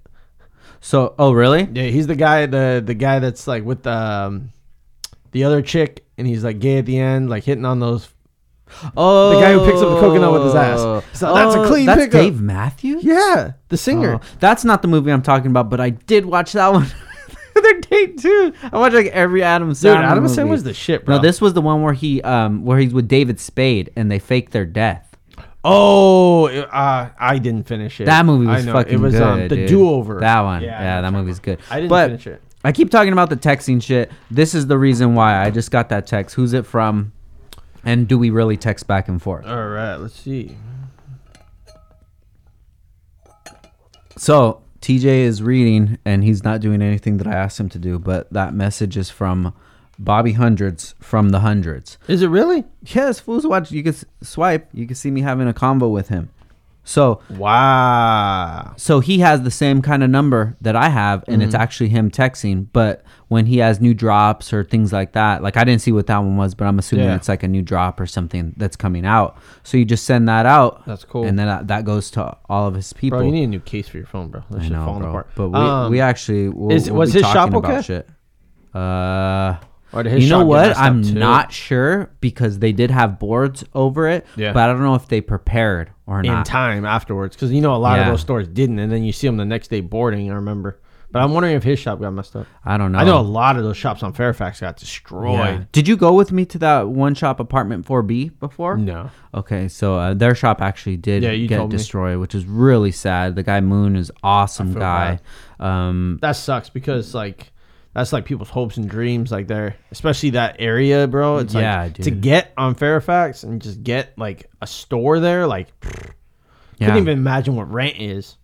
Speaker 2: So oh really?
Speaker 1: Yeah, he's the guy the the guy that's like with the um, the other chick, and he's like gay at the end, like hitting on those
Speaker 2: Oh,
Speaker 1: The guy who picks up the coconut with his ass. So that's a clean
Speaker 2: That's
Speaker 1: pickup.
Speaker 2: Dave Matthews.
Speaker 1: Yeah, the singer.
Speaker 2: Oh, that's not the movie I'm talking about, but I did watch that one. the other day too. I watched like every Adam
Speaker 1: Dude,
Speaker 2: Sandler.
Speaker 1: Adam
Speaker 2: movie.
Speaker 1: Sandler was the shit, bro.
Speaker 2: No, this was the one where he um where he's with David Spade and they fake their death.
Speaker 1: Oh, it- uh, I didn't finish it.
Speaker 2: That movie was
Speaker 1: I know.
Speaker 2: fucking
Speaker 1: It was
Speaker 2: good.
Speaker 1: um, the
Speaker 2: dude.
Speaker 1: Do Over.
Speaker 2: That one.
Speaker 1: Yeah,
Speaker 2: Yeah,
Speaker 1: I know
Speaker 2: that
Speaker 1: that
Speaker 2: movie's good.
Speaker 1: I didn't
Speaker 2: but
Speaker 1: finish it.
Speaker 2: I keep talking about the texting shit. This is the reason why I just got that text. Who's it from? And do we really text back and forth?
Speaker 1: All right, let's see.
Speaker 2: So TJ is reading and he's not doing anything that I asked him to do, but that message is from Bobby Hundreds from the Hundreds.
Speaker 1: Is it really?
Speaker 2: Yes, fools watch. You can s- swipe. You can see me having a convo with him. So
Speaker 1: Wow.
Speaker 2: so he has the same kind of number that I have, and
Speaker 1: Mm-hmm.
Speaker 2: it's actually him texting. But when he has new drops or things like that, like I didn't see what that one was, but I'm assuming
Speaker 1: Yeah.
Speaker 2: it's like a new drop or something that's coming out. So you just send that out.
Speaker 1: That's cool.
Speaker 2: And then that, that goes to all of his people.
Speaker 1: Bro, you need a new case for your phone, bro. This
Speaker 2: I
Speaker 1: shit's
Speaker 2: know,
Speaker 1: falling
Speaker 2: bro.
Speaker 1: apart.
Speaker 2: But we,
Speaker 1: Um,
Speaker 2: we actually we'll,
Speaker 1: is-
Speaker 2: we'll
Speaker 1: was
Speaker 2: be
Speaker 1: his shop
Speaker 2: talking about
Speaker 1: okay?
Speaker 2: Shit. Uh,
Speaker 1: Or did his
Speaker 2: you know
Speaker 1: shop get
Speaker 2: what?
Speaker 1: messed up
Speaker 2: I'm
Speaker 1: too?
Speaker 2: not sure because they did have boards over it,
Speaker 1: Yeah.
Speaker 2: but I don't know if they prepared or
Speaker 1: in
Speaker 2: not.
Speaker 1: time afterwards because you know a lot
Speaker 2: Yeah.
Speaker 1: of those stores didn't, and then you see them the next day boarding. I remember, but I'm wondering if his shop got messed up.
Speaker 2: I don't know.
Speaker 1: I know a lot of those shops on Fairfax got
Speaker 2: Yeah.
Speaker 1: destroyed.
Speaker 2: Did you go with me to that one shop apartment 4B before?
Speaker 1: No,
Speaker 2: Okay, so uh, their shop actually did
Speaker 1: Yeah, you
Speaker 2: get
Speaker 1: told me.
Speaker 2: destroyed, which is really sad. The guy Moon is awesome guy. Um,
Speaker 1: that sucks because like that's like people's hopes and dreams, like there, especially that area, bro. It's
Speaker 2: Yeah,
Speaker 1: like
Speaker 2: dude.
Speaker 1: to get on Fairfax and just get like a store there. Like,
Speaker 2: yeah.
Speaker 1: couldn't even imagine what rent is.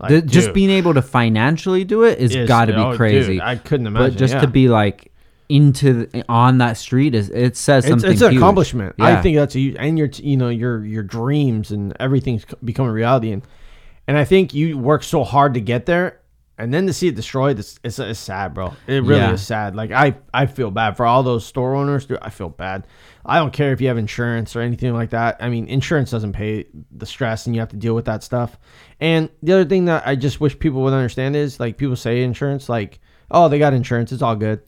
Speaker 1: Like,
Speaker 2: The- just
Speaker 1: dude,
Speaker 2: being able to financially do it is
Speaker 1: it's-
Speaker 2: got to
Speaker 1: oh,
Speaker 2: be
Speaker 1: dude,
Speaker 2: crazy.
Speaker 1: I couldn't imagine.
Speaker 2: but just
Speaker 1: yeah.
Speaker 2: to be like into the, on that street is it says
Speaker 1: it's,
Speaker 2: something.
Speaker 1: it's an
Speaker 2: huge.
Speaker 1: accomplishment.
Speaker 2: Yeah.
Speaker 1: I think that's a, huge- and your you know your your dreams and everything's c- become a reality and and I think you work so hard to get there and then to see it destroyed it's it's, it's sad, bro. It really
Speaker 2: Yeah.
Speaker 1: is sad. Like I I feel bad for all those store owners. Dude, I feel bad. I don't care if you have insurance or anything like that. I mean, insurance doesn't pay the stress and you have to deal with that stuff. And the other thing that I just wish people would understand is like people say insurance like, "Oh, they got insurance. It's all good."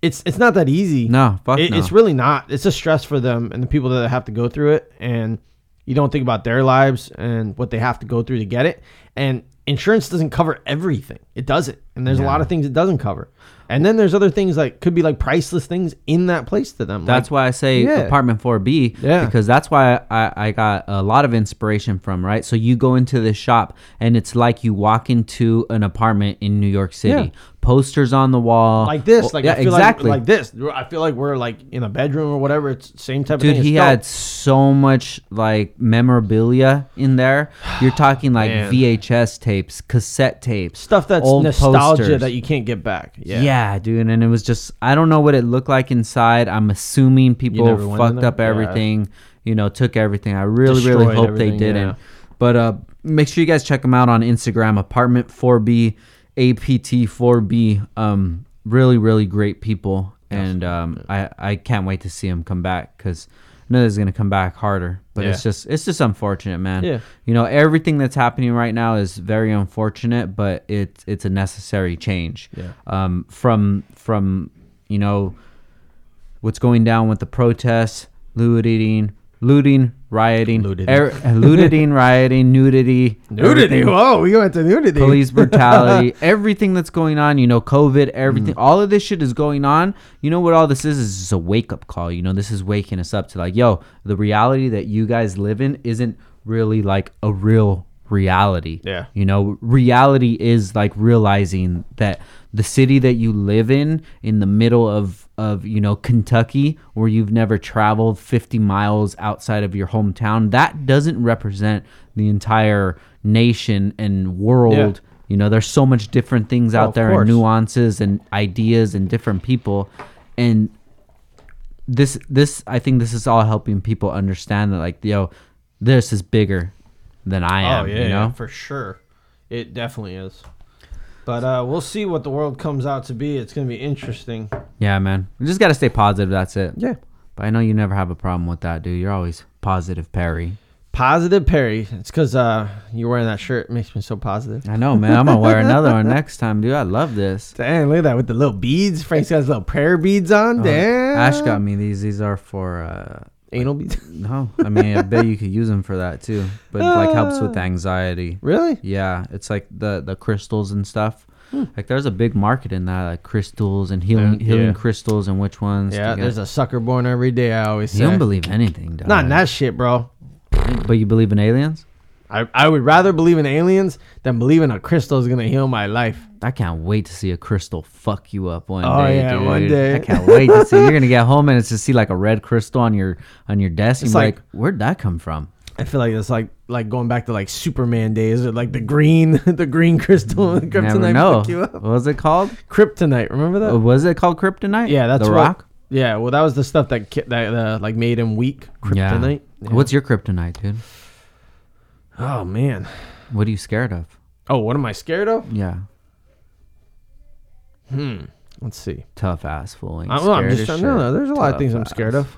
Speaker 1: It's it's not that easy
Speaker 2: No, fuck
Speaker 1: it-
Speaker 2: no.
Speaker 1: It's really not. It's a stress for them and the people that have to go through it. And you don't think about their lives and what they have to go through to get it. And insurance doesn't cover everything. It doesn't. And there's a lot of things it doesn't cover. And then there's other things like could be like priceless things in that place to them.
Speaker 2: That's
Speaker 1: like,
Speaker 2: why I say
Speaker 1: Yeah.
Speaker 2: apartment 4B
Speaker 1: Yeah.
Speaker 2: because that's why I, I got a lot of inspiration from, right? So you go into this shop and it's like you walk into an apartment in New York City.
Speaker 1: Yeah.
Speaker 2: Posters on the wall.
Speaker 1: like this.
Speaker 2: Well,
Speaker 1: like
Speaker 2: yeah,
Speaker 1: I feel
Speaker 2: exactly.
Speaker 1: Like, like this. I feel like we're like in a bedroom or whatever. It's same type of
Speaker 2: Dude,
Speaker 1: thing.
Speaker 2: he
Speaker 1: It's dope.
Speaker 2: had so much like memorabilia in there. You're talking like
Speaker 1: Man.
Speaker 2: VHS tapes, cassette tapes,
Speaker 1: stuff that's
Speaker 2: old
Speaker 1: nostalgia
Speaker 2: posters.
Speaker 1: that you can't get back. Yeah.
Speaker 2: Yeah. dude, and it was just I don't know what it looked like inside. I'm assuming people
Speaker 1: never went in
Speaker 2: fucked
Speaker 1: there?
Speaker 2: up
Speaker 1: Yeah.
Speaker 2: everything, you know, took everything. I really, really
Speaker 1: Destroyed
Speaker 2: hope they
Speaker 1: everything,
Speaker 2: didn't.
Speaker 1: yeah.
Speaker 2: But uh make sure you guys check them out on Instagram, apartment four B, APT four B. Um, really, really great people, and um, I I can't wait to see them come back because. I know this is gonna come back harder, but it's
Speaker 1: Yeah.
Speaker 2: just it's just unfortunate, man.
Speaker 1: Yeah.
Speaker 2: You know, everything that's happening right now is very unfortunate, but it's it's a necessary change.
Speaker 1: Yeah.
Speaker 2: Um, from from you know what's going down with the protests, looting, looting, rioting,
Speaker 1: Looting.
Speaker 2: er, looting, rioting, nudity,
Speaker 1: Nudity.
Speaker 2: everything.
Speaker 1: Whoa, we went to nudity.
Speaker 2: police brutality, everything that's going on, you know, COVID, everything, all of this shit is going on. You know what all this is? Is just a wake up call. You know, this is waking us up to like, yo, the reality that you guys live in isn't really like a real reality.
Speaker 1: Yeah.
Speaker 2: You know, reality is like realizing that the city that you live in, in the middle of of you know Kentucky, where you've never traveled 50 miles outside of your hometown, that doesn't represent the entire nation and world. You know, there's so much different things out
Speaker 1: of
Speaker 2: there,
Speaker 1: course.
Speaker 2: and nuances and ideas and different people, and this this I think this is all helping people understand that like yo, this is bigger than I am.
Speaker 1: Oh yeah,
Speaker 2: you know?
Speaker 1: yeah, for sure. It definitely is. But uh, we'll see what the world comes out to be. It's gonna be interesting.
Speaker 2: Yeah, man. We just gotta stay positive. That's it.
Speaker 1: Yeah.
Speaker 2: But I know you never have a problem with that, dude. You're always positive, Perry.
Speaker 1: Positive Perry. It's because uh, you're wearing that shirt. It makes me so positive.
Speaker 2: I know, man. I'm gonna wear another one next time, dude. I love this.
Speaker 1: Damn, look at that with the little beads. Frank's Uh-huh. got his little prayer beads on. Damn.
Speaker 2: Ash got me these. These are for uh,
Speaker 1: anal beads?
Speaker 2: No, I mean, I bet you could use them for that too. But it, like helps with anxiety.
Speaker 1: really?
Speaker 2: Yeah, it's like the the crystals and stuff.
Speaker 1: Hmm.
Speaker 2: Like there's a big market in that, like crystals and healing
Speaker 1: Yeah.
Speaker 2: healing
Speaker 1: Yeah.
Speaker 2: crystals and which ones.
Speaker 1: Yeah,
Speaker 2: to get.
Speaker 1: there's a sucker born every day. I always
Speaker 2: you
Speaker 1: say.
Speaker 2: don't believe anything, dog.
Speaker 1: Not in that shit, bro.
Speaker 2: But you believe in aliens?
Speaker 1: I, I would rather believe in aliens than believe in a crystal is gonna heal my life.
Speaker 2: I can't wait to see a crystal fuck you up one
Speaker 1: Oh,
Speaker 2: day.
Speaker 1: yeah,
Speaker 2: dude.
Speaker 1: one day.
Speaker 2: I can't wait to see. You're gonna get home and it's just see like a red crystal on your on your desk.
Speaker 1: It's
Speaker 2: and be
Speaker 1: like-
Speaker 2: like, where'd that come from?
Speaker 1: I feel like it's like like going back to like Superman days, or like the green the green crystal and
Speaker 2: You
Speaker 1: kryptonite
Speaker 2: Never know.
Speaker 1: fuck you up.
Speaker 2: What was it called?
Speaker 1: Kryptonite, remember that?
Speaker 2: Uh, Was it called kryptonite?
Speaker 1: yeah, that's
Speaker 2: the
Speaker 1: what-
Speaker 2: rock.
Speaker 1: Yeah, well, that was the stuff that ki- that uh, like made him weak.
Speaker 2: Yeah.
Speaker 1: Kryptonite. Yeah.
Speaker 2: What's your kryptonite, dude?
Speaker 1: Oh man.
Speaker 2: What are you scared of?
Speaker 1: Oh, what am I scared of?
Speaker 2: Yeah,
Speaker 1: Let's see.
Speaker 2: tough ass fooling.
Speaker 1: I, well, I'm just trying, no, no. There's a lot of things I'm scared of.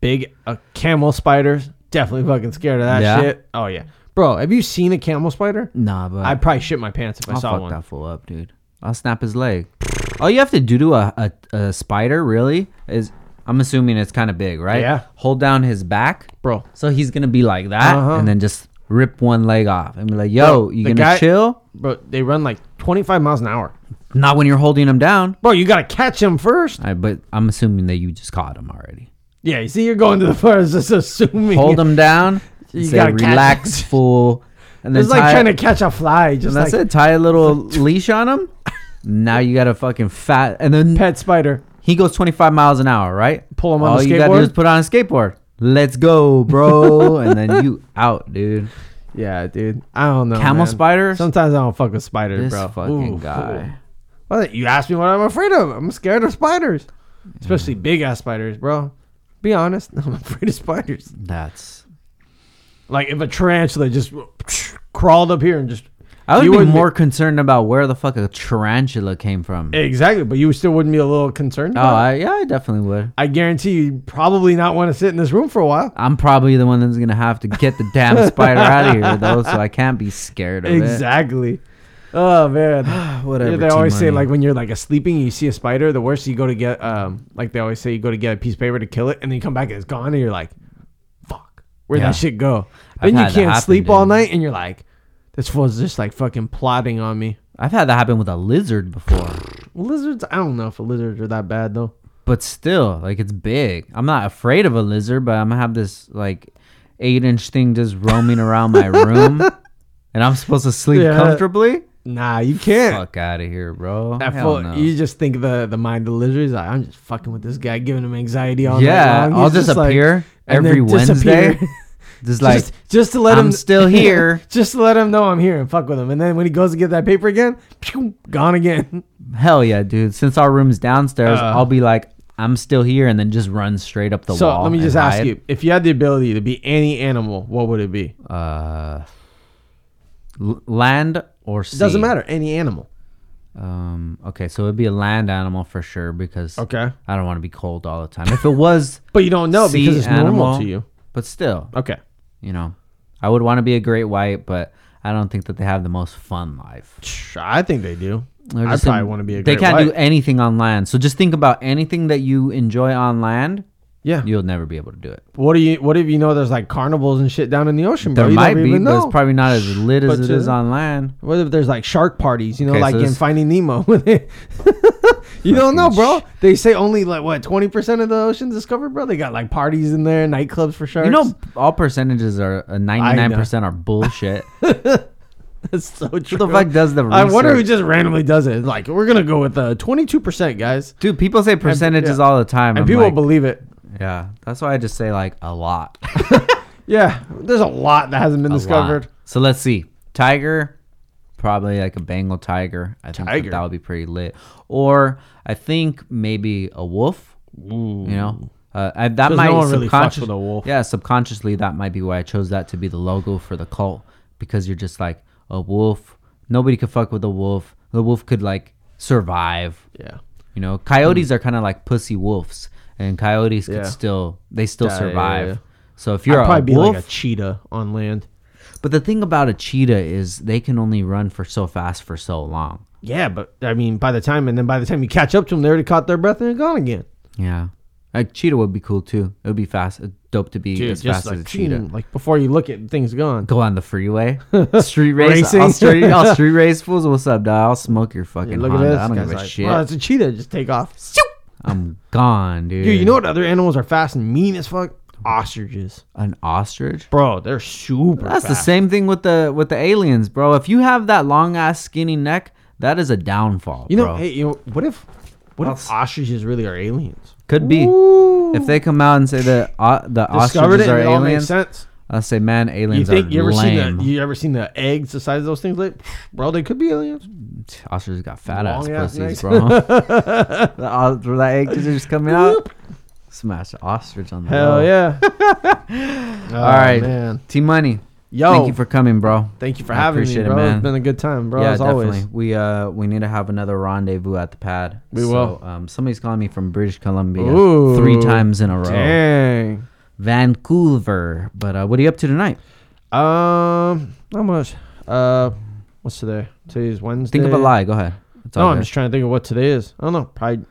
Speaker 1: Big uh, camel spiders. Definitely fucking scared of that
Speaker 2: Yeah?
Speaker 1: shit. Oh yeah, bro. Have you seen a camel spider?
Speaker 2: Nah, but
Speaker 1: I'd probably shit my pants if I
Speaker 2: I'll
Speaker 1: saw
Speaker 2: fuck
Speaker 1: one.
Speaker 2: that fool up, dude. I'll snap his leg. All you have to do to a, a, a spider, really, is I'm assuming it's kind of big, right?
Speaker 1: Yeah.
Speaker 2: Hold down his back,
Speaker 1: Bro.
Speaker 2: So he's gonna be like that,
Speaker 1: Uh-huh.
Speaker 2: and then just rip one leg off, and be like, "Yo, you
Speaker 1: the
Speaker 2: gonna
Speaker 1: guy-
Speaker 2: chill?"
Speaker 1: Bro, they run like 25 miles an hour.
Speaker 2: Not when you're holding him down.
Speaker 1: Bro, you gotta catch him first.
Speaker 2: I, but I'm assuming that you just caught him already.
Speaker 1: Yeah, you see, you're going to the forest, just assuming.
Speaker 2: Hold him down.
Speaker 1: You
Speaker 2: and say,
Speaker 1: gotta catch-
Speaker 2: "Relax, fool." And then
Speaker 1: It's like
Speaker 2: tie-
Speaker 1: trying to catch a fly. Just
Speaker 2: And that's
Speaker 1: like
Speaker 2: it. Tie a little leash on him. Now you got a fucking fat, and then
Speaker 1: pet spider.
Speaker 2: he goes 25 miles an hour, right?
Speaker 1: Pull him on
Speaker 2: All
Speaker 1: the
Speaker 2: you gotta
Speaker 1: skateboard?
Speaker 2: do is put on a skateboard. Let's go, bro, and then you out, dude.
Speaker 1: Yeah, dude. I don't know.
Speaker 2: Camel
Speaker 1: Oh, man.
Speaker 2: spiders?
Speaker 1: Sometimes I don't fuck with spiders,
Speaker 2: This
Speaker 1: bro.
Speaker 2: fucking
Speaker 1: Ooh,
Speaker 2: guy.
Speaker 1: ooh. Well, you asked me what I'm afraid of. I'm scared of spiders, especially big ass spiders, bro. Be honest, I'm afraid of spiders.
Speaker 2: That's.
Speaker 1: Like if a tarantula just crawled up here and just.
Speaker 2: I would
Speaker 1: You
Speaker 2: be
Speaker 1: wouldn't be-
Speaker 2: more concerned about where the fuck a tarantula came from.
Speaker 1: Exactly, but you still wouldn't be a little concerned.
Speaker 2: oh,
Speaker 1: about it?
Speaker 2: I, yeah, I definitely would.
Speaker 1: I guarantee you probably not want to sit in this room for a while.
Speaker 2: I'm probably the one that's gonna have to get the damn spider out of here, though, so I can't be scared of
Speaker 1: Exactly. Oh man.
Speaker 2: it.
Speaker 1: Yeah,
Speaker 2: Whatever.
Speaker 1: they always say
Speaker 2: T-Money.
Speaker 1: like when you're like asleep and you see a spider, the worst you go to get um like they always say you go to get a piece of paper to kill it and then you come back and it's gone and you're like, fuck, where'd
Speaker 2: Yeah.
Speaker 1: that shit go?
Speaker 2: I've
Speaker 1: then
Speaker 2: had
Speaker 1: you
Speaker 2: that
Speaker 1: can't
Speaker 2: happen,
Speaker 1: sleep all
Speaker 2: dude.
Speaker 1: night and you're like, this fool's just like fucking plotting on me.
Speaker 2: I've had that happen with a lizard before,
Speaker 1: Lizards, I don't know if lizards are that bad though.
Speaker 2: but still, like it's big. I'm not afraid of a lizard, but I'm gonna have this like eight inch thing just roaming around my room, and I'm supposed to sleep
Speaker 1: Yeah.
Speaker 2: comfortably.
Speaker 1: Nah, you can't.
Speaker 2: Fuck out of here, bro.
Speaker 1: That
Speaker 2: Hell
Speaker 1: fool,
Speaker 2: no.
Speaker 1: you just think the the mind of the lizards. Like, I'm just fucking with this guy, giving him anxiety all
Speaker 2: yeah,
Speaker 1: night long.
Speaker 2: I'll
Speaker 1: He's just like-
Speaker 2: disappear
Speaker 1: and
Speaker 2: every
Speaker 1: then disappear.
Speaker 2: Wednesday. Just like
Speaker 1: just, just to let
Speaker 2: I'm
Speaker 1: him
Speaker 2: still here.
Speaker 1: just to let him know I'm here and fuck with him. And then when he goes to get that paper again, phew, gone again.
Speaker 2: Hell yeah, dude. Since our room's downstairs,
Speaker 1: Uh.
Speaker 2: I'll be like, I'm still here, and then just run straight up the
Speaker 1: so
Speaker 2: wall.
Speaker 1: let me
Speaker 2: and
Speaker 1: just ask
Speaker 2: hide.
Speaker 1: you: if you had the ability to be any animal, what would it be?
Speaker 2: uh, l- land or sea?
Speaker 1: It doesn't matter. Any animal.
Speaker 2: Um, okay, so it'd be a land animal for sure because
Speaker 1: Okay.
Speaker 2: I don't want to be cold all the time. If it was
Speaker 1: But you don't know
Speaker 2: sea
Speaker 1: because it's normal
Speaker 2: animal,
Speaker 1: to you.
Speaker 2: but still,
Speaker 1: Okay.
Speaker 2: you know, I would want to be a great white, but I don't think that they have the most fun life.
Speaker 1: Tch, I think they do.
Speaker 2: They're
Speaker 1: I
Speaker 2: just
Speaker 1: probably
Speaker 2: in-
Speaker 1: want to be a.
Speaker 2: They
Speaker 1: great
Speaker 2: can't do
Speaker 1: white.
Speaker 2: anything on land. So just think about anything that you enjoy on land.
Speaker 1: Yeah.
Speaker 2: You'll never be able to do it.
Speaker 1: What do you? What if you know there's like carnivals and shit down in the ocean?
Speaker 2: There
Speaker 1: bro? You
Speaker 2: might
Speaker 1: never
Speaker 2: be,
Speaker 1: even
Speaker 2: but
Speaker 1: know.
Speaker 2: it's probably not as lit as
Speaker 1: But,
Speaker 2: it is
Speaker 1: uh,
Speaker 2: on land.
Speaker 1: What if there's like shark parties, you know,
Speaker 2: Okay,
Speaker 1: like
Speaker 2: so
Speaker 1: in
Speaker 2: this-
Speaker 1: Finding Nemo? you don't know, bro. They say only like what twenty percent of the ocean's discovered, bro. They got like parties in there, nightclubs for sharks.
Speaker 2: You know, all percentages are ninety nine percent are bullshit. Who
Speaker 1: that's so true.
Speaker 2: the fuck does the research?
Speaker 1: I wonder who just randomly does it. Like, we're gonna go with uh twenty-two percent, guys,
Speaker 2: Dude, people say percentages
Speaker 1: yeah.
Speaker 2: all the time,
Speaker 1: and
Speaker 2: I'm
Speaker 1: people
Speaker 2: like,
Speaker 1: believe it.
Speaker 2: Yeah, that's why I just say like a lot. A
Speaker 1: Yeah, there's a lot that hasn't been
Speaker 2: lot.
Speaker 1: discovered.
Speaker 2: So let's see, tiger, probably like a Bengal tiger. I think
Speaker 1: Tiger.
Speaker 2: That, that would be pretty lit. Or I think maybe a wolf. You know. Uh, I, that
Speaker 1: Because
Speaker 2: might
Speaker 1: no one really fucks
Speaker 2: subconscious-
Speaker 1: with a wolf.
Speaker 2: Yeah, subconsciously that might be why I chose that to be the logo for the cult because you're just like a wolf. Nobody could fuck with a wolf. The wolf could like survive.
Speaker 1: Yeah, Mm.
Speaker 2: You know, coyotes are kind of like pussy wolves, and coyotes could
Speaker 1: Yeah.
Speaker 2: still they still
Speaker 1: Yeah, yeah,
Speaker 2: survive.
Speaker 1: yeah.
Speaker 2: So if you're
Speaker 1: I'd
Speaker 2: a
Speaker 1: probably be
Speaker 2: wolf,
Speaker 1: like a cheetah on land.
Speaker 2: but the thing about a cheetah is they can only run for so fast for so long.
Speaker 1: Yeah, but I mean, by the time and then by the time you catch up to them, they already caught their breath and they're gone again.
Speaker 2: Yeah, Like cheetah would be cool too. It would be fast, dope to be
Speaker 1: Dude,
Speaker 2: as
Speaker 1: just
Speaker 2: fast
Speaker 1: like,
Speaker 2: as a cheetah.
Speaker 1: phew, like before you look at things gone.
Speaker 2: Go on the freeway, street race.
Speaker 1: Racing.
Speaker 2: I'll street, I'll street race fools. What's up, dog? I'll smoke your fucking
Speaker 1: Yeah, look
Speaker 2: Honda.
Speaker 1: at this.
Speaker 2: I don't give
Speaker 1: guy's
Speaker 2: a
Speaker 1: like,
Speaker 2: shit.
Speaker 1: Wow, it's a cheetah. Just take off.
Speaker 2: I'm gone, dude.
Speaker 1: Dude, you know what other animals are fast and mean as fuck? Ostriches.
Speaker 2: An ostrich.
Speaker 1: Bro, they're super
Speaker 2: That's the
Speaker 1: fast.
Speaker 2: same thing with the with the aliens, bro. If you have that long ass skinny neck, that is a downfall.
Speaker 1: You know,
Speaker 2: bro.
Speaker 1: hey, you know, what if what if ostriches really are aliens?
Speaker 2: could be if they come out and say that uh, the
Speaker 1: Discovered
Speaker 2: ostriches
Speaker 1: it,
Speaker 2: are
Speaker 1: and it all makes
Speaker 2: aliens.
Speaker 1: sense.
Speaker 2: I say, man,
Speaker 1: You
Speaker 2: aliens
Speaker 1: think
Speaker 2: are
Speaker 1: you ever
Speaker 2: lame.
Speaker 1: seen the you ever seen the eggs the size of those things? Like, bro, they could be aliens.
Speaker 2: Ostriches got fat ass
Speaker 1: Long-ass
Speaker 2: pussies,
Speaker 1: necks.
Speaker 2: bro. the, os- that egg is just coming out. Smash the ostrich on the
Speaker 1: Hell
Speaker 2: low.
Speaker 1: yeah! Oh,
Speaker 2: All right,
Speaker 1: man.
Speaker 2: T Money.
Speaker 1: Yo,
Speaker 2: Thank you for coming, bro.
Speaker 1: for
Speaker 2: I
Speaker 1: having me,
Speaker 2: appreciate it,
Speaker 1: bro.
Speaker 2: man.
Speaker 1: It's been a good time, bro.
Speaker 2: yeah,
Speaker 1: as
Speaker 2: definitely.
Speaker 1: always.
Speaker 2: We uh we need to have another rendezvous at the pad.
Speaker 1: We
Speaker 2: So, um, somebody's calling me from British Columbia
Speaker 1: Ooh,
Speaker 2: three times in a row.
Speaker 1: Dang.
Speaker 2: Vancouver. But uh, what are you up to tonight?
Speaker 1: Um, not much. Uh, what's today? Today's Wednesday.
Speaker 2: Think of a lie. Go ahead. It's
Speaker 1: No,
Speaker 2: all
Speaker 1: I'm
Speaker 2: good.
Speaker 1: just trying to think of what today is. I don't know. Probably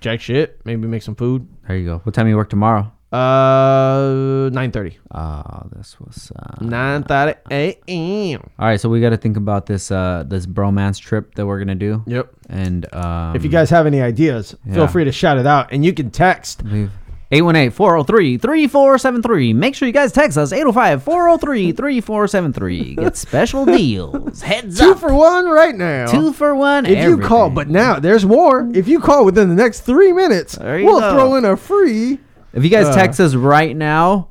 Speaker 1: jack shit. Maybe make some food.
Speaker 2: there you go. What time you work tomorrow?
Speaker 1: Uh, nine thirty.
Speaker 2: Oh, this was. Uh,
Speaker 1: Nine thirty a.m.
Speaker 2: all right, so we got to think about this uh this bromance trip that we're gonna do.
Speaker 1: Yep.
Speaker 2: And um,
Speaker 1: If you guys have any ideas,
Speaker 2: yeah.
Speaker 1: feel free to shout it out, and you can text.
Speaker 2: 818-403-3473. Make sure you guys text us 805-403-3473. Get special deals. Heads
Speaker 1: Two
Speaker 2: up.
Speaker 1: for one right now.
Speaker 2: Two for one.
Speaker 1: If you call,
Speaker 2: everything.
Speaker 1: but now there's more. If you call within the next three minutes,
Speaker 2: There you
Speaker 1: we'll
Speaker 2: go.
Speaker 1: throw in a free.
Speaker 2: If you guys
Speaker 1: Uh.
Speaker 2: text us right now,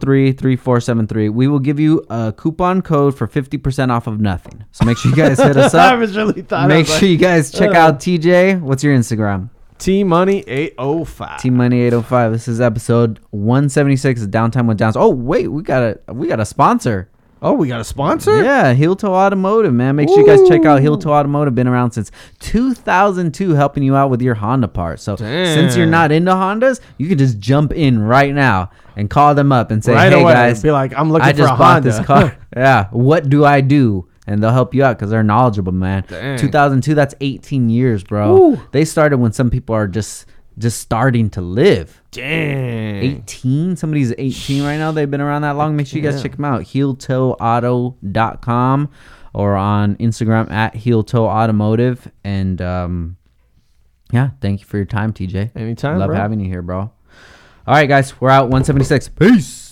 Speaker 2: 805-403-3473, we will give you a coupon code for 50% off of nothing. So make sure you guys hit us
Speaker 1: I
Speaker 2: up.
Speaker 1: was really thought.
Speaker 2: Uh,
Speaker 1: Uh.
Speaker 2: Make sure you guys check out TJ. What's your Instagram?
Speaker 1: T Money eight oh five.
Speaker 2: Team Money 805. This is episode 176 of Downtime with Downs. Oh, wait, we got a we got a sponsor.
Speaker 1: Oh, we got a sponsor.
Speaker 2: Yeah, Heel Toe Automotive, man. Make sure you guys check out Heel Toe Automotive. Been around since 2002, helping you out with your Honda parts. So since you're
Speaker 1: Damn.
Speaker 2: not into Hondas, you can just jump in right now and call them up and say,
Speaker 1: Right
Speaker 2: "Hey
Speaker 1: away,
Speaker 2: guys,
Speaker 1: be like, I'm looking
Speaker 2: I
Speaker 1: for
Speaker 2: just
Speaker 1: a
Speaker 2: bought
Speaker 1: Honda."
Speaker 2: this car. yeah, what do I do?" And they'll help you out because they're knowledgeable, man.
Speaker 1: Dang.
Speaker 2: 2002, that's 18 years, bro.
Speaker 1: Woo.
Speaker 2: They started when some people are just just starting to live.
Speaker 1: Dang.
Speaker 2: 18 somebody's 18 right now they've been around that long make sure you guys check them out heeltoeauto.com or on instagram at heeltoeautomotive and um yeah thank you for your time tj
Speaker 1: Anytime,
Speaker 2: love
Speaker 1: bro.
Speaker 2: having you here bro all right guys we're out 176 peace